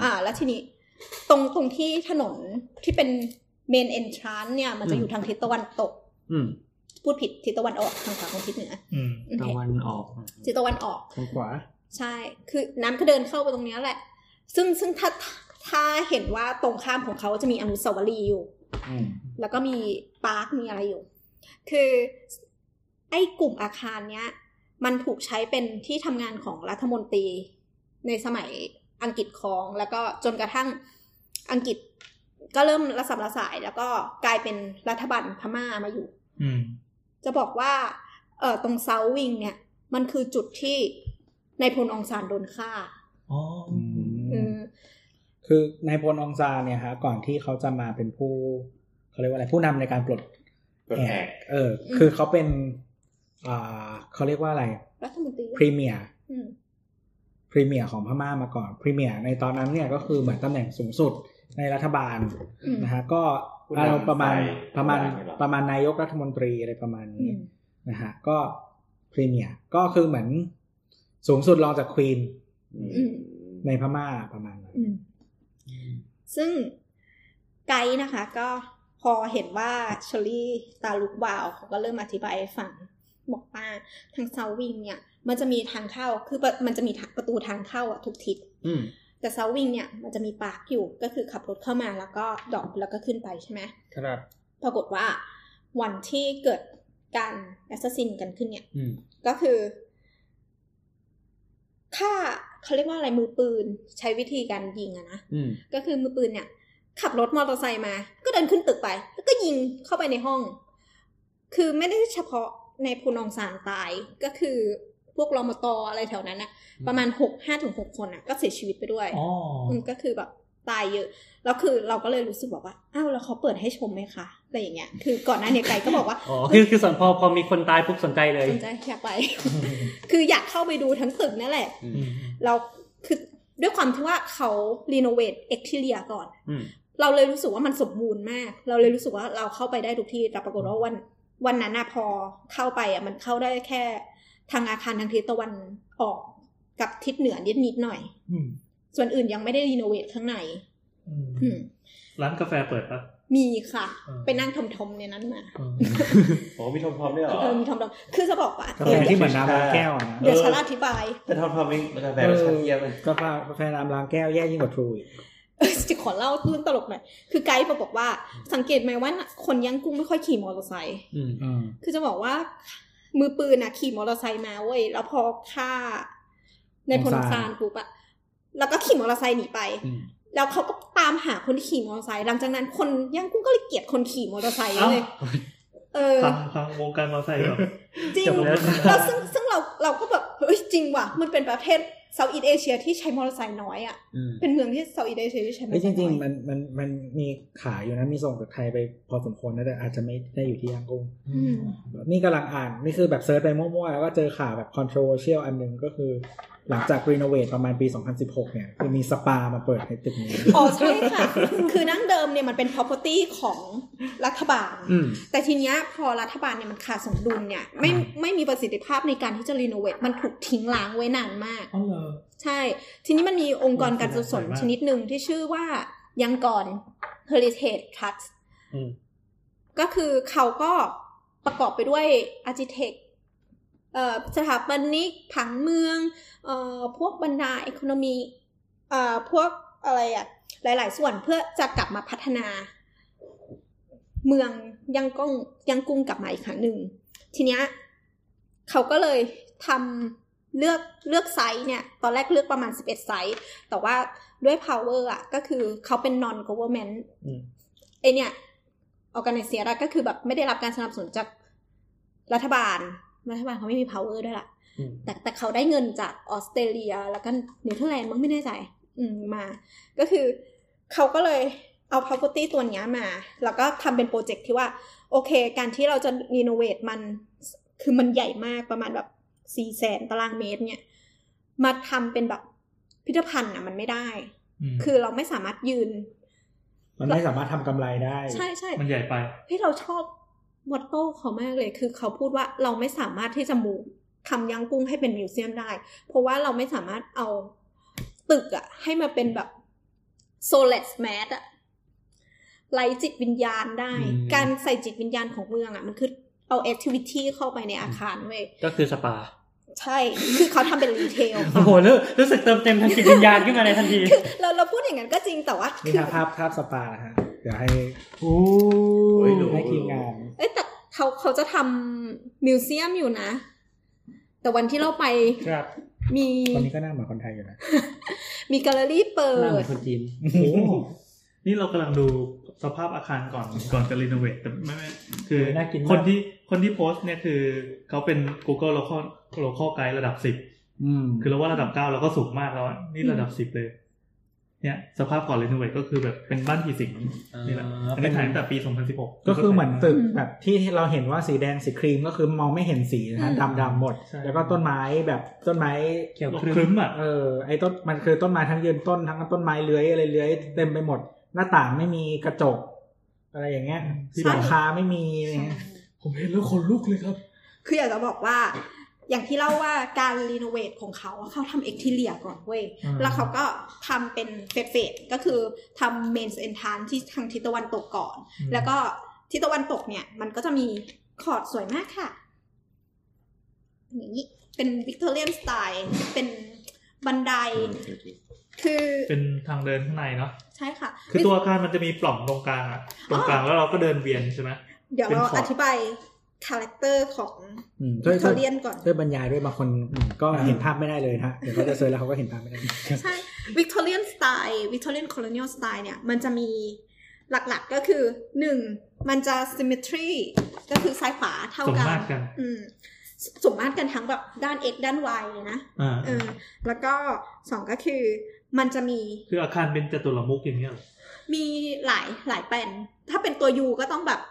F: อ่า แล้วทีนี้ ตรงตรงที่ถนนที่เป็นเมนเอนทรานเนี่ย มันจะอยู่ทางทิศตะวันตก
I: อืม
F: พูดผิดทิศตะวันออกทางขวาของทิศเหนือ
C: อืม
F: โอเค
I: ตะวันออก
F: ทิศตะวันออก
D: ทางขวา
F: ใช่ คือน้ำก็เดินเข้าไปตรงเนี้ยแหละ ซึ่งซึ่งถ้าถ้าเห็นว่าตรงข้ามของเขาจะมีอนุสาวรีย์อยู่
E: อืม
F: แล้วก็มีปาร์ค มีอะไรอยู่ คือไอ้กลุ่มอาคารเนี้ย มันถูกใช้เป็นที่ทำงานของรัฐมนตรี ในสมัยอังกฤษครอง แล้วก็จนกระทั่งอังกฤษก็เริ่มระสับระสาย แล้วก็กลายเป็นรัฐบาลพม่ามาอยู่
C: อืม
F: จะบอกว่าเออตรงเซาวิงเนี่ย มันคือจุดที่นายพลองซานโดนฆ่า
C: อ๋อ
F: อืม
D: คือนายพลองซานเนี่ยฮะก่อนที่เขาจะมาเป็นผู้เขาเรียกว่าอะไรผู้นำในการปลด
E: กดแอก
D: เอออ
F: ม
D: คือเขาเป็นอ่าเขาเรียกว่าอะไร
F: รัฐมนตรี
D: พรีเมียร์
F: อืม
D: พรีเมียร์ของพม่ามาก่อนพรีเมียร์ในตอนนั้นเนี่ยก็คือเหมือนตำแหน่งสูงสุดในรัฐบาล
F: อืม
D: นะฮะก็เราประมาณประมาณประมาณนายกรัฐมนตรีอะไรประมาณ
F: อื
D: นี้
F: ม
D: นะฮะก็พรีเมียร์ก็คือเหมือนสูงสุดรองจากควีน
F: อืม
D: ในพม่าประมาณนั้น
F: อืมซึ่งไกด์นะคะ ก็พอเห็นว่าเชอรี่ตาลุกวาวเขาก็เริ่มอธิบายให้ฟังบอกว่าทางเซาวิงเนี่ย มันจะมีทางเข้าคือประมันจะมีทางประตูทางเข้าอะทุกทิศ
I: อืม
F: แต่เซาวิงเนี่ยมันจะมีปาร์คอยู่ก็คือขับรถเข้ามาแล้วก็ดรอปแล้วก็ขึ้นไปใช่ไหม
I: ครับ
F: ปรากฏว่าวันที่เกิดการแอสซัสซินกันขึ้นเนี่ย
I: อืม
F: ก็คือฆ่าเขาเรียกว่าอะไรมือปืนใช้วิธีการยิงอะนะ
I: อืม
F: ก็คือมือปืนเนี่ย ขับรถมอเตอร์ไซค์มา ก็เดินขึ้นตึกไป แล้วก็ยิงเข้าไปในห้อง คือไม่ได้เฉพาะในพูนองสารตายก็คือพวกรมตออะไรแถวนั้นนะประมาณหกห้าถึงหกคนอะก็เสียชีวิตไปด้วย
C: อ๋อ
F: อืมก็คือแบบตายเยอะ แล้วคือเราก็เลยรู้สึกแบบว่า อ้าวแล้วเขาเปิดให้ชมไหมคะอะไรอย่างเงี้ย คือก่อนหน้าเนี้ไก่ก็บอกว่า
I: อ๋อ คือคือสนพอพอมีคนตายปุ๊บสนใจเลย
F: สนใจอยากไป คืออยากเข้าไปดูทั้งตึกนั่นแหละ
E: อืม
C: อืม
F: เราคือด้วยความที่ว่าเขารีโนเวทเอ็กทีเรียก่อน
I: อืม
F: เราเลยรู้สึกว่ามันสมบูรณ์มาก เราเลยรู้สึกว่าเราเข้าไปได้ทุกที่ แต่ปรากฏว่าวันวันนั้นอะพอเข้าไปอะมันเข้าได้แค่ทางอาคารทางทิศตะวันออกกับทิศเหนือนิดนิดๆหน่อย
C: อืม
F: ส่วนอื่นยังไม่ได้รีโนเวทข้างใน
C: อืม
F: อืม
C: ร้านกาแฟเปิดปะ
F: มีค่ะ
C: อ่า
F: ไปนั่งทำทมๆในนั้นมา
C: อืม
E: โอ้มีทอมทอมด้วยเหรอ
F: เออมีทำทมคือจะบอกว่า
D: ก็
E: ฟ
F: เดี๋ยว
D: ที่เหมือนน้ำล้างแก้วอะนะ
F: เดี๋ยวฉันอธิบาย
E: แต่ทอมทอมเองกาแฟรสชาติเยี่ยมเลย
D: กาแฟกาแฟน้ำล้างแก้วแย่ยิ่งกว่าทรูอีก
F: เออจะ ขอเล่าเรื่องตลกหน่อย คือไกด์บอกว่า สังเกตไหมว่าคนย่างกุ้งไม่ค่อยขี่มอเตอร์ไซค์
I: อืม
D: อืม
F: คือจะบอกว่า มือปืนน่ะ ขี่มอเตอร์ไซค์มาเว้ย แล้วพอฆ่า ในพลซานปุ๊บอะแล้วก็ขี่มอเตอร์ไซค์หนีไป
I: อืม
F: แล้วเขาก็ตามหาคนที่ขี่มอเตอร์ไซค์ หลังจากนั้นคนย่างกุ้งก็เลยเกลียดคนขี่มอเตอร์ไซค์เลย เออ
C: ฟังฟังวงการมอเตอร์ไซค์แบบ
F: จริง
I: จบแล้ว
F: แล้วซึ่งซึ่งเราเราก็แบบ เฮ้ยจริงว่ะ มันเป็นประเทศเซาท์อีสเอเชียที่ใช้มอเตอร์ไซค์น้อยอะ
I: อืม
F: เป็นเมืองที่เซาท์อีสเอเชียที่ใช้มอเตอ
D: เอ้ย
F: ร์ไซ
D: จ
F: ค์
D: ริ
F: น้
D: ง
F: อย
D: ๆมันมันมันมีขายอยู่นะมีส่งจากไทยไปพอสมควรนะแต่อาจจะไม่ได้อยู่ที่ย่างกุ้ง
F: อืม
D: นี่กำลังอ่าน นี่คือแบบเซิร์ชไปมั่วๆ แล้วก็เจอข่าวแบบ controversial อันหนึงก็คือ หลังจากรีโนเวทประมาณปี 2016 เนี่ย คือมีสปามาเปิดในตึกนี้
F: อ๋อใช่ค่ะ คือนั่งเดิมเนี่ยมันเป็น property ของรัฐบาล
I: อืม
F: แต่ทีเนี้ยพอรัฐบาลเนี่ยมันขาดสมดุลเนี่ยไม่ไม่มีประสิทธิภาพในการที่จะรีโนเวทมันถูกทิ้งล้างไว้นานมาก
C: อ๋อเหรอ
F: ใช่ ทีนี้มันมีองค์กรการกุศล
C: น่าสนใจมาก
F: ชนิดหนึ่งที่ชื่อว่ายังก่อน Heritage Trust
I: อืม
F: ก็คือเขาก็ประกอบไปด้วยอาร์ติเทคเอ่อสถาปนิกผังเมืองเอ่อพวกบรรดาเอคโนมีเอ่อพวกอะไรอะหลาย ๆ ส่วนเพื่อจะกลับมาพัฒนา เมืองยังกงยังกุ้งกลับมาอีกครั้งหนึ่ง ทีเนี้ยเขาก็เลยทำเลือกเลือกไซส์เนี่ย ตอนแรกเลือกประมาณ 11 ไซส์ แต่ว่าด้วย power อ่ะ ก็คือเขาเป็น non government
I: อืม
F: ไอเนี่ย organization อะก็คือแบบไม่ได้รับการสนับสนุนจากรัฐบาล รัฐบาลเขาไม่มี power ด้วยล่ะ
I: อืม
F: แต่แต่เขาได้เงินจากออสเตรเลีย แล้วก็เนเธอร์แลนด์มั้งไม่แน่ใจ อืมมา ก็คือเขาก็เลยเอา property ตัวเนี้ยมา แล้วก็ทำเป็นโปรเจกต์ที่ว่า โอเค การที่เราจะรีโนเวทมัน คือมันใหญ่มากประมาณแบบสี่แสนตารางเมตรเนี่ย มาทำเป็นแบบพิพิธภัณฑ์อ่ะมันไม่ได้
C: อืม
F: คือเราไม่สามารถยืน
D: มันไม่สามารถทำกำไรได้
F: ใช่ใช่
C: มันใหญ่ไป
F: เฮ้ยเราชอบมอตโต้เขามากเลย คือเขาพูดว่าเราไม่สามารถที่จะมูทำยังกุ้งให้เป็นมิวเซียมได้ เพราะว่าเราไม่สามารถเอาตึกอะให้มาเป็นแบบโซเลสแมสอะไร้จิตวิญญาณได้
C: อืม
F: การใส่จิตวิญญาณของเมืองอะมันคือเอาแอคทิวิตี้เข้าไปในอาคารเว้ย
I: ก็คือสปา
F: ใช่ คือเขาทำเป็นรีเทล
I: โอ้โหรู้รู้สึกเติมเต็มทางจิตวิญญาณขึ้นมาในทันที
F: คือเราเราพูดอย่างนั้นก็จริงแต่ว่าคื
D: นี่
F: อ
D: ฮะภาพภาพสปานะฮะ เดี๋ยวให้
C: โอ้
E: โอ้ยดู
D: ให้ทีมงาน
F: เอ้ยแต่เขาเขาจะทำมิวเซียมอยู่นะ แต่วันที่เราไป
I: ครับ
F: มี
D: วันนี้ก็หน่าเหมือนคนไทยอยู่นะ
F: มีแกลเลอรี่เปิ
I: หน้าเหมื
F: ด
I: อนคนจีน
C: โหนี่เรากำลังดูสภาพอาคารก่อนก่อนจะรีโนเวทแต่ไม่ไม่คือ
I: น่ากินมาก
C: คนที่คนที่โพสต์เนี่ยคือ เขาเป็น Google local local guide ระดับสิบ
D: อืม
C: คือเราว่าระดับเก้าเราก็สูงมากแล้วอะนี่ระดับสิบเลย เนี่ย สภาพก่อนรีโนเวทก็คือแบบเป็นบ้านผีสิงนี่แหละอันนี้ถ่ายตั้งแต่ปี 2016
D: ก็คือเหมือนตึก
F: อืม
D: แบบที่เราเห็นว่าสีแดงสีครีมก็คือมองไม่เห็นสีนะฮะดำดำๆหมด
C: ใช่
D: แล้วก็ต้นไม้แบบต้นไม้
I: เขียว
C: ลบ
I: ครึ้
C: ครึ้
I: ม
C: มอ่ะ
D: เออไอ้ต้นมันคือต้นไม้ทั้งยืนต้นทั้งต้นไม้เลื้อยอะไรเลื้อยเต็มไปหมด หน้าต่างไม่มีกระจก อะไรอย่างเงี้ยหลังคาไม่มีอะไรเงี้ย
C: ผมเห็นแล้วขนลุกเลยครับ
F: คืออยากจะบอกว่า อย่างที่เล่าว่าการรีโนเวทของเขาอะเขาทำเอ็กทีเรียก่อนเว้ย
C: อืม
F: แล้วเขาก็ทำเป็นเฟสเฟสก็คือทำเมนส์เอนทานที่ทางทิศตะวันตกก่อน แล้วก็ทิศตะวันตกเนี่ย มันก็จะมีคอร์ดสวยมากค่ะ อย่างนี้ เป็นวิกตอเรียนสไตล์ เป็นบันได คือ
C: เป็นทางเดินข้างในเนาะ
F: ใช่ค่ะ
C: คือตัวอาคารมันจะมีปล่องตรงกลางอะตรงกลางแล้วเราก็เดินเวียนใช่ไหม
F: เดี๋ยวเรา
C: เป็นขอบ
F: อธิบายคาแรคเตอร์ของ
D: อืมช่
F: วิ
D: ว
F: ก
D: ย
F: ต
D: ช่
F: อ
D: วย
F: เรียนก่อน
D: ช่วยบรรยายด้วยบางคนก็เห็นภาพไม่ได้เลยนะฮะเดี๋ยวเขาจะเซิร์ชแล้วเขาก็เห็นภาพไม่ ได้
F: ใช่วิกตอเรียนสไตล์วิกตอเรียนโคลเนียลสไตล์เนี่ย มันจะมีหลักๆก็คือหนึ่งมันจะ symmetry ก็คือซ้ายขวาเท่า
C: สม
F: กัน
C: มาตรกัน
F: อืมสสมมาตรกันทั้งแบบด้าน x ด้าน y เลยนะ
C: อ่า
F: เออแล้วก็สองก็คือมันจะมี
C: คืออาคารเป็นจตุรมุกอย่างเงี้ยเหรอ
F: มีหลายหลายแปลนถ้าเป็นตัว u ก็ต้องแบบ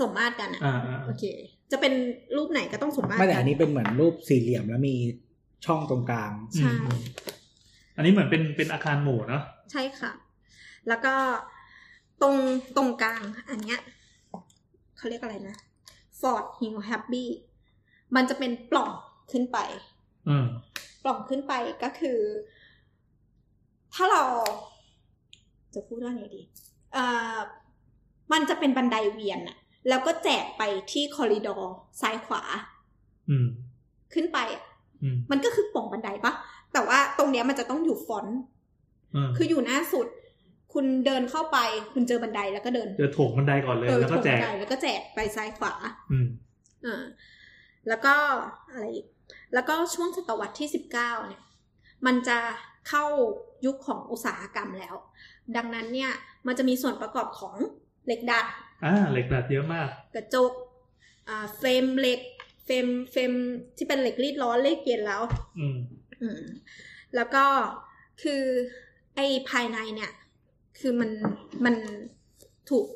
F: สมมาตรกันอะ
C: อ่าอ่า
F: โอเค จะเป็นรูปไหนก็ต้องสมมาตร
D: ไม่แต่
F: กั
D: อันนี้เป็นเหมือนรูปสี่เหลี่ยมแล้วมีช่องตรงกลาง
C: อืม
F: ใช่
C: อืมอันนี้เหมือนเป็นเป็นอาคารหมู่เนาะ
F: ใช่ค่ะ แล้วก็ตรงตรงกลางอันเนี้ยเขาเรียกอะไรนะ Ford Hill Happy มันจะเป็นปล่องขึ้นไป
C: อืม
F: ปล่องขึ้นไปก็คือ ถ้าเรา จะพูดว่าไงดีเอ่อมันจะเป็นบันไดเวียนอะแล้วก็แจกไปที่คอริดอร์ซ้ายขวา
C: อืม
F: ขึ้นไปอะ
C: อืม
F: มันก็คือปล่องบันไดปะแต่ว่าตรงเนี้ยมันจะต้องอยู่ฟรอนต์
C: อ่า
F: คืออยู่หน้าสุด คุณเดินเข้าไป คุณเจอบันไดแล้วก็เดิน
C: เดี๋ยวโถงบันไดก่อนเลย
F: เออ
C: แล้วก็แจ
F: โถงบั
C: ก
F: นไดแล้วก็แจกไปซ้ายขวา
C: อืม
F: อ่าแล้วก็อะไรอีก แล้วก็ช่วงศตวรรษที่สิบเก้าเนี่ย มันจะเข้ายุคของอุตสาหกรรมแล้ว ดังนั้นเนี่ย มันจะมีส่วนประกอบของเหล็กดัด
C: อ่าเหล็กดัดเยอะมาก
F: กระจกอ่าเฟรมเหล็ก เฟรมเฟรมที่เป็นเหล็กรีดร้อนเหล็กเย็นแล้ว
C: อืม
F: อืมแล้วก็คือไอ้ภายในเนี่ย คือมันมันถูก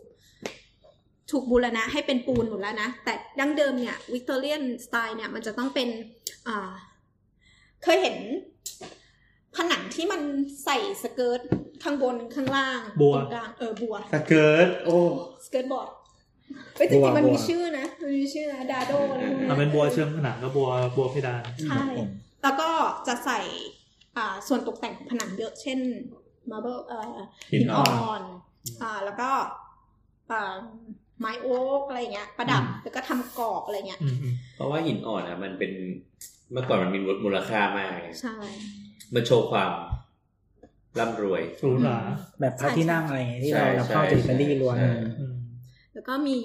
F: ถูกบูรณะให้เป็นปูนหมดแล้วนะ แต่ดั้งเดิมเนี่ยวิกตอเรียนสไตล์เนี่ยมันจะต้องเป็นอ่าเคยเห็น ผนังที่มันใส่สเกิร์ตข้างบนข้างล่าง
C: บัว
F: ตรงกลางเออบัว
E: สเกิร์ตโอ้
F: สเกิร์ตบอร์ดเอ้ยจริงๆมัน
D: บัวบัว
F: มีชื่อนะมันมีชื่อนะดาโดอะไรพวก
C: อ่า
F: นี้
C: เป็น
F: น
C: บัวเชิงผนังกับบัวบัวเพดาน
F: ใช่ แล้วก็จะใส่อ่าส่วนตกแต่งของผนังเยอะเช่น marble เอ่อ
E: หิ
F: หิ
E: น
F: น
E: อ่
F: อ่
E: อ
F: อน นอ่าแล้วก็อ่าไม้โอ๊กอะไรเงี้ย ประดับ
C: อืม
F: แล้วก็ทำกรอบอะไรเงี้ย
C: อืมอืม
E: เพราะว่าหินอ่อนอ่ะ มันเป็นเมื่อก่อนมันมีมูลค่ามากไง
F: ใช่
E: มันโชว์ความร่ำรวย
C: หรูหรา
D: แบบพระที่นั่งอะไรอย่างเงี้ยที่เรา
E: ใช่
D: นำเข้าจากอิตาลีล้วน
E: ใช่
C: อืม
F: แล้วก็มี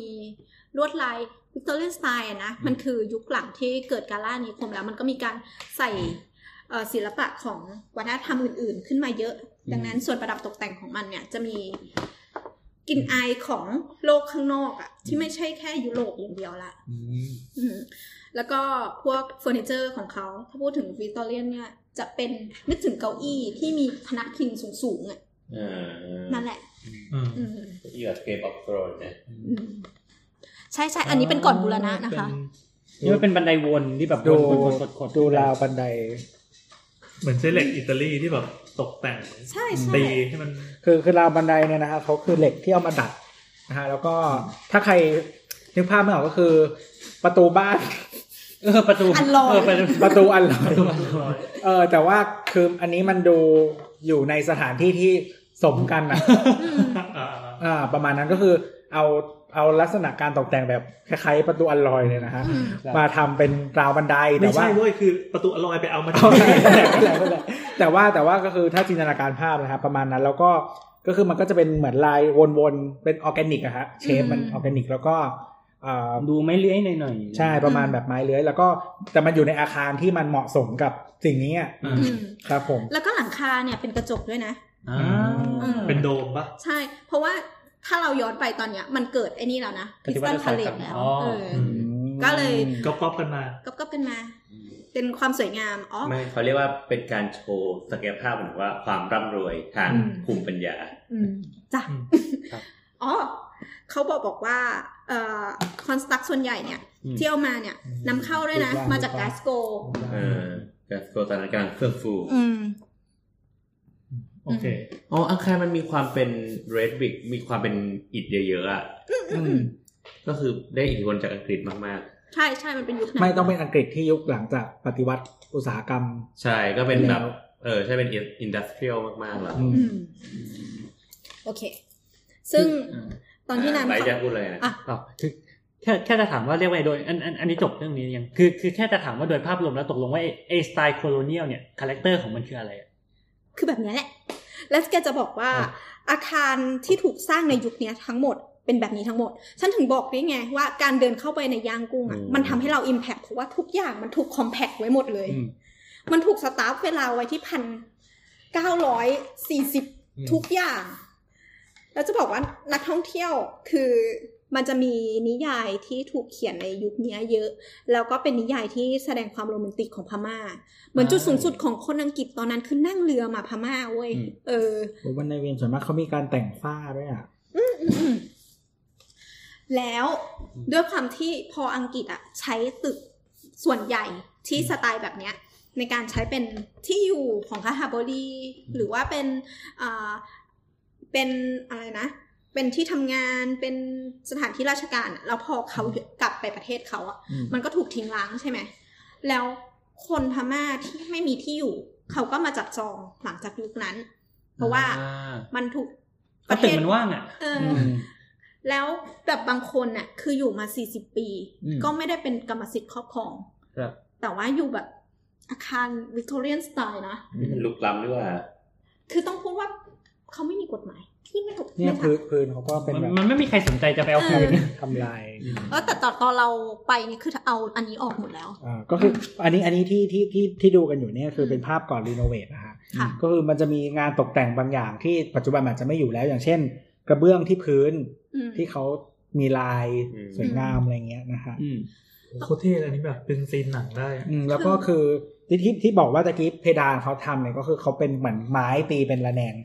F: ลวดลายวิกตอเรียนสไตล์นะมันคือยุคหลังที่เกิดการล่านิคมแล้ว มันก็มีการใส่เอ่อศิลปะของวัฒนธรรมอื่น ๆ ขึ้นมาเยอะ ดังนั้นส่วนประดับตกแต่งของมันเนี่ย จะมีกลิ่นอายของโลกข้างนอกอะที่ไม่ใช่แค่ยุโรปอย่างเดียวละ อืมแล้วก็พวกเฟอร์นิเจอร์ของเขา ถ้าพูดถึงวิกตอเรียนเนี่ย จะเป็นนึกถึงเก้าอี้ที่มีพนักพิงสูงๆอ่ะ
E: เออ
F: นั่นแหละ
C: อืม
F: อืม
E: อีกเกมออฟโรนนะ
F: อืมใช่ใช่อันนี้เป็นก่อนบูรณะนะคะ
I: นี่มันเป็นบันไดวนที่แบบ
D: ดู
I: วนกดกด
D: ๆดูราวบันได
C: เป็นเหมือนใช้เหล็กอิตาลีที่แบบตกแต่ง
F: ใช่ใช่
C: ตีให้มัน
D: คือคือราวบันไดเนี่ยนะฮะเขาคือเหล็กที่เอามาดัดนะฮะแล้วก็ถ้าใครนึกภาพไม่ออกก็คือ ประตูบ้าน
I: เออประตู
F: อันลอย
I: เออประตู
D: ประตูอันลอย
I: ประตูอันลอย
D: เออแต่ว่าคืออันนี้มันดูอยู่ในสถานที่ที่สมกัน อ่ะ
F: อืม
C: อ่า
D: อ่าประมาณนั้นก็คือเอาเอาลักษณะการตกแต่งแบบคล้ายๆประตูอันลอยเลยนะฮะ
F: อืม
I: ครับ
D: มาทำเป็นราวบันได
C: ไม่
D: แต่ว่า
C: ใช่เว้ยคือประตูอลอยไปเอามา
D: เอาไม่ได้ไม่ได้ไม่ได้ แต่ว่าแต่ว่าก็คือถ้าจินตนาการภาพนะครับประมาณนั้นแล้วก็ก็คือมันก็จะเป็นเหมือนลายวนๆเป็นออร์แกนิกอะฮะเชฟมันออร์แกนิกแล้วก็อ่า
I: ดูไม่เลื้อยหน่อยๆ
D: ใช่ประมาณแบบไม้เลื้อยแล้วก็แต่มันอยู่ในอาคารที่มันเหมาะสมกับสิ่งนี้อะ
C: อ่า
F: อืม
D: ครับผม
F: แล้วก็หลังคาเนี่ยเป็นกระจกด้วยนะ
I: อ่า
C: เป็นโดมปะ
F: ใช่ เพราะว่าถ้าเราย้อนไปตอนเนี้ย มันเกิดไอ้นี่แล้วนะพิสตันพาเลตแล้วเอออ
C: ม
F: ก็เลย
C: ก็ก๊อปกันมา
F: ก็ก็เป็นมา เป็นความสวยงามอ๋อ
E: ไม่เขาเรียกว่าเป็นการโชว์ศักยภาพหรือว่าความร่ำรวยทาง
F: อืม
E: ภูมิปัญญา
F: อืมจ้ะ
C: อืม
I: ครับ
F: อ๋อเขาบอกบอกว่าเอ่อคอนสตรักส่วนใหญ่เนี่ย
I: อืม
F: เที่ยวมาเนี่ยนำเข้าด้วยนะ
D: ถูกต้อง
F: มาจากกาสโกล
E: เออกับตัวตอนนั้นกำลังเฟื่องฟู
F: อืม
C: โอเค
E: อ๋ออาคารมันมีความเป็นเรดบิกมีความเป็นอิฐเยอะๆอ่ะ
D: อืม
E: ก็คือได้อิทธิพลจากอังกฤษมาก
F: ใช่ใช่มันเป็นยุคนั้น
D: ไม่ต้องเป็นอังกฤษที่ยุคหลังจากปฏิวัติอุตสาหกรรม
E: ๆ ใช่ก็เป็นแบบ
D: แล้ว
E: เออ ใช่เป็นอินดัสเทรียลมากๆแล้ว
D: อืม
F: อืมโอเค ซึ่งตอนที่นั้น
E: ไปจะพูดเลยนะ
F: อ่ะ
I: อ่ะคือ แค่แค่จะถามว่าเรียกว่าไงโดยอันอันอันนี้จบเรื่องนี้ยังคือคือแค่จะถามว่าโดยภาพรวมแล้วตกลงว่าไอ้ไอสไตล์โคโลเนียลเนี่ยคาแรคเตอร์ของมันคืออะไรอะ
F: คือแบบเนี้ยแหละ แล้วแกจะบอกว่า
I: ครับ
F: อาคารที่ถูกสร้างในยุคเนี้ยทั้งหมดเป็นแบบนี้ทั้งหมด ฉันถึงบอกได้ไงว่าการเดินเข้าไปในย่างกุ้งอ่ะ
E: อืม
F: มันทำให้เราอิมแพคเพราะว่าทุกอย่างมันถูกคอมแพคไว้หมดเลย
I: อืม
F: มันถูกสตาร์ฟเวลาไว้ที่พันเก้าร้อยสี่สิบ
I: อืม
F: ทุกอย่าง แล้วจะบอกว่านักท่องเที่ยวคือมันจะมีนิยายที่ถูกเขียนในยุคเนี้ยเยอะ แล้วก็เป็นนิยายที่แสดงความโรแมนติกของพม่า เหมือนจุดสูงสุดของคนอังกฤษตอนนั้นคือนั่งเรือมาพม่าเว้ย
I: อืม
F: เออ
D: ผมว่าในเวียนส่วนมากเขามีการแต่งฝ้าด้วยอ่ะ
F: แล้วด้วยความที่พออังกฤษอ่ะใช้ตึกส่วนใหญ่ที่สไตล์แบบเนี้ย ในการใช้เป็นที่อยู่ของคาฮาบรีหรือว่าเป็นอ่าเป็นอะไรนะ เป็นที่ทำงานเป็นสถานที่ราชการอะแล้วพอเขากลับไปประเทศเขาอ่ะ
D: อืม
F: มันก็ถูกทิ้งร้างใช่ไหม แล้วคนพม่าที่ไม่มีที่อยู่ เขาก็มาจับจองหลังจากยุคนั้น เพราะว่า
I: อ่
F: มันถูกป
I: ก็
F: ระเท
I: ตึก
F: ศ
I: มันว่างอ่ะ
F: เอออ แล้วแบบบางคนน่ะ คืออยู่มาสี่สิบปี
I: อืม
F: ก็ไม่ได้เป็นกรรมสิทธิ์ครอบครอง
I: ครับ
F: แต่ว่าอยู่แบบอาคารวิกตอเรียนสไตล์นะ
E: มันลุกล้ำด้วยว่า
F: คือต้องพูดว่าเขาไม่มีกฎหมาย ที่ไม่ถูก
D: เนี่ย
F: ไม่ท
D: พื้นพื้นเขาก็เป็น
I: มัน
D: แบบ
I: มันไม่มีใครสนใจจะไปเอาคืน
D: ทำลาย
F: ำเออแต่ตอนตอนเราไปเนี่ยคือเอาอันนี้ออกหมดแล้ว
D: อ่าก็คือ อันนี้อันนี้ที่ที่ที่ที่ดูกันอยู่เนี่ยคือเป็นภาพก่อนรีโนเวทนะฮะ
F: ค่ะ
D: ก็คือมันจะมีงานตกแต่งบางอย่างที่ปัจจุบันอาจจะไม่อยู่แล้วอย่างเช่น กระเบื้องที่พื้น
F: อืม
D: ที่เขามีลายสวยงามอะไรเงี้ยนะฮะ
I: อืม
C: โคตรเท่เลยอันนี้แบบเป็นซีนหนังได้อะ
D: อืมแล้วก็คือที่ที่ที่บอกว่าตะกี้เพดานเขาทำเนี่ยก็คือเขาเป็นเหมือนไม้ตีเป็นระแนง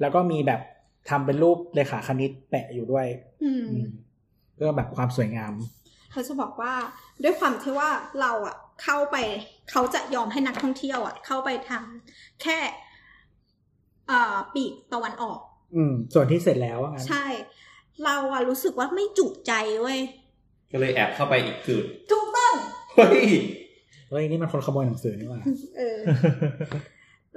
D: แล้วก็มีแบบทำเป็นรูปเลขาคณิตแปะอยู่ด้วย
F: อืม
D: อืมเพื่อแบบความสวยงาม
F: เขาจะบอกว่าด้วยความที่ว่าเราอ่ะเข้าไปเขาจะยอมให้นักท่องเที่ยวอ่ะ เข้าไปทางแค่เอ่อปีกตะวันออก
D: อืมส่วนที่เสร็จแล้วว่างั้น
F: ใช่ เราอะรู้สึกว่าไม่จุใจเว้ย
E: ก็เลยแอบเข้าไปอีกจุด
F: ถูกต้อง
E: เฮ้ย
D: เฮ้ยนี่มันคนขโมยหนังสือนี่หว่า
F: เอ อ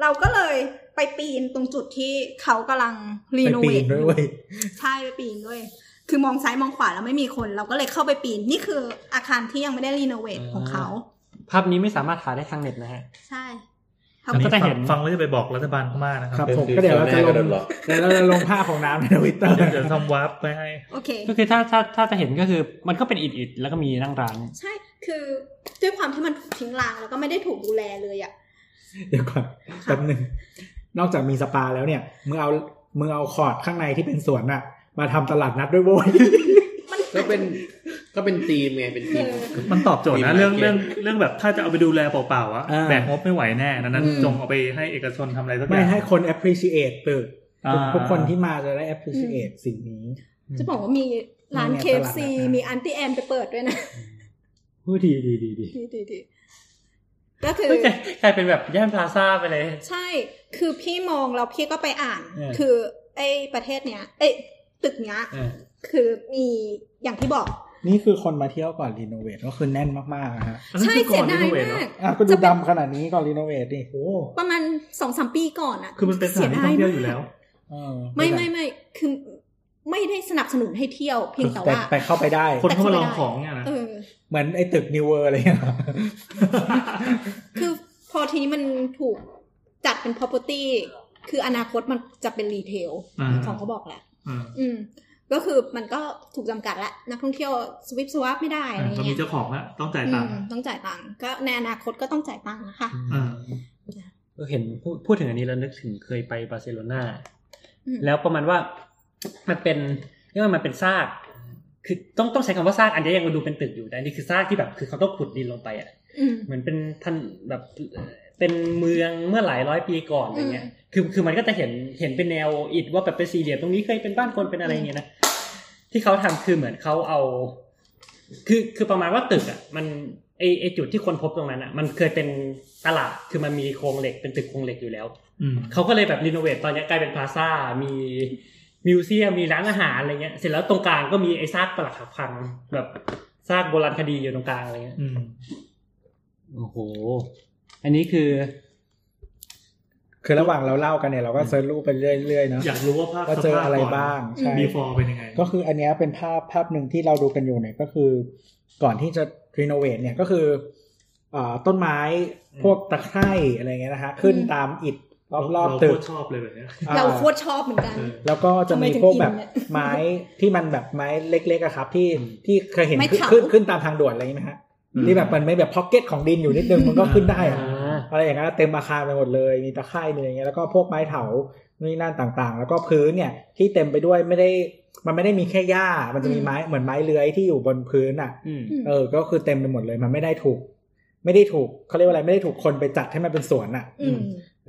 F: เราก็เลยไปปีนตรงจุดที่เขากำลังรี
D: ไป
F: โน
D: ปี
F: เวท
D: นด้วยเว้ย
F: ใช่ไปปีนด้วย คือมองซ้ายมองขวาแล้วไม่มีคน เราก็เลยเข้าไปปีน นี่คืออาคารที่ยังไม่ได้รีโนเวท
I: อ่า
F: ของเขา
I: ภาพนี้ไม่สามารถหาได้ทางเน็ตนะฮะ
F: ใช่
I: อันนี้ ก็จะเห็
C: ฟังแล้วจะไปบอกรัฐบาลพม่านะค
D: ครั
C: รับ
D: ผมก็เดี๋ยวเราจะลง
E: โดนหลอก
D: เดี๋ยวเราจะลงภาพของน้ำในทวิตเตอร์
C: เดี๋ยวจะทำวาร์ปไปให้
F: โอ เค
I: ก็คือถ้าถ้าถ้าจะเห็นก็คือมันก็เป็นอิดอิดๆแล้วก็มีนั่งร้าน
F: ใช่ คือด้วยความที่มันถูกทิ้งร้างแล้วก็ไม่ได้ถูกดูแลเลยอะ
D: เดี๋ยวก่อน
F: ค่ะ
D: แป๊บหนึ่งนอกจากมีสปาแล้วเนี่ยมึงเอามึงเอาคอร์ดข้างในที่เป็นสวนน่ะ มาทำตลาดนัดด้วย โว้ย
F: มัน
E: ก็เป็นก็เป็นทีมไงเป็นทีม
C: มันตอบโจทย์นะ
E: มีมาร์เก็ต
C: เรื่องเรื่องเรื่องแบบถ้าจะเอาไปดูแลเปล่าๆอะ
D: อ่า
C: แบกงบไม่ไหวแน่นั้น
D: อืม
C: จงเอาไปให้เอกชนทำอะไรสักอ
D: ไม่
C: ย่าง
D: ให้คน appreciate ตึก
C: อ่า
D: ทุกคนที่มาจะได้ appreciate สิ่งนี้
F: จะบอกว่ามีร้าน
D: มี
F: เค
D: ต
F: ฟ
D: ลาด
F: ซี
D: นัดนะ
F: มีอันตี้แอนไปเปิดด้วยนะ
D: พูดดีดีดีดี
F: ดีดีดีก็คือ
I: กลายเป็นแบบย่านพลาซ่าไปเลย
F: ใช่ คือพี่มองแล้วพี่ก็ไปอ่าน
I: เออ
F: คือไอ้ประเทศเนี้ย เอ้ยตึกเนี้ย
I: เออ
F: คือมีอย่างที่บอก
D: นี่คือคนมาเที่ยวก่อนรีโนเวทก็คือแน่นมากๆนะฮะ
C: อันนั้น
F: ใช่
C: คือ
F: เสีย
C: ก่อน
F: ดาย
C: รีโนวทหร
F: มา
C: อก
D: อ่ะก็ดูดำขนาดนี้ก่อนรีโนเวทดิ
C: โอ้
F: ประมาณสองสามปีก่อนอะ
C: คือมันเป็นสถานที่ท่องเที่ยวอยู่แล้ว
D: เออ
F: ไม่ไม่ไม่คือไม่ได้สนับสนุนให้เที่ยว เพียงแต่ว่า
D: ไปเข้าไปได้
C: คนเข้ามา
F: แต่
C: ล
F: เข้า
C: อง
F: ไม่ได้
C: ของเนี่ยนะ
F: เออ
D: เหมือนไอ้ตึกนิวเวอร์อะไรอย่างเงี้ย
F: คือพอทีนี้มันถูกจัดเป็น property คืออนาคตมันจะเป็นรีเทล
C: า
F: ของเขาบอกแหละ
C: อ่า
F: อืม ก็คือมันก็ถูกจำกัดละนักท่องเที่ยวสวิปสวัปไม่ได้อะไร
C: เรา
F: เงี้
C: มี
F: ย
C: เจ้าของแล้วต้องจ่ายตังค์
F: อืมต้องจ่ายตังค์ก็ในอนาคตก็ต้องจ่ายตังค์นะคะ
C: อ่า
I: ก็เห็นพูดพูดถึงอันนี้แล้วนึกถึงเคยไปบาร์เซโลนา
F: อืม
I: แล้วประมาณว่ามันเป็นเรียกว่ามันเป็นซาก คือต้องต้องใช้คำว่าซากอันนี้ยังดูเป็นตึกอยู่แต่อันนี่คือซากที่แบบคือเขาต้องขุดดินลงไปอ่ะ
F: อืม
I: เหมือนเป็นท่านแบบเอ่อเป็นเมืองเมื่อหลายร้อยปีก่อนอะไรเงี้ยคือคือมันก็จะเห็นเห็นเป็นแนวอิฐว่าแบบเป็นสี่เหลี่ยมตรงนี้เคยเป็นบ้านคนเป็นอะไรเงี้ยนะที่เขาทำคือเหมือนเขาเอา คือคือประมาณว่าตึกอ่ะ มันไอไอจุดที่คนพบตรงนั้นอ่ะ มันเคยเป็นตลาดคือมันมีโครงเหล็กเป็นตึกโครงเหล็กอยู่แล้ว
C: อืม
I: เขาก็เลยแบบรีโนเวทตอนนี้กลายเป็นพลาซ่า มีมิวเซียม มีร้านอาหารอะไรเงี้ย เสร็จแล้วตรงกลางก็มีไอ้ซากปรักหักพังแบบซากโบราณคดีอยู่ตรงกลางอะไรเงี้ย
C: อืม
I: โอ้โห อันนี้คือ
D: คือระหว่างเราเล่ากันเนี่ยเราก็เซิร์ชรูปไปเรื่อยๆเนาะ
C: อยากรู้ว่าภาพ
D: ว่าเจออะไรบ้างใช่
C: บีฟอร์เป็นยังไง
D: ก็คืออันเนี้ยเป็นภาพภาพหนึ่งที่เราดูกันอยู่เนี่ยก็คือ ก่อนที่จะรีโนเวทเนี่ยก็คืออาต้นไม้พวกตะไคร่อะไรเงี้ยนะฮะขึ้นตามอิฐรอบๆตึ
C: เรา
D: ก
C: โคตชอบเลยแบบเนี้ย
D: อ่า
F: เราโคตรชอบเหมือนกัน
C: เออ
D: แล้วก็จะมีพวกแบบ
F: ทำไมถึงอินเนี่ย
D: ไม้ที่มันแบบไม้เล็กๆอะครับ ที่ที่เคยเห็น
F: ไม้
D: ขึ้น
F: ขาว
D: ขึ้นขึ้นตามทางด่วนอะไรอย่างนี้ไหมฮะที่แบบมันไม่แบบพ็อกเก็ตของดินอยู่นิดนึงมันก็ขึ้นได้อะ
I: อ่า
D: อะไรอย่างเงี้ยเต็มอาคารไปหมดเลยมีตะไคร่มีอะไรเงี้ยแล้วก็พวกไม้เถานี่นั่นต่างๆ แล้วก็พื้นเนี่ยที่เต็มไปด้วยไม่ได้มันไม่ได้มีแค่หญ้ามันจะมีไม้เหมือนไม้เลื้อยที่อยู่บนพื้นอ่ะ เออ ก็คือเต็มไปหมดเลยมันไม่ได้ถูก ไม่ได้ถูกเขาเรียกว่าอะไรไม่ได้ถูกคนไปจัดให้มันเป็นสวนอ่ะ
F: อืม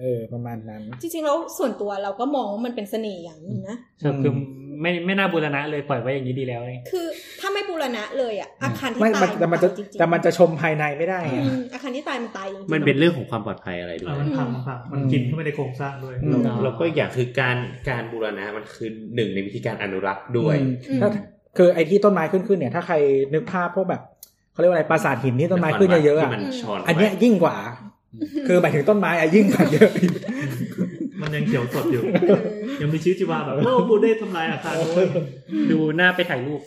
D: เออประมาณนั้น
F: จริงๆแล้วส่วนตัวเราก็มองว่ามันเป็นเสน่ห์อย่างหนึงนะ
I: ครับคือไม่ไม่น่าบูรณะเลยปล่อยไว้อย่างนี้ดีแล้วนี่
F: คือถ้าไม่บูรณะเลยอ่ะอาคารที่
D: ไม่
F: ตา
D: มัน
F: ย
D: แต่มันจะ
F: ตายริงๆ
D: แต่มันจะชมภายในไม่ได้ไง
F: อืมอาคารที่ตายมันตายจริงๆ
K: มันเป็นเรื่องของความปลอดภัยอะไรด้ว
C: อ่ะ
K: ย
C: มันพังมันพังมันกินเข้าไปในโครงสร้างด้วย
D: อืม
K: แล้วก็อีกอย่างคือการการบูรณะมันคือหนึ่งในวิธีการอนุรักษ์ด้วย
D: อืมถ้าคือไอ้ที่ต้นไม้ขึ้นขึ้นๆเนี่ยถ้าใครนึกภาพพวกแบบเขาเรียกว่าอะไรปราสาทหินที่ต้นไม้ขึ้นเยอะๆอะ
K: ที่มันชอน
D: อันเนี้ย
K: ไว้
D: ยิ่งกว่า คือหมายถึงต้นไม้อะยิ่งกว่าเยอะ
C: มันยังเขียวสดอยู่ ยังมีชีวิตชีวาแบบโลกกูได้ทำลายอาคารด้วย
I: ดูหน้าไปถ่ายรูป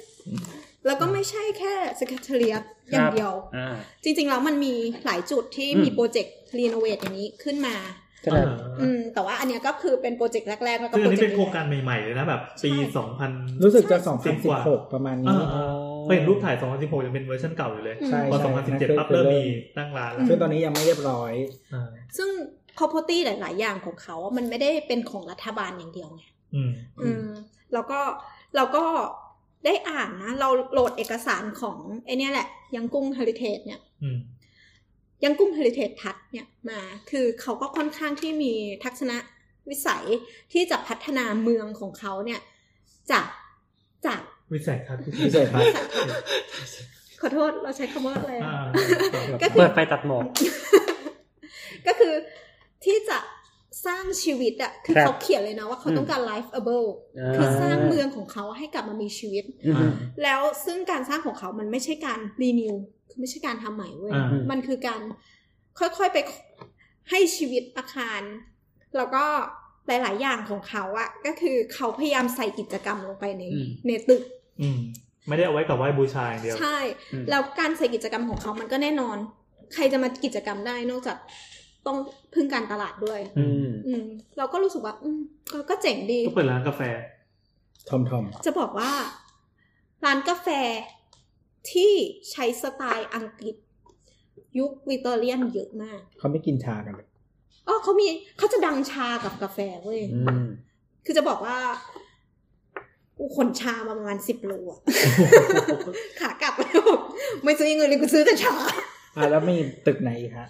F: แล้วก็ไม่ใช่แค่สกเทเรียตอย่างเดียว
I: อ่า
F: จริงๆแล้วมันมีหลายจุดที่
I: อืม
F: มีโปรเจกต์รีโนเวทอย่างนี้ขึ้นมา
D: ใช่ไหม
C: เออ
F: อืม แต่ว่าอันเนี้ยก็คือเป็นโปรเจกต์แรกๆ แล้วก็
C: ซึ่ง
F: โป
C: อั
F: รเจ
C: น
F: กต์
C: นี้เป็นโครงการใหม่ๆเลยนะแบบปี
F: ใช่
C: สองพัน
D: รู้สึกจะ
C: สิบกว่า
D: 2016 ประมาณ
C: เอ
D: นี้
C: อเออเคยเห็นรูปถ่าย 2016 ยังเป็นเวอร์ชันเก่าอยู่เลย
F: อืม
D: ใช่
C: พอ
D: ใช่
C: 2017ปั๊บเริ่มมีตั้งร้านแล้ว
D: ซึ่งตอนนี้ยังไม่เรียบร้อย
C: เออ
F: ซึ่ง property หลาย ๆ อย่างของเขาอะมันไม่ได้เป็นของรัฐบาลอย่างเดียวไง
C: อืม
F: อืม แล้วก็เราก็ได้อ่านนะ เราโหลดเอกสารของไอเนี้ยแหละ ยังกุ้ง heritage เนี่ย
C: อืม
F: ยังกุ้ง heritage ทัศน์เนี่ยมา คือเขาก็ค่อนข้างที่มีทัศนวิสัยที่จะพัฒนาเมืองของเขาเนี่ย จากจาก
C: วิสัยทัศน์ที่
D: วิสัยทัศน์
F: ขอโทษเราใช้คำว่าอะไร
C: อ่า
F: อะ ก็คือ
I: เปิดไฟตัดหมอก
F: ก็คือที่จะสร้างชีวิตอะคือ
I: ครับ
F: เขาเขียนเลยนะว่าเขาต้องการ lifeable คือสร้างเมืองของเขาให้กลับมามีชีวิต
I: อ่า
F: แล้วซึ่งการสร้างของเขามันไม่ใช่การ renew คือไม่ใช่การทำใหม่เว้ย
C: อ่า
F: มันคือการค่อยๆไปให้ชีวิตอาคาร แล้วก็หลายๆอย่างของเขาอะก็คือเขาพยายามใส่กิจกรรมลงไปใน
I: อืม
F: ในตึก
C: อืม ไม่ได้เอาไว้กับไหว้บูชาอย่างเดียว
F: ใช่
I: อืม
F: แล้วการใส่กิจกรรมของเขามันก็แน่นอน ใครจะมากิจกรรมได้นอกจากต้องพึ่งการตลาดด้วย
I: อืม
F: อืม เราก็รู้สึกว่า อืมก็ก็เจ๋งดี
C: ก็เปิดร้านกาแฟ
D: ทอมทอม
F: จะบอกว่า ร้านกาแฟที่ใช้สไตล์อังกฤษ ยุควิกตอเรียนเยอะมาก
D: เขาไม่กินชากันเลย
F: อ๋อเขามีเขาจะดังชากับกาแฟเว้ย
I: อืม
F: คือจะบอกว่ากูขนชามาประมาณสิบโลอะ ขากลับแล้วแบบไม่ซื้ออย่างอื่นเลยกูซื้อแต่ชา
D: อ่ะแล้วมีตึกไหนอีกฮะ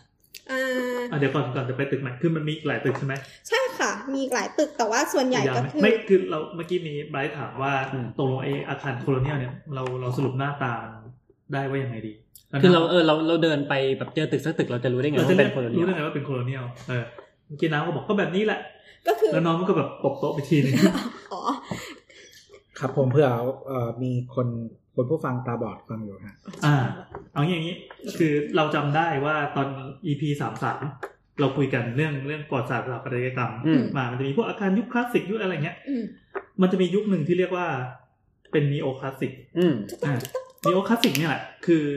F: อ่า
C: อ่ะเดี๋ยวก่อนก่อนจะไปตึกใหม่คือมันมีอีกหลายตึกใช่ไหม
F: ใช่ค่ะ มีอีกหลายตึกแต่ว่าส่วนใหญ่
C: ยาว
F: ก็
C: ไหม
F: คือ
C: ไม่คือเราเมื่อกี้มีไบรท์ถามว่า
I: อืม
C: ตกลงไออาคารโคโลเนียลเนี่ยเราเราสรุปหน้าตาได้ว่ายังไงดี
I: คือเราเออเราเราเดินไปแบบเจอตึกสักตึกเราจะรู้ได้ไง
C: เราจะ
I: ว่า
C: เป็
I: เป็น นคน
C: รู้ได้ไงว่าเป็นโคโลเนียลเออเมื่อกี้น้ำก็บอกก็แบบนี้แหละ
F: ก็คือ
C: แล้วน้องมันก็แบบตบโต๊ะไปทีนึง
F: อ๋อ
D: ครับผมเพื่อเอ่อมีคนคนผู้ฟังตาบอดฟังอยู่ฮะ
C: อ่า เอางี้อย่างนี้ คือเราจำได้ว่าตอน EP สามสามเราคุยกันเรื่องเรื่องประวัติศาสตร์สถาปัตยกรรม
I: อืม
C: มามันจะมีพวกอาคารยุคคลาสสิกยุคอะไรเงี้ย
F: อืม
C: มันจะมียุคหนึ่งที่เรียกว่าเป็นนีโอคลาสสิก
I: อืม
C: นีโอคลาสสิกเนี่ยแหละคือ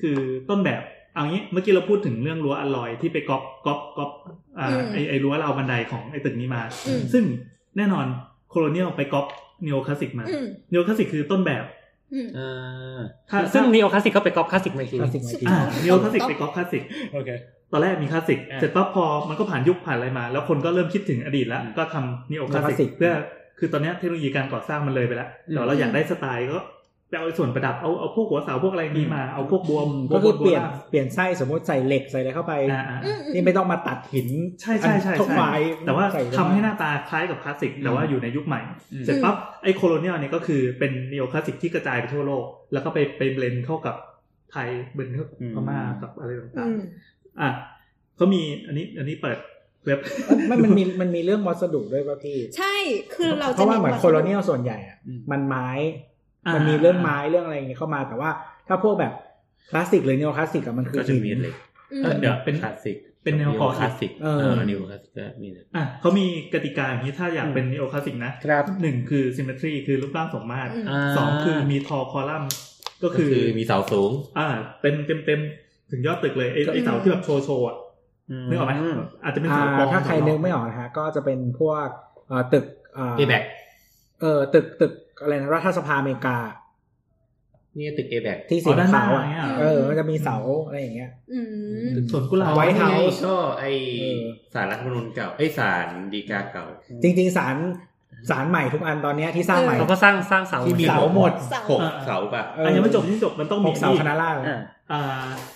C: คือต้นแบบเอางี้เมื่อกี้เราพูดถึงเรื่องรั้วอลลอยที่ไปก๊อปก๊อปก๊อปอ่าไอไอรั้วราวบันไดของไอตึกนี้มา
F: อืม
C: ซึ่งแน่นอนโคโลเนียลไปก๊อปนีโอคลาสสิกมา
F: อืม
C: นีโอคลาสสิกคือต้นแบบ
F: อืม
I: อ่า
C: ถ้า
I: ซึ่ง
C: ถ้า
I: นีโอคลาสสิกก็ไปก๊อปคลาสสิกมาอีกที
D: คลาสสิกไมที
C: อ่านีโอคลาสสิกไปก๊อปคลาสสิก
I: โอเค
C: ตอนแรกมีคลาสสิก
I: อ่า
C: เสร็จปั๊บพอมันก็ผ่านยุคผ่านอะไรมา แล้วคนก็เริ่มคิดถึงอดีตแล้ว
I: อืม
C: ก็ทำนีโอคลาสสิกเพื่อคือตอนเนี้ยเทคโนโลยีการก่อสร้างมันเลยไปแล้วแต่ว่าเรา
I: อืม
C: อยากได้สไตล์ก็ไปเอาไอ้ส่วนประดับเอาเอาพวกหัวเสาพวกอะไรนี้มาเอาพวกบวม
D: ก็คือ
C: บัว
D: เปลี่ยน
C: บัว
D: เปลี่ยนไส้สมมติใส่เหล็กใส่อะไรเข้าไป
C: อ่า
F: อืมอื
D: นี่
F: ม
D: ไม่ต้องมาตัดหิน
C: ๆใช่ใช่ใช่
D: ทุก
C: ใช่
D: ไม้
C: แต่ว่า
D: ส่ลงไป
C: ทำให้หน้าตาคล้ายกับคลาสสิก แต่ว่าอยู่ในยุคใหม่
I: อืม
C: เสร็จปั๊บไอ้โคโลเนียลเนี่ยก็คือเป็นน e โอคลาสสิกที่กระจายไปทั่วโลก แล้วก็ไปไปเบลนด์เข้ากับไทยเบลนด์เข้ากับพม่ากับอะไรต่า
F: อื
C: ง
F: ม
C: ๆ อ่ะเขามีอันนี้อันนี้เปิดเว็บ
D: ไม่มันมีมันมีเรื่องวัสดุด้วยป่ะพี่
F: ใช่คือเรา
D: เพ
F: จะ
D: ราะว่าเหมือน
F: วัส
D: โค
F: ดุ
D: โลเนียลส่วนใหญ่อะ
I: อืม
D: มันไม้
C: อ่ามั
D: มันมีเรื่องไม้เรื่องอะไรอย่างเงี้ยเข้ามา แต่ว่าถ้าพวกแบบคลาสสิกหรือเนโอคลาสสิกอะมันคือ
K: ก็จะมีเหล็ก
F: อืม
C: ก็เดี๋ยวเป็น
K: คลาสสิก
C: เป็นแนว
K: ค
C: Neo
K: ลาสสิก
C: Classic
K: เอ
D: เออ
K: อนิวคลาสสิกก็มีนะ
C: อ่ะเขามีกติกาอย่างนี้ถ้าอยากเป็นโอคลาสสิกนะครับ หนึ่งคือซิมเมทรีคือรูปร่างสมมาตร
F: อืม
I: า
C: สองคือมีทอคอลัมน์ก็
K: ก็
C: คือ
K: คือมีเสาสูง
C: อ่าเต็มเต็มเต็มถึงยอดตึกเลยไอ้ไอ้เสาที่แบบโชว์โชว์อ่ะนึกออกไหมอาจจะเป็น
D: อ่า
C: เสาปลอม
D: ถ้าใครนึกไม่ออกนะฮะก็จะเป็นพวกเอ่อตึกอ่า
K: a อแบก
D: เออตึกตึกอะไรนะรัฐสภาอเมริกา
K: นี่ยตึก a อแบก
D: ที่
C: อ๋
D: สี
C: อด้านหน้า
D: ขาว
C: อ
D: อ่ะ
C: ย่างเงี้ย
D: เออมันจะมีเสาอะไรอย่างเงี้ย
F: อืม
C: สวนกุหลาบ
D: ไว้ White
K: นี่ง
D: House
K: ก็ไอ
D: เออ
K: สารรัฐธรรมนูญเก่าไอยสารดีกาเก่า
D: จริงๆสารสารใหม่ทุกอันตอนเนี้ยที่สร้างใหม่
I: เขาก็สร้างสร้างเสา
K: ที่มี
D: เสาหมด
F: เสา
K: หกเสาป่ะ
D: เออ
C: อั
D: อั
C: นยังไม่จบที่จบมันต้อง
D: ห
C: มี
D: กเสาคณะราษฎร
I: อ่า
C: อ่า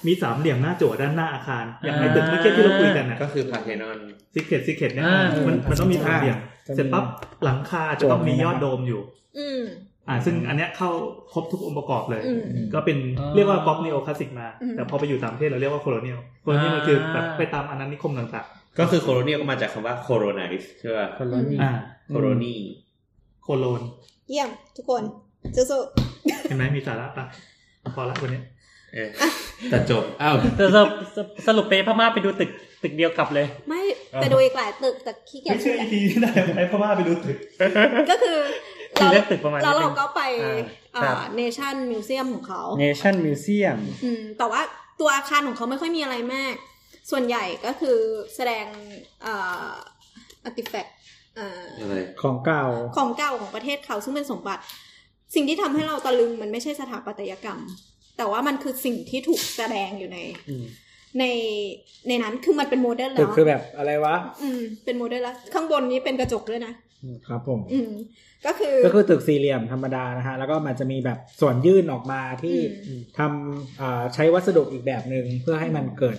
C: มีสามเหลี่ยมหน้าจั่วด้านหน้าอาคาร อย่างใน
I: อ่า
C: ตึกเมื่อกี้ที่เราคุยกันนะ
K: ก็คือพาเทนอน
C: ซิเ r ตซิเ r ตเนี่ย
I: อ่า
C: มันมันต้องมีสามเหลี่ยม
D: จะมี
C: เสร็จปั๊บหลังคาจะต้องมียอดโดมอยู่
F: อืม
C: อ่า ซึ่งอันเนี้ยเข้าครบทุกองค์ประกอบเลย
F: อืม
C: ก็เป็น
I: อ่า
C: เรียกว่าป๊อปน e โอคลาสสิกมา
F: อืม
C: แต่พอไปอยู่ต่างประเทศเราเรียกว่าโคโลเนียลโคโลเนียลมันคือแบบไปตามอาณานิคมต่าง
K: ก็คือโคโลเนียก็มาจากคำว่าโคโรนาิสใช่ป่ะ
I: คนละนี่
C: ๆ อ่า
K: โคโรนี
C: โคโลน
F: เยี่ยมทุกคนสู้
C: เห็นไหมมีสาระปะพอละวันเนี้ย
K: เออแต่จบอ้าว
I: แต่สรุปสรุปไปพม่าไปดูตึกตึกเดียวกลับเลย
F: ๆไม่ แต่ดูอีกหลายตึกแต่ขี้เกียจ
C: ไม่
F: พู
C: ใช่
F: ดละ
C: EP ที่ได้ไอ้พม่าไปดูตึก
F: ก็คือ
I: คือ
F: เรา
I: เลือกตึกประมาณ
F: แล้ว
I: นี้
F: เราก็ไป
I: อ่าครับ
F: เนชั่นมิวเซียมของเขา
I: Nation Museum
F: อืมแต่ว่าตัวอาคารของเขาไม่ค่อยมีอะไรมาก ส่วนใหญ่ก็คือแสดงเอ่ออาร์ติแฟกต์
K: อะไร
D: ของเก่า
F: ของเก่าของประเทศเขาซึ่งเป็นสมบัติ สิ่งที่ทำให้เราตะลึงมันไม่ใช่สถาปัตยกรรม แต่ว่ามันคือสิ่งที่ถูกแสดงอยู่ใน
I: อืม
F: ในในนั้นคือมันเป็นโมเดิร์น
D: ตึ
F: แล้
D: ก
F: ว
D: คือแบบอะไรวะ
F: อืมเป็นโมเดิร์นแล้วข้างบนนี้เป็นกระจกด้วยนะ
D: ครับผม
F: อืมก็คือ
D: ก็คือตึกสี่เหลี่ยมธรรมดานะฮะ แล้วก็มันจะมีแบบส่วนยื่นออกมาที่
F: อืม
D: ทำอ่าใช้วัสดุอีกแบบหนึ่งเพื่อให้มันเกิด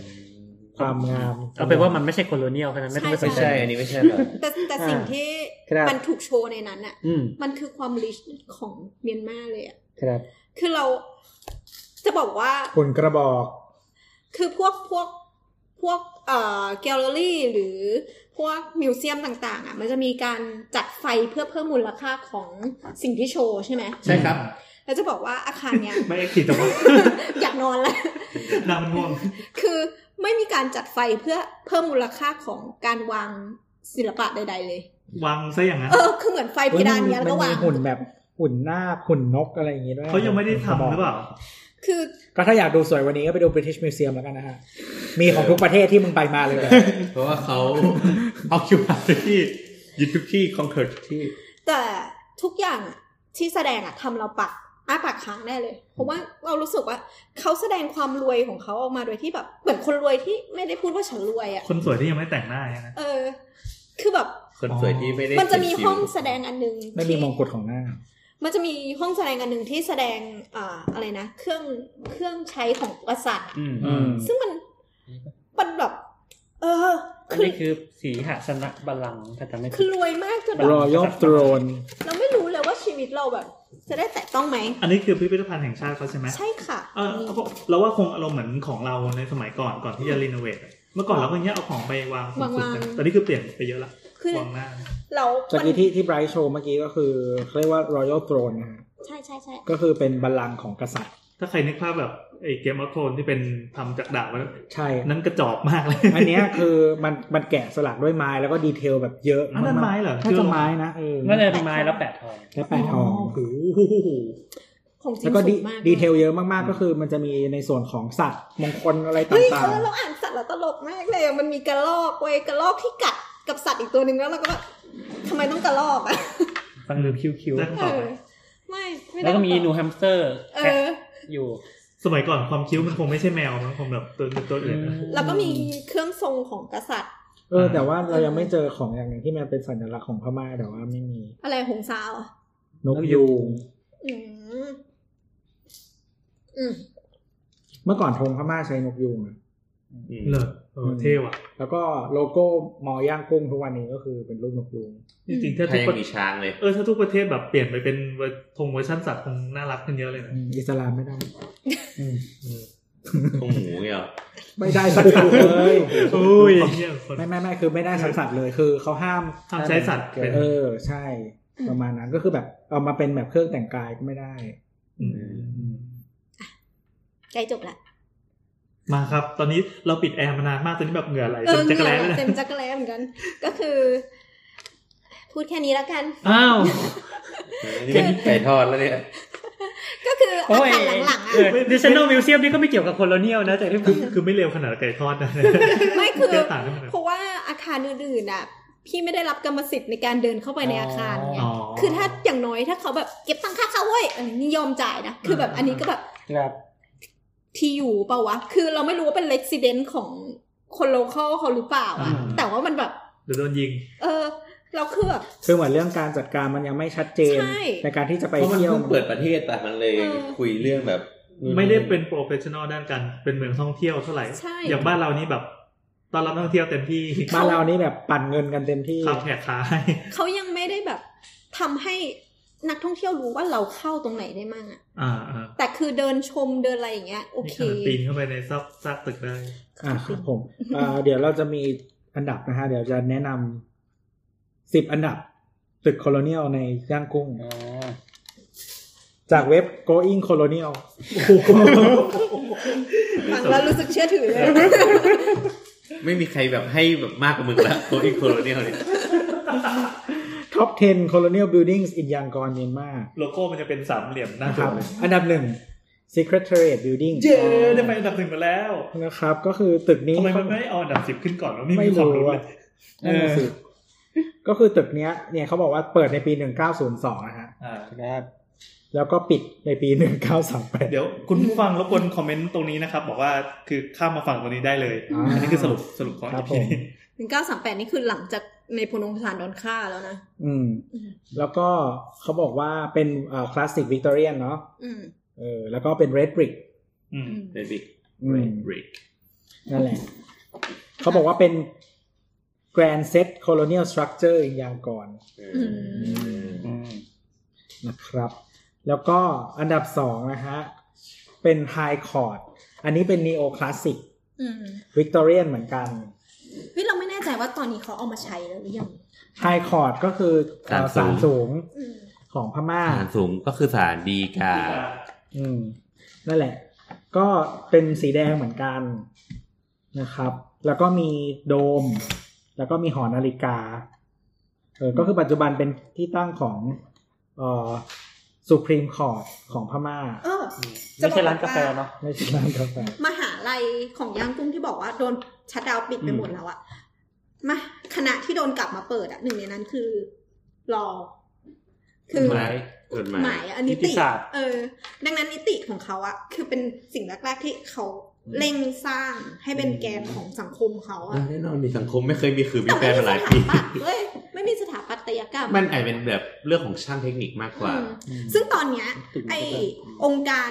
D: ความงาม
I: เอาเป็นว่ามันไม่ใช่โคโลเนียลแค่นั้นไม่ต้องไปสน
K: ไม่
I: ใจ
K: ใช่อันนี้ไม่ใช่หรอ
F: แต่แต่สิ่งที่
D: ครับ
F: มันถูกโชว์ในนั้นอะ
I: อืม
F: มันคือความริชของเมียนมาเลยอะ
D: ครับ
F: คือเราจะบอกว่า
D: หุ่นกระบอก
F: คือพวกพวกพวกเอ่อแกลเลอรี่หรือพวกมิวเซียมต่างๆ อ่ะ มันจะมีการจัดไฟเพื่อเพิ่มมูลค่าของสิ่งที่โชว์ใช่ไหม
K: ใช่ครับ
F: แล้วจะบอกว่าอาคารเนี้ย
C: ไม่เอ็กซ์ติดแต่ว่า
F: อยากนอนแล้ว
C: นางมันง่วง
F: คือไม่มีการจัดไฟเพื่อเพิ่มมูลค่าของการวางศิลปะใด ๆ เลย
C: วางซะอย่างนั้น
F: เออ คือเหมือนไฟเพดานเนี้ยแล้วก็วาง
D: มันมีหุ่นแบบหุ่นหน้าคหุ่นนกอะไรอย่างงี้ด้วย
C: เขายังไม่ได้ทำหรือเปล่า
F: คือ
D: ก็ถ้าอยากดูสวยวันนี้ก็ไปดู British Museum แล้วกันนะฮะ มีของทุกประเทศที่มึงไปมาเลย
K: เพราะว่าเขาเอาคิวอาร์ที่ยึดทุกที่คอนเคิร์ตที่
F: แต่ทุกอย่างอะที่แสดงอะทำเราปากอ้าปากค้างได้เลย เพราะว่าเรารู้สึกว่าเขาแสดงความรวยของเขาออกมาโดยที่แบบเหมือนคนรวยที่ไม่ได้พูดว่าฉันรวยอะ
C: คนสวยที่ยังไม่แต่งหน้าเนี่ยนะ
F: เออ คือแบบ
K: คนสวยที่ไม่ได้
F: มันจะมี
K: คิ้ว
F: ห้องแสดงอันหนึ่ง
D: ไม่มี
F: ที่
D: มงกุฎของหน้า
F: มันจะมีห้องแสดงอันหนึ่งที่แสดงอ่าอะไรนะเครื่องเครื่องใช้ของกษัตริย์อะ
I: อืม
D: อืม
F: ซึ่งมันมันแบบ เออ
I: อัน
F: คือ
I: นี้คือสีหสนะบัลลังก์ถ้าจำไม่
F: คื
I: ผิ
F: อ
I: ด
F: รวยมากจนแบบ
D: Royal Throne
F: เราไม่รู้เลยว่าชีวิตเราแบบ จะได้แตะต้องไหม
C: อันนี้คือพิพิธภัณฑ์แห่งชาติเขาใช่ไหม
F: ใช่ค่ะ
C: เออเราว่าคงอารมณ์เหมือนของเราในสมัยก่อนก่อนที่จะรีโนเวทอะเมื่อก่อนเราก็เงี้ยเอาของไปวางสุดๆกันแต่นี่คือเปลี่ยนไปเยอะละ
F: คือ
C: วางหน้า
F: เรา
D: จากที่ที่ที่ไบรท์โชว์เมื่อกี้ก็คือเขาเรียกว่า Royal Throne นะฮะ
F: ใช่ใช่ใช่
D: ก็คือเป็นบัลลังก์ของกษัตริย์
C: ถ้าใครนึกภาพแบบไอ้เกมออฟโทนที่เป็นทำจากดาบอะ
D: ใช่
C: นั้นกระจอกมากเลย
D: อันเนี้ยคือมันมันแกะสลักด้วยไม้แล้วก็ดีเทลแบบเยอะ
C: อันนั้น
D: ากๆ
C: ไม้เหรอ
D: น่าจะไม้นะเออ
I: นั่นเลยเป็นไม้แล้วแปดทอง
D: แค่แปะทอง
C: โอ้โห
F: ของจริ
D: แล้
F: ง
D: วก็
F: สู
D: ดี
F: งมาก
D: ดีเทลเยอะมากๆ ก็คือมันจะมีในส่วนของสัตว์มงคลอะไรต
F: เฮ้ย่
D: า
F: เองอเราอ่านสัตว์เราตลกมากเลยอะมันมีกระลอกเว้ยกระลอกที่กัดกับสัตว์อีกตัวหนึ่งแล้วเราก็แบบทำไมต้องกระลอกอ่ะ
I: ฟังดูคิ้ว
C: ได้คำ
F: เอ
C: ตอบไห
F: อ
C: ม
F: ไม่ไม่
I: ๆ
F: ได้
I: แล้วก็มี
F: ตอบ
I: นูแฮมสเตอร์
F: เอ
I: แคท
F: อ
I: อยู่
C: สมัยก่อนความคิ้วมันคงไม่ใช่แมวมันคงแบบตัวตัวอื่นนะ
F: แล้วก็มีเครื่องทรงของกษัตริย์
D: เออ แต่ว่าเรายังไม่เจอของอย่างหนึ่งที่มันเป็นสัญลักษณ์ของพม่าแต่ว่าไม่มี
F: อะไรหงสาวอะ
D: นกยูง
F: อืมอืม
D: เมื่อก่อนธงพม่าใช้นกยูงนะ
K: อืม
C: เหรอเออเท่ว่ะ
D: แล้วก็โลโก้มอย่างกุ้งทุกวันนี้ก็คือเป็นรูปนกยูง
C: จริงๆถ้า
K: ไท
C: ทุ
K: ย
C: ก
K: ยั
C: ประ
K: งมีช้างเลย
C: เออถ้าทุกประเทศแบบเปลี่ยนไปเป็นเวอร์ทงเวอร์ชันสัตว์คงน่ารักขึ้นเยอะเลยนะ
D: อืมอิสลามไม่ได้
K: ตรงหมูเนี่ยเหรอ
D: ไม่ได้สักสัตว์เลย
C: อุ้ยเยี่ยมคน
D: ไม่ไม่ไม่คือไม่ได้สักสัตว์เลยคือเขาห้าม
C: ทำใช้สัตว์เป็น
D: เออใช่ ประมาณนั้นก็คือแบบเอามาเป็นแบบเครื่องแต่งกายก็ไม่ได้
C: อืม
F: ใกล้จบละ
C: มาครับ ตอนนี้เราปิดแอร์มานานมากตอนนี้แบบเหงื่อไหล
F: เอ
C: เต็
F: อ
C: ม
F: เห
C: จักร
F: งื่
C: แล้
F: อ
C: เลย
F: เต็ม
C: นะ
F: จักรแล้เหมือนกัน ก็คือ พูดแค่นี้แล้วกัน
C: อ้าว
E: นี่เป็นไก่ทอดแล้วเนี่ย
F: ก็คือ
I: โอ้ย
F: อาการหลังๆอ่ะ
I: ดิชันแนลมิวเซียมนี่ก็ไม่เกี่ยวกับคนโลเนียลนะแต่ที่ผ
C: คือ
I: ม
C: คือไม่เร็วขนาดไก่ทอด นะ
F: ไม่คือ
C: แก้ต่างกันขนาด
F: เพราะว่าอาคารอื่นๆอ่ะ พี่ไม่ได้รับกรรมสิทธิ์ในการเดินเข้าไปในอาคารไง
C: อ๋อ
F: คือถ้าอย่างน้อยถ้าเขาแบบเก็บตังค่าเขาเว้ยเออนี่ยอมจ่ายนะ คือแบบอันนี้ก็แบบ
D: ครับ
F: ที่อยู่เปล่าวะ คือเราไม่รู้ว่าเป็นเลสซิเดนต์ของคนโลเคอลเขาหรือเปล่าอะ
C: อ่า
F: แต่ว่ามันแบบ
C: หรือโดนยิง
F: เออ เราคือแบบ
D: คือเหมือนเรื่องการจัดการมันยังไม่ชัดเจน
F: ใช่
D: ในการที่จะไป
E: เพราะมัน
D: เที่ยว
E: เพิ่งเปิดประเทศแต่มันเลย
F: เออ
E: คุยเรื่องแบบ
C: ไม่ได้เป็นโปรเฟชชั่นอลด้านการเป็นเมืองท่องเที่ยวเท่าไหร่
F: ใช่
C: อย่างบ้านเรานี่แบบตอนรับนักท่องเที่ยวเต็ม ที่
D: บ้านเรานี่แบบปั่นเงินกันเต็มที่
C: ขับแขกขาให้
F: เขายังไม่ได้แบบทำให้นักท่องเที่ยวรู้ว่าเราเข้าตรงไหนได้มั่งอะ
C: อ่าอ่า
F: แต่คือเดินชมเดินอะไรอย่างเงี้ย โอ
C: นี่
F: เค
C: ขนาดปีนเข้าไปในซอกซากตึกได้
D: อ่าครับผมเอ่อเดี๋ยวเราจะมีอันดับนะฮะ เดี๋ยวจะแนะนำสิบอันดับตึกโคโลเนียลในย่างกุ้ง จากเว็บ going colonial
F: ฟังแล้วรู้สึกเชื่อถือเลย
E: ไม่มีใครแบบให้แบบมากกว่ามึ งละโคอีโคโลเนียลเนี่ย
D: top 10 colonial buildings in Yangon Myanmar
C: โลโก้มันจะเป็นสามเหลี่ยมหน้า
D: นะค
C: ตึ
D: รับ
C: กเลย
D: อันดับหนึ่ง secretariat building
C: เย้ได้ไปอันดับหนึ่งมาแล้ว
D: นะครับ ก็คือตึกนี้
C: ทำไมมันไม่เอาอันดับสิบขึ้นก่อนวะไม่
D: ไม่
C: มีความ
D: รู้
C: รู้เล
D: อะ
C: ย
D: นั่นน่ะสิก็คือตึกเนี้ย เนี่ยเขาบอกว่าเปิดในปี 1902 นะฮะ
C: อ่า
D: แล้วก็ปิดในปี 1938
C: เดี๋ยวคุณผู้ฟังรบกวนคอมเมนต์ตรงนี้นะครับ บอกว่าคือข้ามมาฝั่งตรงนี้ได้เลย
D: อ่า
C: อันนี้คือสรุปสรุปของ
D: ครับ
C: พี่
D: ผม
F: หนึ่งเก้าสามแปดนี่คือหลังจากในพลองศาลโดนฆ่าแล้วนะ
D: อืม
F: อืม
D: แล้วก็เขาบอกว่าเป็นคลาสสิกวิกตอเรียนเนาะ
F: อืม
D: เออ แล้วก็เป็นเรดบริก
C: อืม
F: อืม
E: เบบิก
D: อืม
E: บริก
D: นั่นแหละ เขาบอกว่าเป็น Grand Set Colonial Structure อีกอย่างก่อน
F: อืม
D: นะครับ แล้วก็อันดับสองนะฮะ เป็น High Court อันนี้เป็น Neo Classic
F: อืม
D: Victorian เหมือนกัน
F: เฮ้ยเราไม่แน่ใจว่าตอนนี้เขาเอามาใช้แล้วหรือยัง
D: High Court ก็คือเอ่อศาลสูง
F: อืม
D: ของพม่า
E: ศาลสูงก็คือศาลดีกา
D: อืม นั่นแหละ ก็เป็นสีแดงเหมือนกันนะครับ แล้วก็มีโดม แล้วก็มีหอนาฬิกา เออ ก็คือปัจจุบันเป็นที่ตั้งของเอ่อสุพรีมคอร์ทของพม่า
F: เออ
I: ไม่ใช่ร้านกาแฟเนาะ
D: ไม่ใช่ร้านกาแฟ
F: มหาลัยของย่างกุ้งที่บอกว่าโดนชัดดาวน์ปิดไปหมดแล้วอะมาคณะที่โดนกลับมาเปิดอะหนึ่งในนั้นคือรอ คื
E: ก
F: อ
E: ฎหมายกฎหมาย
F: หมายอันนิ
I: นิติ
F: ติ
I: ศาสตร์
F: เออ ดังนั้นนิติของเขาอะคือเป็นสิ่งแรกๆที่เขาเร่งสร้างให้เป็นแกนของสังคมเขา
E: เอ
F: อะ
E: อแน่นอนมีสังคมไม่เคยมีคือมี
F: แต่ไม่
E: แฟน
F: มี
E: มาห
F: ส
E: ลาย
F: ถา
E: ปี
F: ปัตย์เว้ยไม่มีสถาปัตยกรรม
E: มันอาจเป็นแบบเรื่องของช่างเทคนิคมากกว่า
F: อืมซึ่งตอนเนี้ย ไอองค์การ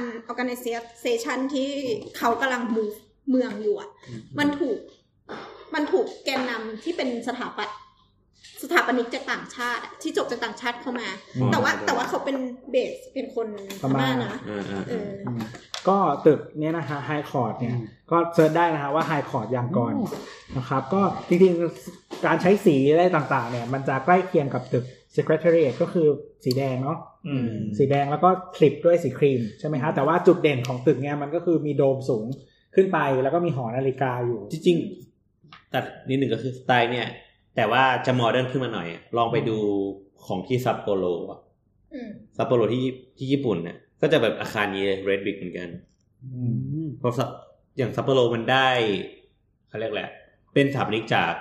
F: organization ที่เขากำลังมูเมืองอยู่อ่ะ มันถูก มันถูกแกนนำที่เป็นสถาปัตย์สถาปนิกจากต่างชาติอะที่จบจากต่างชาติเข้ามา
E: อืม
F: แต่ว่าแต่ว่าเขาเป็นเบสเป็นคนพม่านะ
E: เออเออ
F: เอ
E: เออ
F: อ
D: อืมก็ตึกเนี้ยนะฮะไฮคอร์ดเนี่ย ก็เซิร์ชได้นะฮะว่าไฮคอร์ดยางกรนะครับ ก็จริงๆ การใช้สีอะไรต่างๆ เนี่ย มันจะใกล้เคียงกับตึก Secretariat ก็คือสีแดงเนาะ
C: อืม
D: สีแดงแล้วก็คลิปด้วยสีครีมใช่ไหมฮะแต่ว่าจุดเด่นของตึกเนี่ยมันก็คือมีโดมสูงขึ้นไปแล้วก็มีหอนาฬิกาอยู่
E: จริงๆตัดนิดหนึ่งก็คือสไตล์เนี่ย แต่ว่าจะโมเดิร์นขึ้นมาหน่อย ลองไปดูของที่ซัปโปโรอะ
F: อืม
E: ซัปโปโรที่ที่ญี่ปุ่นเนี่ยก็จะแบบอาคารนี้เรดบิกเหมือนกัน เพราะซัปอย่างซัปโปโรมันได้เขาเรียกแหละไรเป็นสถาปนิกจาก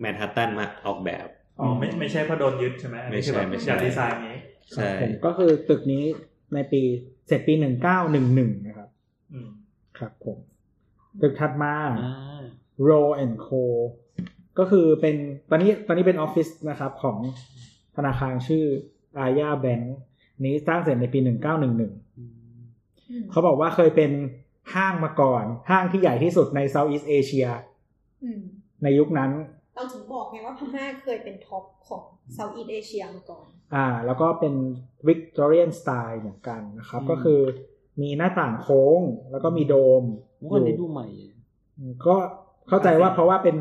E: แมนฮัตตันมาออกแบบ
C: อ๋อไม่ไม่ใช่เพราะโดนยึดใช่ไหมอันนี้คือแบบ
E: ไม่ใช่
C: จาก
E: ไม่ใช่
C: ดีไซน์นี้
E: ใช่
D: ผมก็คือตึกนี้ในปีเสร็จปีหนึ่งเก้าหนึ่งหนึ่งนะครับ
C: อืม
D: ครับผม ตึกถัดมา Row and Co ก็คือเป็นตอนนี้ตอนนี้เป็นออฟฟิศนะครับของธนาคารชื่ออาญาแบงค์นี้สร้างเสร็จในปีหนึ่งเก้าหนึ่งหนึ่ง
F: อืม
D: เขาบอกว่าเคยเป็นห้างมาก่อน ห้างที่ใหญ่ที่สุดในเซาท์อีสเอเชีย
F: อืม
D: ในยุคนั้น
F: เราถึงบอกไงว่าพม่าเคยเป็นท็อปของเซาท์อีสเอเชียมาก่อน
D: อ่า แล้วก็เป็นวิกตอเรียนสไตล์เหมือนกันนะครับ ก็คือมีหน้าต่างโค้ง แล้วก็มีโดม
I: ว่าในดูใหม่
D: อืมก็เข้าใจว่าเพราะว่าเป็น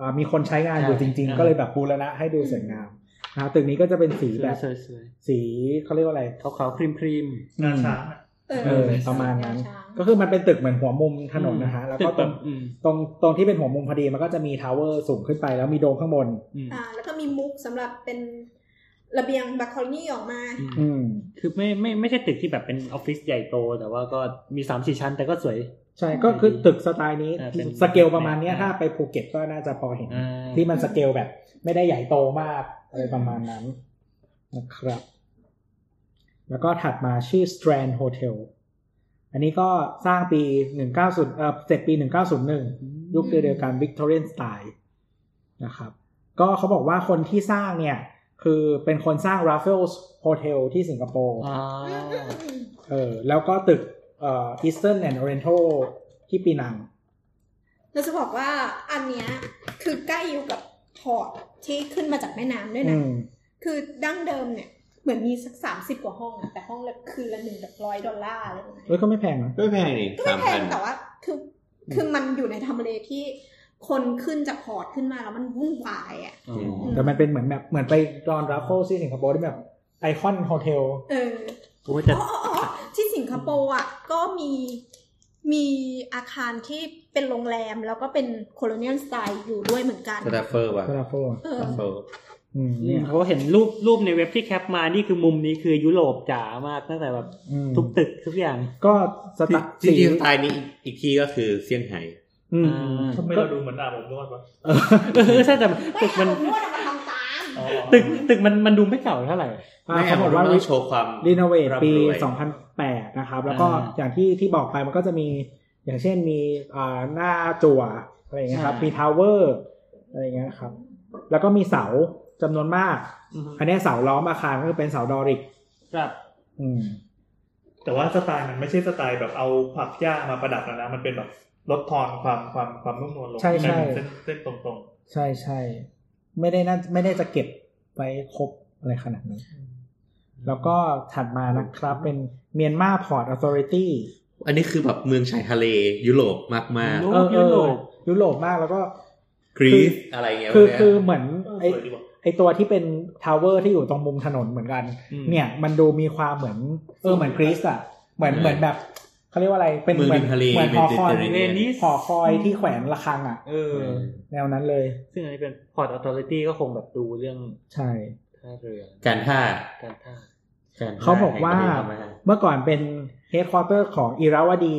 D: อ่ามีคนใช้งานอยู่
I: ใช่
D: จริง
I: อ่า
D: ๆ ก็เลยแบบบูรณะให้ดูสวยงามนะตึกนี้ก็จะเป็นสีแบบ
I: สวยๆ
D: สีเขาเรียกว่าอะไร
I: ๆขาวๆครีม
C: งานช้างอะ
F: เออ
D: เออประมาณนั้น
F: ช้าง
D: ก็คือมันเป็นตึกเหมือนหัวมุมถนนนะคะ แล้วก็ต
C: ตึ
D: รง
C: บบอืม
D: ตรงตรงที่เป็นหัวมุมพอดีมันก็จะมีทาวเวอร์สูงขึ้นไปแล้วมีโดมข้างบน
C: อืม
F: อ่าแล้วก็มีมุกสำหรับเป็นระเบียงบัคคอนี่ออกมา
D: อืม
I: คือไม่ไม่ไม่ใช่ตึกที่แบบเป็นออฟฟิศใหญ่โต แต่ว่าก็มีสามสี่ชั้นแต่ก็สวย
D: ใช่ก็คือตึกสไตล์นี้
I: อ่าเป็น
D: สเกลประมาณเนี้ย
I: อ่า
D: ถ้าไปภูเก็ตก็น่าจะพอเห็น
I: อ่า
D: ที่มันสเกลแบบ ไม่ได้ใหญ่โตมากอะไรประมาณนั้นนะครับ แล้วก็ถัดมาชื่อ Strand Hotel อันนี้ก็สร้างปี 190เอ่อเสร็จปี 1901 ยุคเดียวกัน Victorian Style นะครับ ก็เขาบอกว่าคนที่สร้างเนี่ย คือเป็นคนสร้าง Raffles Hotel ที่สิงคโปร์
I: อ่า
D: เออแล้วก็ตึกเอ่อ Eastern and Oriental ที่ปีนัง
F: เราจะบอกว่าอันเนี้ยคือใกล้อยู่กับพอร์ตที่ขึ้นมาจากแม่น้ำด้วย
D: อื
F: นะ
D: ม
F: คือดั้งเดิมเนี่ย เหมือนมีสักสามสิบกว่าห้องอะแต่ห้องละคืนละหนึ่งร้อยดอลลาร์อะไรประมาณ
D: เฮ้ย
F: เนี้ย
D: ก็ไม่แพงนะ
E: ไม่แพงนี่
F: ก็ไม่
E: สาม
F: แพ
E: พัน
F: งแต่ว่าคือคือมันอยู่ในทำเลที่คนขึ้นจากพอร์ตขึ้นมาแล้วมันวุ่นวายอะ
I: อ๋อ
F: อืม
D: แต่มันเป็นเหมือนแบบเหมือนไปดอนรัฟเฟิลที่สิงคโปร์ได้แบบไอคอนโฮเทล
F: เออ
I: โอ้ยแต่
F: อ๋ออ๋ออ๋อที่สิงคโปร์อ่ะก็มีมีอาคารที่เป็นโรงแรมแล้วก็เป็นโคโลเนียลสไตล์อยู่ด้วยเหมือนกัน
E: สตาฟเฟอร์ว่ะ
D: รัฟเฟิล
F: เอ
E: ส
F: อ
E: ตาฟเฟอร์
D: อืมเนี่ย
I: เขาเห็นรูปรูปในเว็บที่แคปมานี่คือมุมนี้คือยุโรปจ๋ามากตั้งแต่แบบ
D: อืม
I: ทุกตึกทุกอย่าง
D: ก็ส
E: ที่
D: ตาร์ท
E: ที่ที่สไตล์นี้อีกอีกที่ก็คือเซี่ยงไฮ้
D: อืม
I: อ่า
C: ทำไมเราดูเหมือนอาบอบนวดวะ
D: เออ
I: เออใช่แต่
F: ไม่
I: ตึก
F: เอา
I: มัน
F: ผมนวดเอามาทำตาม
C: อ๋อ
I: ตึกตึกมันมันดูไม่เก่าเท่าไหร่
D: อ่า
E: ไม่
D: เขาบอกว่า
E: เอต้องโชว์ความ
D: รีโนเวทปี
E: ร่ำรวย
D: 2008 นะครับ แล้วก็
I: อ่า
D: อย่างที่ที่บอกไปมันก็จะมีอย่างเช่นมีอ่าหน้าจั่วอะไรอย่างเงี้ยครับ
I: ใช่
D: มีทาวเวอร์อะไรอย่างเงี้ยครับ แล้วก็มีเสาจำนวนมาก อันเนี้ยเสาล้อมอาคารก็คือเป็นเสาดอริก
I: ครับ
D: อืม
C: แต่ว่าสไตล์มันไม่ใช่สไตล์แบบเอาผักหญ้ามาประดับแล้วนะ มันเป็นแบบลดทอนความความความนุ่มนวลลง
D: ใช่ใช่
C: เป็นเส้นเส้นตรง
D: ใช่ใช่ไม่ได้น่าไม่ได้จะเก็บไว้ครบอะไรขนาดนั้น แล้วก็ถัดมานะครับเป็นเมียนมาพอร์ตออเ o อริตี้
E: อันนี้คือแบบเมืองชายทะเลยุโรปมากมาก
I: โอ้
D: เออเอ
I: ยุโร
D: อ
I: ป
D: ยุโรปมากแล้วก็
E: กรีซ
D: คือ
E: อะไรเงี้ย
D: คือ
E: พวกเนี้ย
D: คือเหมือน
C: ๆเอ
D: ไอ
C: อสวยดีว่ะ
D: ไอตัวที่เป็นทาวเวอร์ที่อยู่ตรงมุมถนนเหมือนกัน
C: อืม
D: เนี่ยมันดูมีความเหมือน เออเหมือนกรีซอ่ะ เหมือนเหมือนแบบเขาเรียกว่าอะไรเป็น
E: เมือง
D: เหมื
E: ริ
D: น
E: มทะเล
D: เหมือน
E: เม
D: หอ
E: ดิ
D: คอ
E: เต
D: ย
E: อร์เรเนียน
I: เวนิส
D: หอคอยที่แขวนระฆังอ่ะ
I: เออ
D: แนวนั้นเลย
I: ซึ่งอันนี้เป็นพอร์ตออทอริตี้ก็คงแบบดูเรื่อง
D: ใช่
I: ท่าเรือ
E: การท่า
I: การท่า
E: การท่
D: เขาบอกว่า
E: แห่งประเทศพม่
D: เมื่อก่อนเป็นเฮดค q อ a เตอร์ของอิราวดี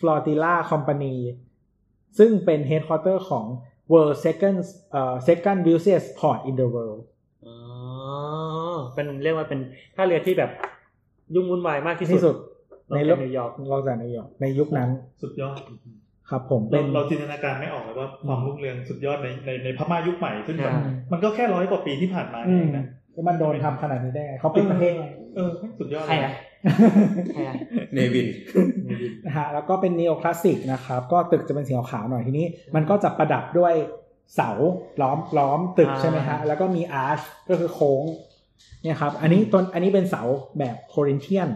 D: ฟลอติล่าคอมพานีซึ่งเป็นเฮดค q อ a เตอร์ของ World Second เอ่อ Second busiest port in the world
I: อ๋อ เป็นเรียกว่าเป็นท่าเรือที่แบบยุ่งวุ่นวายมากที่
D: ที่สุดใน
I: ใน
D: โล
I: โล
D: ก
I: ก
D: นิว
I: นิวย ย
D: อ
I: อ
D: ร์
I: ร์
D: ก
I: ก
D: นอกจากนิวยอร์กในยุคนั้น
C: สุดยอด
D: ครับผม
C: เรา
D: เป็น
C: เราจินตนาการไม่ออกเลยว่าความรุ่งเรืองสุดยอดในในในพม่ายุคใหม่ซึ่งมัน
I: อ่า
C: มันก็แค่ร้อยกว่าปีที่ผ่านมา
D: อื
C: เอ
D: ม
C: งนะ
D: แล้วมันโดนทำขนาดนี้ได้ไงเขาปิดประเทศไง
C: เออแม่งสุดยอด
I: ใครอ่ะใครอ่ะ
E: เนวิน
D: นะฮะแล้วก็เป็นนีโอคลาสสิกนะครับ ก็ตึกจะเป็นสีขาวๆหน่อยทีนี้ มันก็จะประดับด้วยเสาล้อมล้อมตึก
I: อ่า
D: ใช่ไหมฮะ แล้วก็มีอาร์ชก็คือโค้งเนี่ยครับ อันนี้ต้นอันนี้เป็นเสาแบบโครินเทียน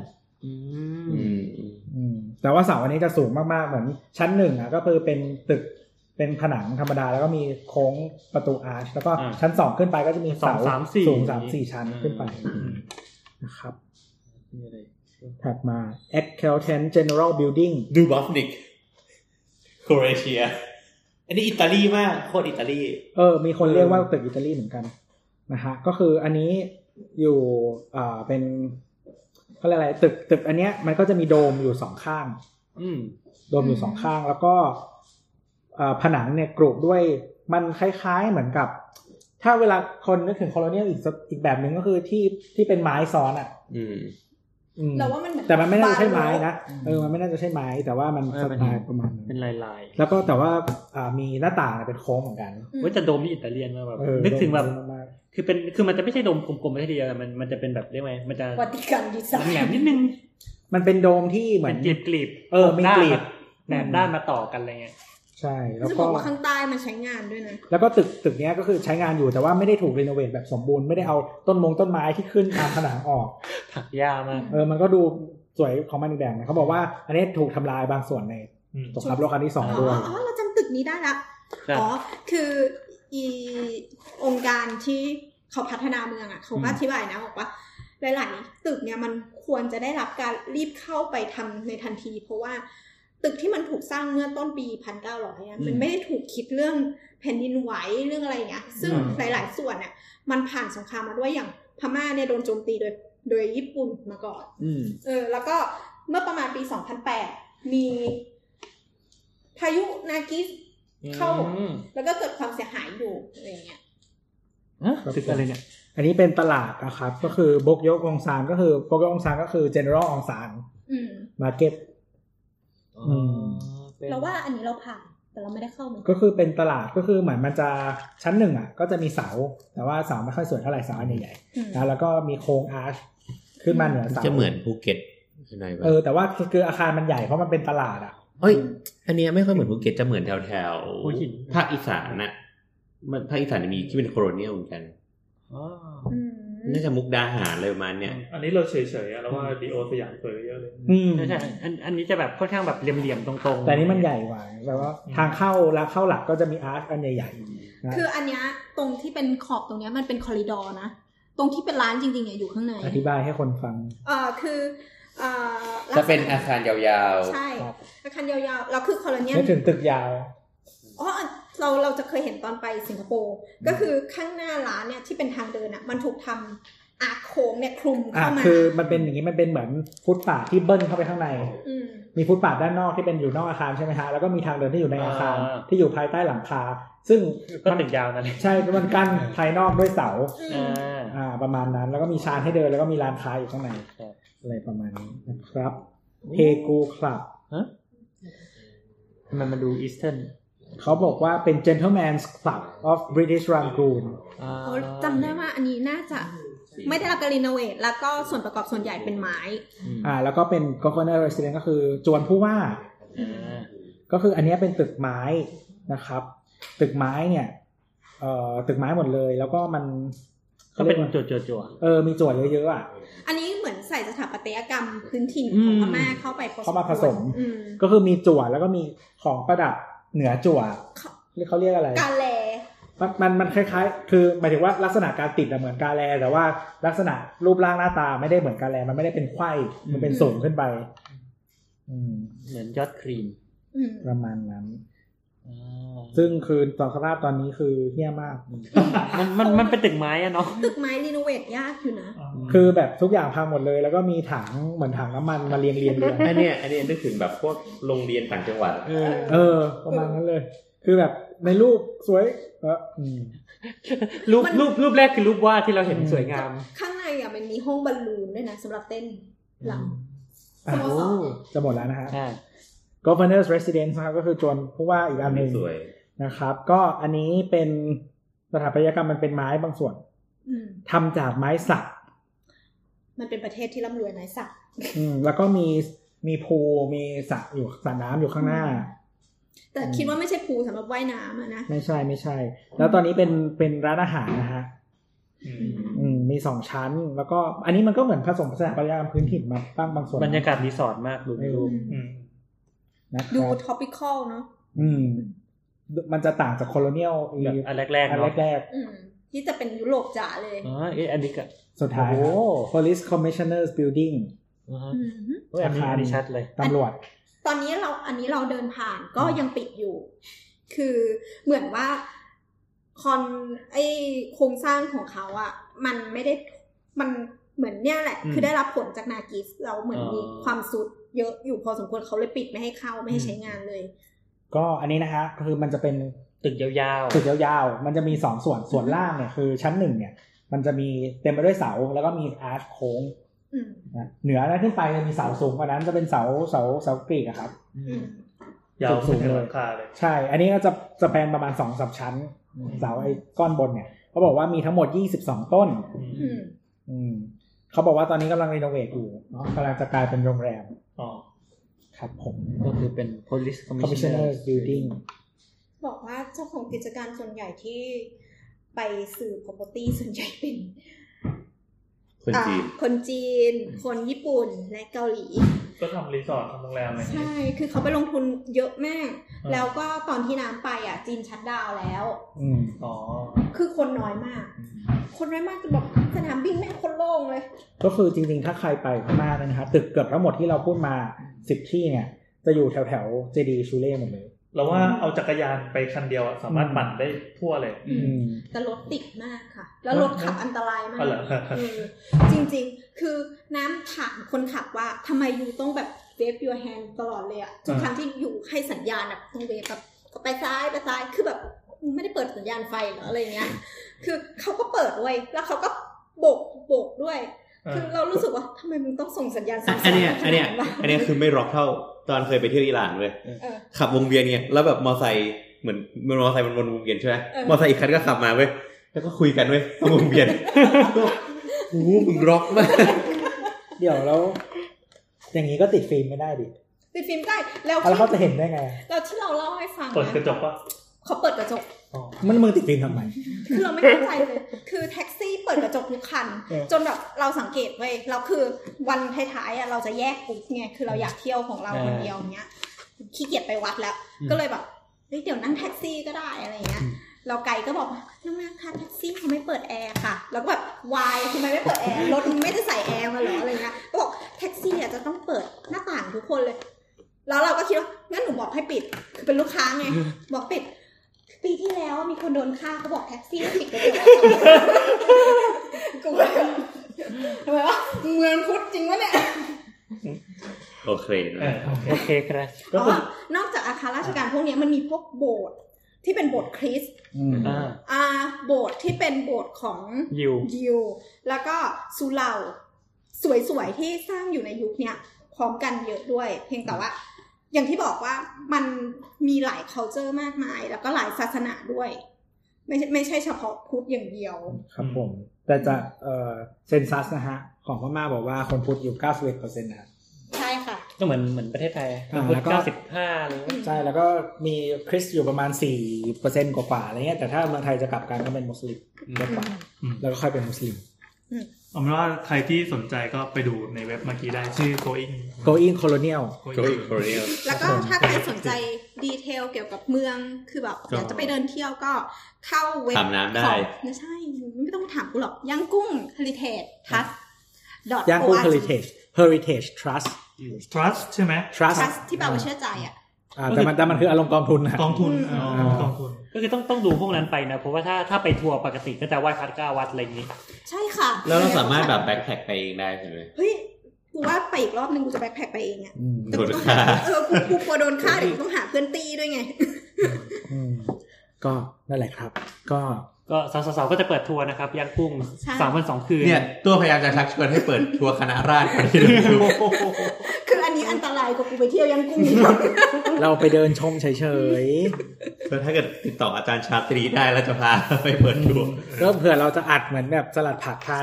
I: อืม
E: อืม
D: อืมแต่ว่าเสาอันนี้จะสูงมากๆ เหมือนชั้นหนึ่งอ่ะก็คือเป็นตึกเป็นผนังธรรมดา แล้วก็มีโค้งประตูอาร์ชแล้วก็
I: อ่า
D: ชั้นสองขึ้นไปก็จะมีเสา
I: สองสามสี่
D: สูงสามสี่ชั้นขึ้นไป
I: อืม
D: นะครับ
I: มีอะไร
D: ถัดมา a c c o u t a n t General Building
E: ดูบอฟนิกโครเอเชีย อันนี้อิตาลีมาก โคตรอิตาลี
D: เออ มีคนเรียกว่าตึกอิตาลีเหมือนกันนะฮะ ก็คืออันนี้อยู่อ่าเป็นเขาเรียกอะไรตึกตึกอันเนี้ยมันก็จะมีโดมอยู่สองข้าง
I: อืม
D: โดมอยู่สองข้าง แล้วก็อ่าผนังเนี่ยกรูปด้วยมันคล้ายๆเหมือนกับ ถ้าเวลาคนนึกถึงโคโลเนียลอีกสักอีกแบบหนึ่งก็คือที่ที่เป็นไม้ซ้อนอ่ะ
E: อืม
D: อืม
F: เราว่ามันเหมือน
D: แต่มันไม่น่าจะใช่ไม้นะ
I: อืม
D: เออมันไม่น่าจะใช่ไม้ แต่ว่ามัน
I: เอ
D: ส
I: อมัน
D: ไตล์ประมาณนั้
I: เป็น
D: น
I: ลายลาย
D: แล้วก็แต่ว่าอ่ามีหน้าต่างเป็นโค้งเหมือนกัน
F: อืม
I: ว่าจะโดมนี่อิตาเลียนมากแบบ
D: เออ
I: นึกถึงแบบ
D: โดมมากๆ
I: คือเป็นคือมันจะไม่ใช่โดมกลมๆไม่ใช่เดียวแต่มันมันจะเป็นแบบเรียกว่าไงมันจะ
F: วัติกันดีไซ
I: แหลม
F: น์
I: ๆนิดนึง
D: มันเป็นโดมที่เหมื
I: เป็
D: อน
I: นกลีบกลีบ
D: เออมีกลีบ
I: แหลมด้านมาต่อกันอะไรเงี้ย
D: ใช่แล้ว
F: จะบ
D: ก็
F: อกว่าข้างใต้มันใช้งานด้วยนะ
D: แล้วก็ตึกตึกเนี้ยก็คือใช้งานอยู่แต่ว่าไม่ได้ถูกรีโนเวทแบบสมบูรณ์ไม่ได้เอาต้นมงต้นไม้ที่ขึ้นตามผนังออก
I: ถักยามาก
D: เออมันก็ดูสวยของมันอีกแบบนะเขาบอกว่า อันนี้ถูกทำลายบางส่วนใน
C: อืม
D: สงครามโลกครั้งที่สอง
F: อ๋อ
D: ด้วย
F: อ๋อเราจำตึกนี้ได้ละ
I: ครับ
F: อ๋อ คืออีองค์การที่เขาพัฒนาเมืองอ่ะ เขาก็อธิบายนะบอกว่า หลายๆตึกเนี่ยมันควรจะได้รับการรีบเข้าไปทำในทันที เพราะว่าตึกที่มันถูกสร้างเมื่อต้นปี 1900เนี่ยมันไม่ได้ถูกคิดเรื่องแผ่นดินไหวเรื่องอะไรอย่างเงี้ย ซึ่ง
I: อืม
F: หลาย ๆ ส่วนเนี่ยมันผ่านสงครามมาด้วยอย่างพม่าเนี่ยโดนโจมตีโดยโดยญี่ปุ่นมาก่อน
I: อืม
F: เออแล้วก็เมื่อประมาณปี 2008 มีพายุนากิสเข้า แล้วก็เกิดความเสียหายอยู่อะไรอย่างเงี้ย
D: ครับ
L: ตึกอะไรเนี่ย
D: อันนี้เป็นตลาดนะครับ ก็คือบกยกองซานก็คือบกยกองซานก็คือ general องซาน
F: อืม
D: มาเก็ต อืม
L: เป็น
F: เราว่าอันนี้เราผ่าน แต่เราไม่ได้เข้ามัน
D: ก็คือเป็นตลาดก็คือเหมือนมันจะชั้นหนึ่งอ่ะ ก็จะมีเสา แต่ว่าเสาไม่ค่อยสวยเท่าไหร่เสาอันใหญ่
F: อืม
D: ๆนะแล้วก็มีโครงอาร์ชขึ้นมาเหนือเสา
E: จะเหมือนภูเก็ตหน่อยปะ
D: เออแต่ว่าคืออาคารมันใหญ่เพราะมันเป็นตลาดอ่ะ
E: เอ้ย อันเนี้ยไม่ค่อยเหมือนภูเก็ตจะเหมือนแถวแถวๆ
L: หัวหิน
E: ภาคอีสานน่ะมันภาคอีสานจะมีที่เป็นโคโรเนียลเหมือนกัน
L: อ๋อ
F: อืม
E: น่าจะมุกดาหารเลยประมาณเนี้ย
C: อันนี้เราเฉยๆอะเราว่าดีโอสยามสวยกว่าเยอะเลย
D: อืม
I: ใช่ใช่อันอันนี้จะแบบค่อนข้างแบบเหลี่ยมๆตรงๆ
D: แต่อันนี้มันใหญ่กว่าแบบว่าทางเข้าและเข้าหลักก็จะมีอาร์ชอันใหญ่ๆนะ
F: คืออันเนี้ยตรงที่เป็นขอบตรงเนี้ยมันเป็นคอริดอร์นะ ตรงที่เป็นร้านจริงๆเนี่ยอยู่ข้างใน
D: อธิบายให้คนฟัง
F: เออคือเออ
M: จะเป็นอาคารยาว
F: ใช่
D: ครับ
F: อาคารยาวๆเราคือคอลเนีย
D: ไม่ถึงตึกยาว
F: อ๋อเราเราจะเคยเห็นตอนไปสิงคโปร์ก็คือข้างหน้าร้านเนี่ยที่เป็นทางเดินอ่ะ มันถูกทำอาร์คโค้งเนี่ยคลุม
D: อ่ะ
F: เข้ามา
D: คือมันเป็นอย่างนี้มันเป็นเหมือนฟุตปาทที่เบิ้ลเข้าไปข้างใน
F: ม
D: มีฟุตปาทด้านนอกที่เป็นอยู่นอกอาคารใช่ไหมฮะแล้วก็มีทางเดินที่อยู่ในอาคาร
I: อ่า
D: ที่อยู่ภายใต้หลังคา ซึ่ง
I: ก็
D: มัน
I: ตึกยาวนั่นแหละ
D: ใช่มันกั้นภายนอกด้วยเสา
F: อื
I: อ่
F: มา
D: อ่าประมาณนั้น แล้วก็มีชานให้เดินแล้วก็มีร้านค้าอยู่ข้างใน
I: ครับ
D: อะไรประมาณนี้นะครับเฮกูคลับ
I: ทำไมันมันดูอีสเทิร์น
D: เขาบอกว่าเป็น gentleman's club of British Rangoon
I: อ่า
F: เขาจำได้ว่าอันนี้น่าจะไม่ได้รับการรีโนเวทแล้วก็ส่วนประกอบส่วนใหญ่เป็นไม้
D: อ่าแล้วก็เป็น governor resident ก็คือจวนผู้ว่า
I: อ่า
D: ก็คืออันเนี้ยเป็นตึกไม้นะครับ ตึกไม้เนี่ยเอ่อตึกไม้หมดเลย แล้วก็มัน
I: ก็เป็น
D: ขารียว่า
I: จั่วจั่วจั่ว
D: เออมีจั่วเยอะๆอ่ะ
F: อันนี้เหมือนใส่สถาปัตยกรรมพื้นถิ่นของพม่าเข้าไป
D: เข้ามาผสม
F: อืม
D: ก็คือมีจั่วแล้วก็มีของประดับเหนือจั่ว
F: เขา
D: เรียกเขาเรียกอะไร
F: การแล
D: มันมันมันคล้ายๆ คือหมายถึงว่าลักษณะการติดอะเหมือนกาแลแต่ว่าลักษณะรูปร่างหน้าตาไม่ได้เหมือนกาแลมันไม่ได้เป็นไขว้มันเป็นสูงขึ้นไป อืม
I: เหมือนยอดครีม
F: อืม
D: ประมาณนั้น
I: อ่า
D: ซึ่งคือตอนสภาพตอนนี้คือเฮี้ยมาก
I: มันมันมันเป็นตึกไม้อะเนาะ
F: ตึกไม้รีโนเวทยากอยู่นะ
D: คือแบบทุกอย่างพังหมดเลย แล้วก็มีถังเหมือนถังน้ำมันมาเรียงเรียงเรียง
E: อันเนี้ยอันเนี้ยนึกถึงแบบพวกโรงเรียนต่างจังหวัด
D: เออ ประมาณนั้นเลย คือแบบในรูปสวยเอออืม
I: รูป
F: มัน
I: รูปรูปแรกคือรูปวาดที่เราเห็น
D: อืม
I: สวยงาม
F: ข้างในอ่ะมันมีห้องบอลลูนด้วยนะสำหรับเต้นลำ
D: อ่ะ
F: สโมสร
D: โอ้จะหมดแล้วนะฮะ
I: อ่า
D: Governor's Residence นะครับก็คือจวนผู้ว่าอีกอันหนึ่ง
E: สวย
D: นะครับ ก็อันนี้เป็นสถาปัตยกรรมมันเป็นไม้บางส่วน
F: อืม
D: ทำจากไม้สัก
F: มันเป็นประเทศที่ร่ำรวยนายสัก
D: อืมแล้วก็มีมีพูลมีสระอยู่สระน้ำอยู่ข้างหน้า
F: แต่คิดว่าไม่ใช่ภูสำหรับว่ายน้ำอะนะ
D: ไม่ใช่ไม่ใช่ แล้วตอนนี้เป็นเป็นร้านอาหารนะฮะ อืมมีสองชั้น แล้วก็อันนี้มันก็เหมือนผสมผสานปริยามพื้นถิ่นมาบ้างบางส่วน
I: บรรยากาศรีสอร์ทมากรูป
D: ไม่
I: รู
D: รู้
I: ป
C: อืม
D: นะค
F: ดู
D: รับ
F: topical เนอะ
D: อืม มันจะต่างจากโคโลเนียลอี
I: แบบอันแรกๆ
D: อัน
I: เนาะ
D: แรก
F: อืม ที่จะเป็นยุโรปจ๋าเลย
I: อ๋อเอ๊ะอันนี้ก็
D: ๆสุดท้าย
I: โอ้โห
D: police commissioners building
I: อ่าฮะ
F: อืม
I: เฮ้ยอันนี้อันนี้ชัดเลย
D: ตำรวจ
F: ตอนนี้เราอันนี้เราเดินผ่านก็ยังปิดอยู่ คือเหมือนว่าคอนไอโครงสร้างของเขาอะมันไม่ได้มันเหมือนเนี่ยแหละ
I: อืม
F: คือได้รับผลจากนากิสเราเหมือน
I: อ๋อ
F: มีความสุดเยอะอยู่พอสมควรเขาเลยปิดไม่ให้เข้าไม่ให้ใช้งานเลย
D: ก็อันนี้นะฮะคือมันจะเป็น
I: ตึกยาว
D: ตึกยาวๆ มันจะมีสองส่วนส่วนล่างเนี่ยคือชั้นหนึ่งเนี่ย มันจะมีเต็มไปด้วยเสาแล้วก็มีอาร์ชโค้ง
F: อืม
D: นะเหนือนั้นขึ้นไปจะมีเสาสูงกว่านั้นจะเป็นเสาเสาเสากรีกอะครับ
F: อืม
C: ยาวสูงหลังคาเลย
D: ใช่ อันนี้ก็จะจะแปลนประมาณสองสามชั้น เสาไอ้ก้อนบนเนี่ยเขาบอกว่ามีทั้งหมดยี่สิบสองต้น
F: อืม
D: อืมเขาบอกว่าตอนนี้กำลังรีโนเวทอยู่เนาะกำลังจะกลายเป็นโรงแรม
C: อ๋อ
D: ครับผม
I: ๆ ก็คือเป็น police commissioner
D: Commissioner Building
F: บอกว่าเจ้าของกิจการส่วนใหญ่ที่ไปสื่อ property ส่วนใหญ่เป็น
E: คนจีน
F: อ่าคนจีน คนญี่ปุ่นและเกาหลี
C: ก็ทำรีสอร์ททำโรงแรมอะไรอย่างเงี้ย
F: ใช่ คือเขาไปลงทุนเยอะมาก
C: อ่า
F: แล้วก็ตอนที่น้ำไปอ่ะ จีนชัดดาวน์แล้ว
D: อืม
C: อ๋อ
F: คือคนน้อยมาก คนน้อยมากจนแบบ สนามบินแม่งคนโล่งเลย
D: ก็คือจริงๆ ถ้าใครไปพม่าเนยนะฮะตึกเกือบทั้งหมดที่เราพูดมาสิบที่เนี่ย จะอยู่แถวแถวเจดีชูเล่หมดเลย
C: เราว่าเอาจักรยานไปคันเดียวอะสามารถปั่นได้ทั่วเลย
F: อืม แต่รถติดมากค่ะ แล้วรถขับอันตรายมาก
C: อ๋อเหร อ
F: เออจริงๆ คือน้ำถามคนขับว่าทำไมอยู่ต้องแบบเวฟ your hand ตลอดเลยอะทุกครั้งที่อยู่ให้สัญญาณแบบต้องเวฟแบบไปซ้ายไปซ้ายคือแบบไม่ได้เปิดสัญญาณไฟเหรออะไรเงี้ย คือเขาก็เปิดเว้ยแล้วเขาก็โบกโบกด้วย คือเรารู้สึกว่าทำไมมึงต้องส่งสัญญาณ
E: อั
F: สื่
E: น
F: สาร
E: อันเนี้ยอันเนี้ย
F: ขาดวะ
E: อันเนี้ยคือไม่ร็อกเท่าตอนเคยไปเที่ยวอิหร่านเว้ย
F: เออ
E: ขับวงเวียนเนี่ยแล้วแบบมอไซค์เหมือนมันมอไซค์มันวนวงเวียนใช่ไหม
F: เออ
E: มอไซค์อีกคันก็ขับมาเว้ยแล้วก็คุยกันเว้ยตรงวงเวียน ก็โอ้โหมึงร็อกมาก
D: เดี๋ยวแล้ว อย่างนี้ก็ติดฟิล์มไม่ได้ดิ
F: ติดฟิล์มได้แล้ว
D: แล้วเขาจะเห็นได้ไง
F: เราที่เราเล่าให้ฟัง
C: เปิดก
F: นะ
C: ระจกว่า
F: เขาเปิดกระจก
D: มันมึงติดฟิล์มทำไม
F: คือเราไม่เข้าใจเลย คือแท็กซี่เปิดกระจกทุกคัน
D: เออ
F: จนแบบเราสังเกตเว้ยเราคือวันท้ายๆอ่ะเราจะแยกกรุ๊ปไง คือเราอยากเที่ยวของเราคนเดียวอย่างเงี้ย ขี้เกียจไปวัดแล้ว ก็เลยแบบเฮ้ยเดี๋ยวนั่งแท็กซี่ก็ได้อะไรเงี้ย เราไกลก็บอกว่าน้องแม่คะแท็กซี่เขาไม่เปิดแอร์ค่ะ แล้วก็แบบวายทำไมไม่เปิดแอร์ รถมึงไม่ได้ใส่แอร์มาเหรออะไรเงี้ย ก็บอกแท็กซี่อ่ะจะต้องเปิดหน้าต่างทุกคนเลย แล้วเราก็คิดว่างั้นหนูบอกให้ปิด คือเป็นลูกค้าไง บอกปิด ปีที่แล้วมีคนโดนฆ่าเขาบอกแท็กซี่ผิดกฎหมายกูแบบทำไมวะเมืองพุทธจริงวะเนี่ย
E: โอเค
C: เออ
I: โอเคครับ
F: อ๋อนอกจากอาคารราชการพวกเนี้ยมันมีพวกโบสถ์ที่เป็นโบสถ์คริสต์
I: อ่า
F: อ่าโบสถ์ที่เป็นโบสถ์ของ
I: ยิว
F: ยิว แล้วก็สุเหร่าสวยๆที่สร้างอยู่ในยุคเนี้ยพร้อมกันเยอะด้วย เพียงแต่ว่า อย่างที่บอกว่ามันมีหลาย culture มากมาย แล้วก็หลายศาสนาด้วย ไม่ใช่ไม่ใช่เฉพาะพุทธอย่างเดียว
D: ครับผม แต่จะเออเซนซัสนะฮะ ของพม่าบอกว่าคนพุทธอยู่ 91เปอร์เซ็นต์นะ
F: ใช่ค่ะ
I: ก็เหมือนเหมือนประเทศไทย
D: อ่าแล้วก็
I: เก้าสิบห้าอะไรเงี้ย
D: ใช่ แล้วก็มีคริสต์อยู่ประมาณ 4เปอร์เซ็นต์กว่าๆอะไรเงี้ย แต่ถ้าเมืองไทยจะกลับกันก็เป็นมุสลิมมากกว่า
C: อืม
D: แล้วก็ค่อยเป็นมุสลิม
C: เอาเป็นว่าใครที่สนใจก็ไปดูในเว็บเมื่อกี้ได้ชื่อ going
D: going colonial
E: ก็อีกคนนี้
F: แล้วก็ถ้าใครสนใจดีเทลเกี่ยวกับเมืองคือแบบอยากจะไปเดินเที่ยวก็เข้าเว็บ
E: ถามน้ำได้
F: ของไม่ใช่ ไม่ต้องถามกูหรอกย่างกุ้ง heritage trust
D: ย่างกุ้ง heritage heritage trust
C: trust ใช่ไหม
D: trust
F: trust ที่แปลว่าเชื่อใจอ่ะ
D: อ่าแต่มันแต่มันคืออารมณ์กองทุนนะ
C: กองทุน
F: อืม
C: อ๋อ
D: อ่า
C: กองทุน
I: ก็คือต้องต้องดูพวกนั้นไปนะ เพราะว่าถ้าถ้าไปทัวร์ปกติก็จะไหว้พระเก้าวัดอะไรอย่างนี้
F: ใช่ค่ะ
E: แล้วเราสามารถแบบแบ็คแพ็คไปเองได้ใช่ไหม
F: เฮ้ยกูว่าไปอีกรอบนึงกูจะแบ็คแพคไปเองอ่ะ
D: อืม
F: แต่กูต้องหาเออกูกูกลัวโดนฆ่าเดี๋ยวกูต้องหาเพื่อนตีด้วยไง
D: อืมก็นั่นแหละครับ ก็
I: ก็สาวๆก็จะเปิดทัวร์นะครับย่างกุ้ง
F: ใช่
I: สามวันสองคืน
E: เนี่ย ตัวพยายามจะชักชวนให้เปิดทัวร์คณะราษฎรคนที่ดู
F: คืออันนี้อันตรายกว่ากูไปเที่ยวย่างกุ้งอีกรอบ
D: เราไปเดินชมเฉย
E: แล้วถ้าเกิดติดต่ออาจารย์ชาตรีได้แล้วจะพาไปเปิดทัวร์
D: ๆแล้วเผื่อเราจะอัดเหมือนแบบสลัดผักพา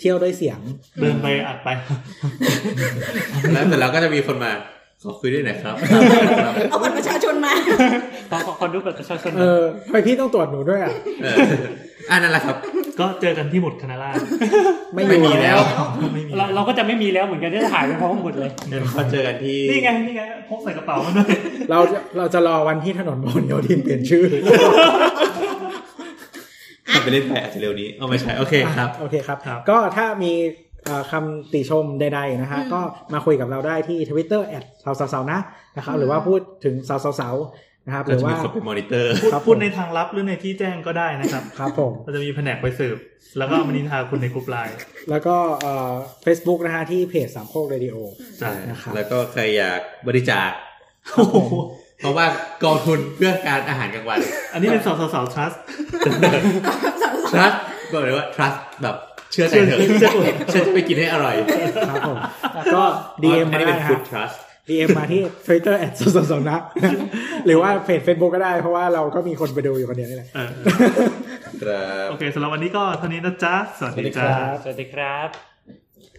D: เที่ยวด้วยเสียง
C: เดินไปอัดไป
E: แล้วเสร็จแล้วก็จะมีคนมาขอคุยด้วยหน่อยครับ
F: เอาบัตรประชาชนมา
I: ขอขอขอดูบัตรประชาชน
D: เออทำไมพี่ต้องตรวจหนูด้วยอ่ะ
E: เอออันนั่นแหละครับ
C: ก็เจอกันที่หมุดคณะราษฎร
D: ไม่
E: ไม่
D: อยู่
E: มีแล้ว
C: ไม่มี
I: เราเราก็จะไม่มีแล้วเหมือนกันที่จะหายไปพร้อมกันหมดเลย
E: เดี๋ยวเราเจอกันที่
C: นี่ไงนี่ไงพกใส่กระเป๋ามาด้วย
D: เราจะเราจะรอวันที่ถนนพหลโยธินเปลี่ยนชื่อ
E: ขับไปเล่นแพอาจจะเร็วนี้เอาไม่ใช่โอเคครับ
D: โอเคครับ ก็ถ้ามีเอ่อคำติชมใดๆนะฮะ
F: อืม
D: ก็มาคุยกับเราได้ที่ Twitter แอดสาวๆนะนะครับ หรือว่าพูดถึงสาวๆนะครับ ห
E: เรา
D: รือ
E: จะมี
D: ว่า
E: คนไปมอนิเตอร์
D: ครับ
C: พูดในทางลับหรือในที่แจ้งก็ได้นะครับ
D: ครับผม
C: เราจะมีแผนกไปสืบ แล้วก็เอามานินทาคุณในกลุ่มไลน์
D: แล้วก็เอ่อ Facebook นะฮะที่เพจสามโคกเรดิโอ
C: ใช่
D: นะครับ
E: แล้วก็ใครอยากบริจาคเพราะว่ากองทุนเพื่อการอาหารกลางวัน
C: อันนี้เป็นสาวสาวสาวทัส
E: trust บอกเลยว่า trust แบบเชื่อใจเถอะ
C: เชื่อเถอะ
E: ฉันจะไปกินให้อร่อย
D: ครับผม ก็ DM
E: อัน
D: มา
E: นี้
D: ได้
E: เป็น
D: นะฮะ
E: food trust
D: DM มาที่ Twitter แอดสาวๆนะ หรือว่าเพจ Facebook ก็ได้เพราะว่าเราก็มีคนไปดูอยู่คนเดียวนี่แหละ
C: เออ
E: ครับ
C: โอเคสำหรับวันนี้ก็เท่านี้นะจ๊ะ สวัสดี
E: สวัสดีครั
C: จ้า
E: บ
I: สวัสดีครับ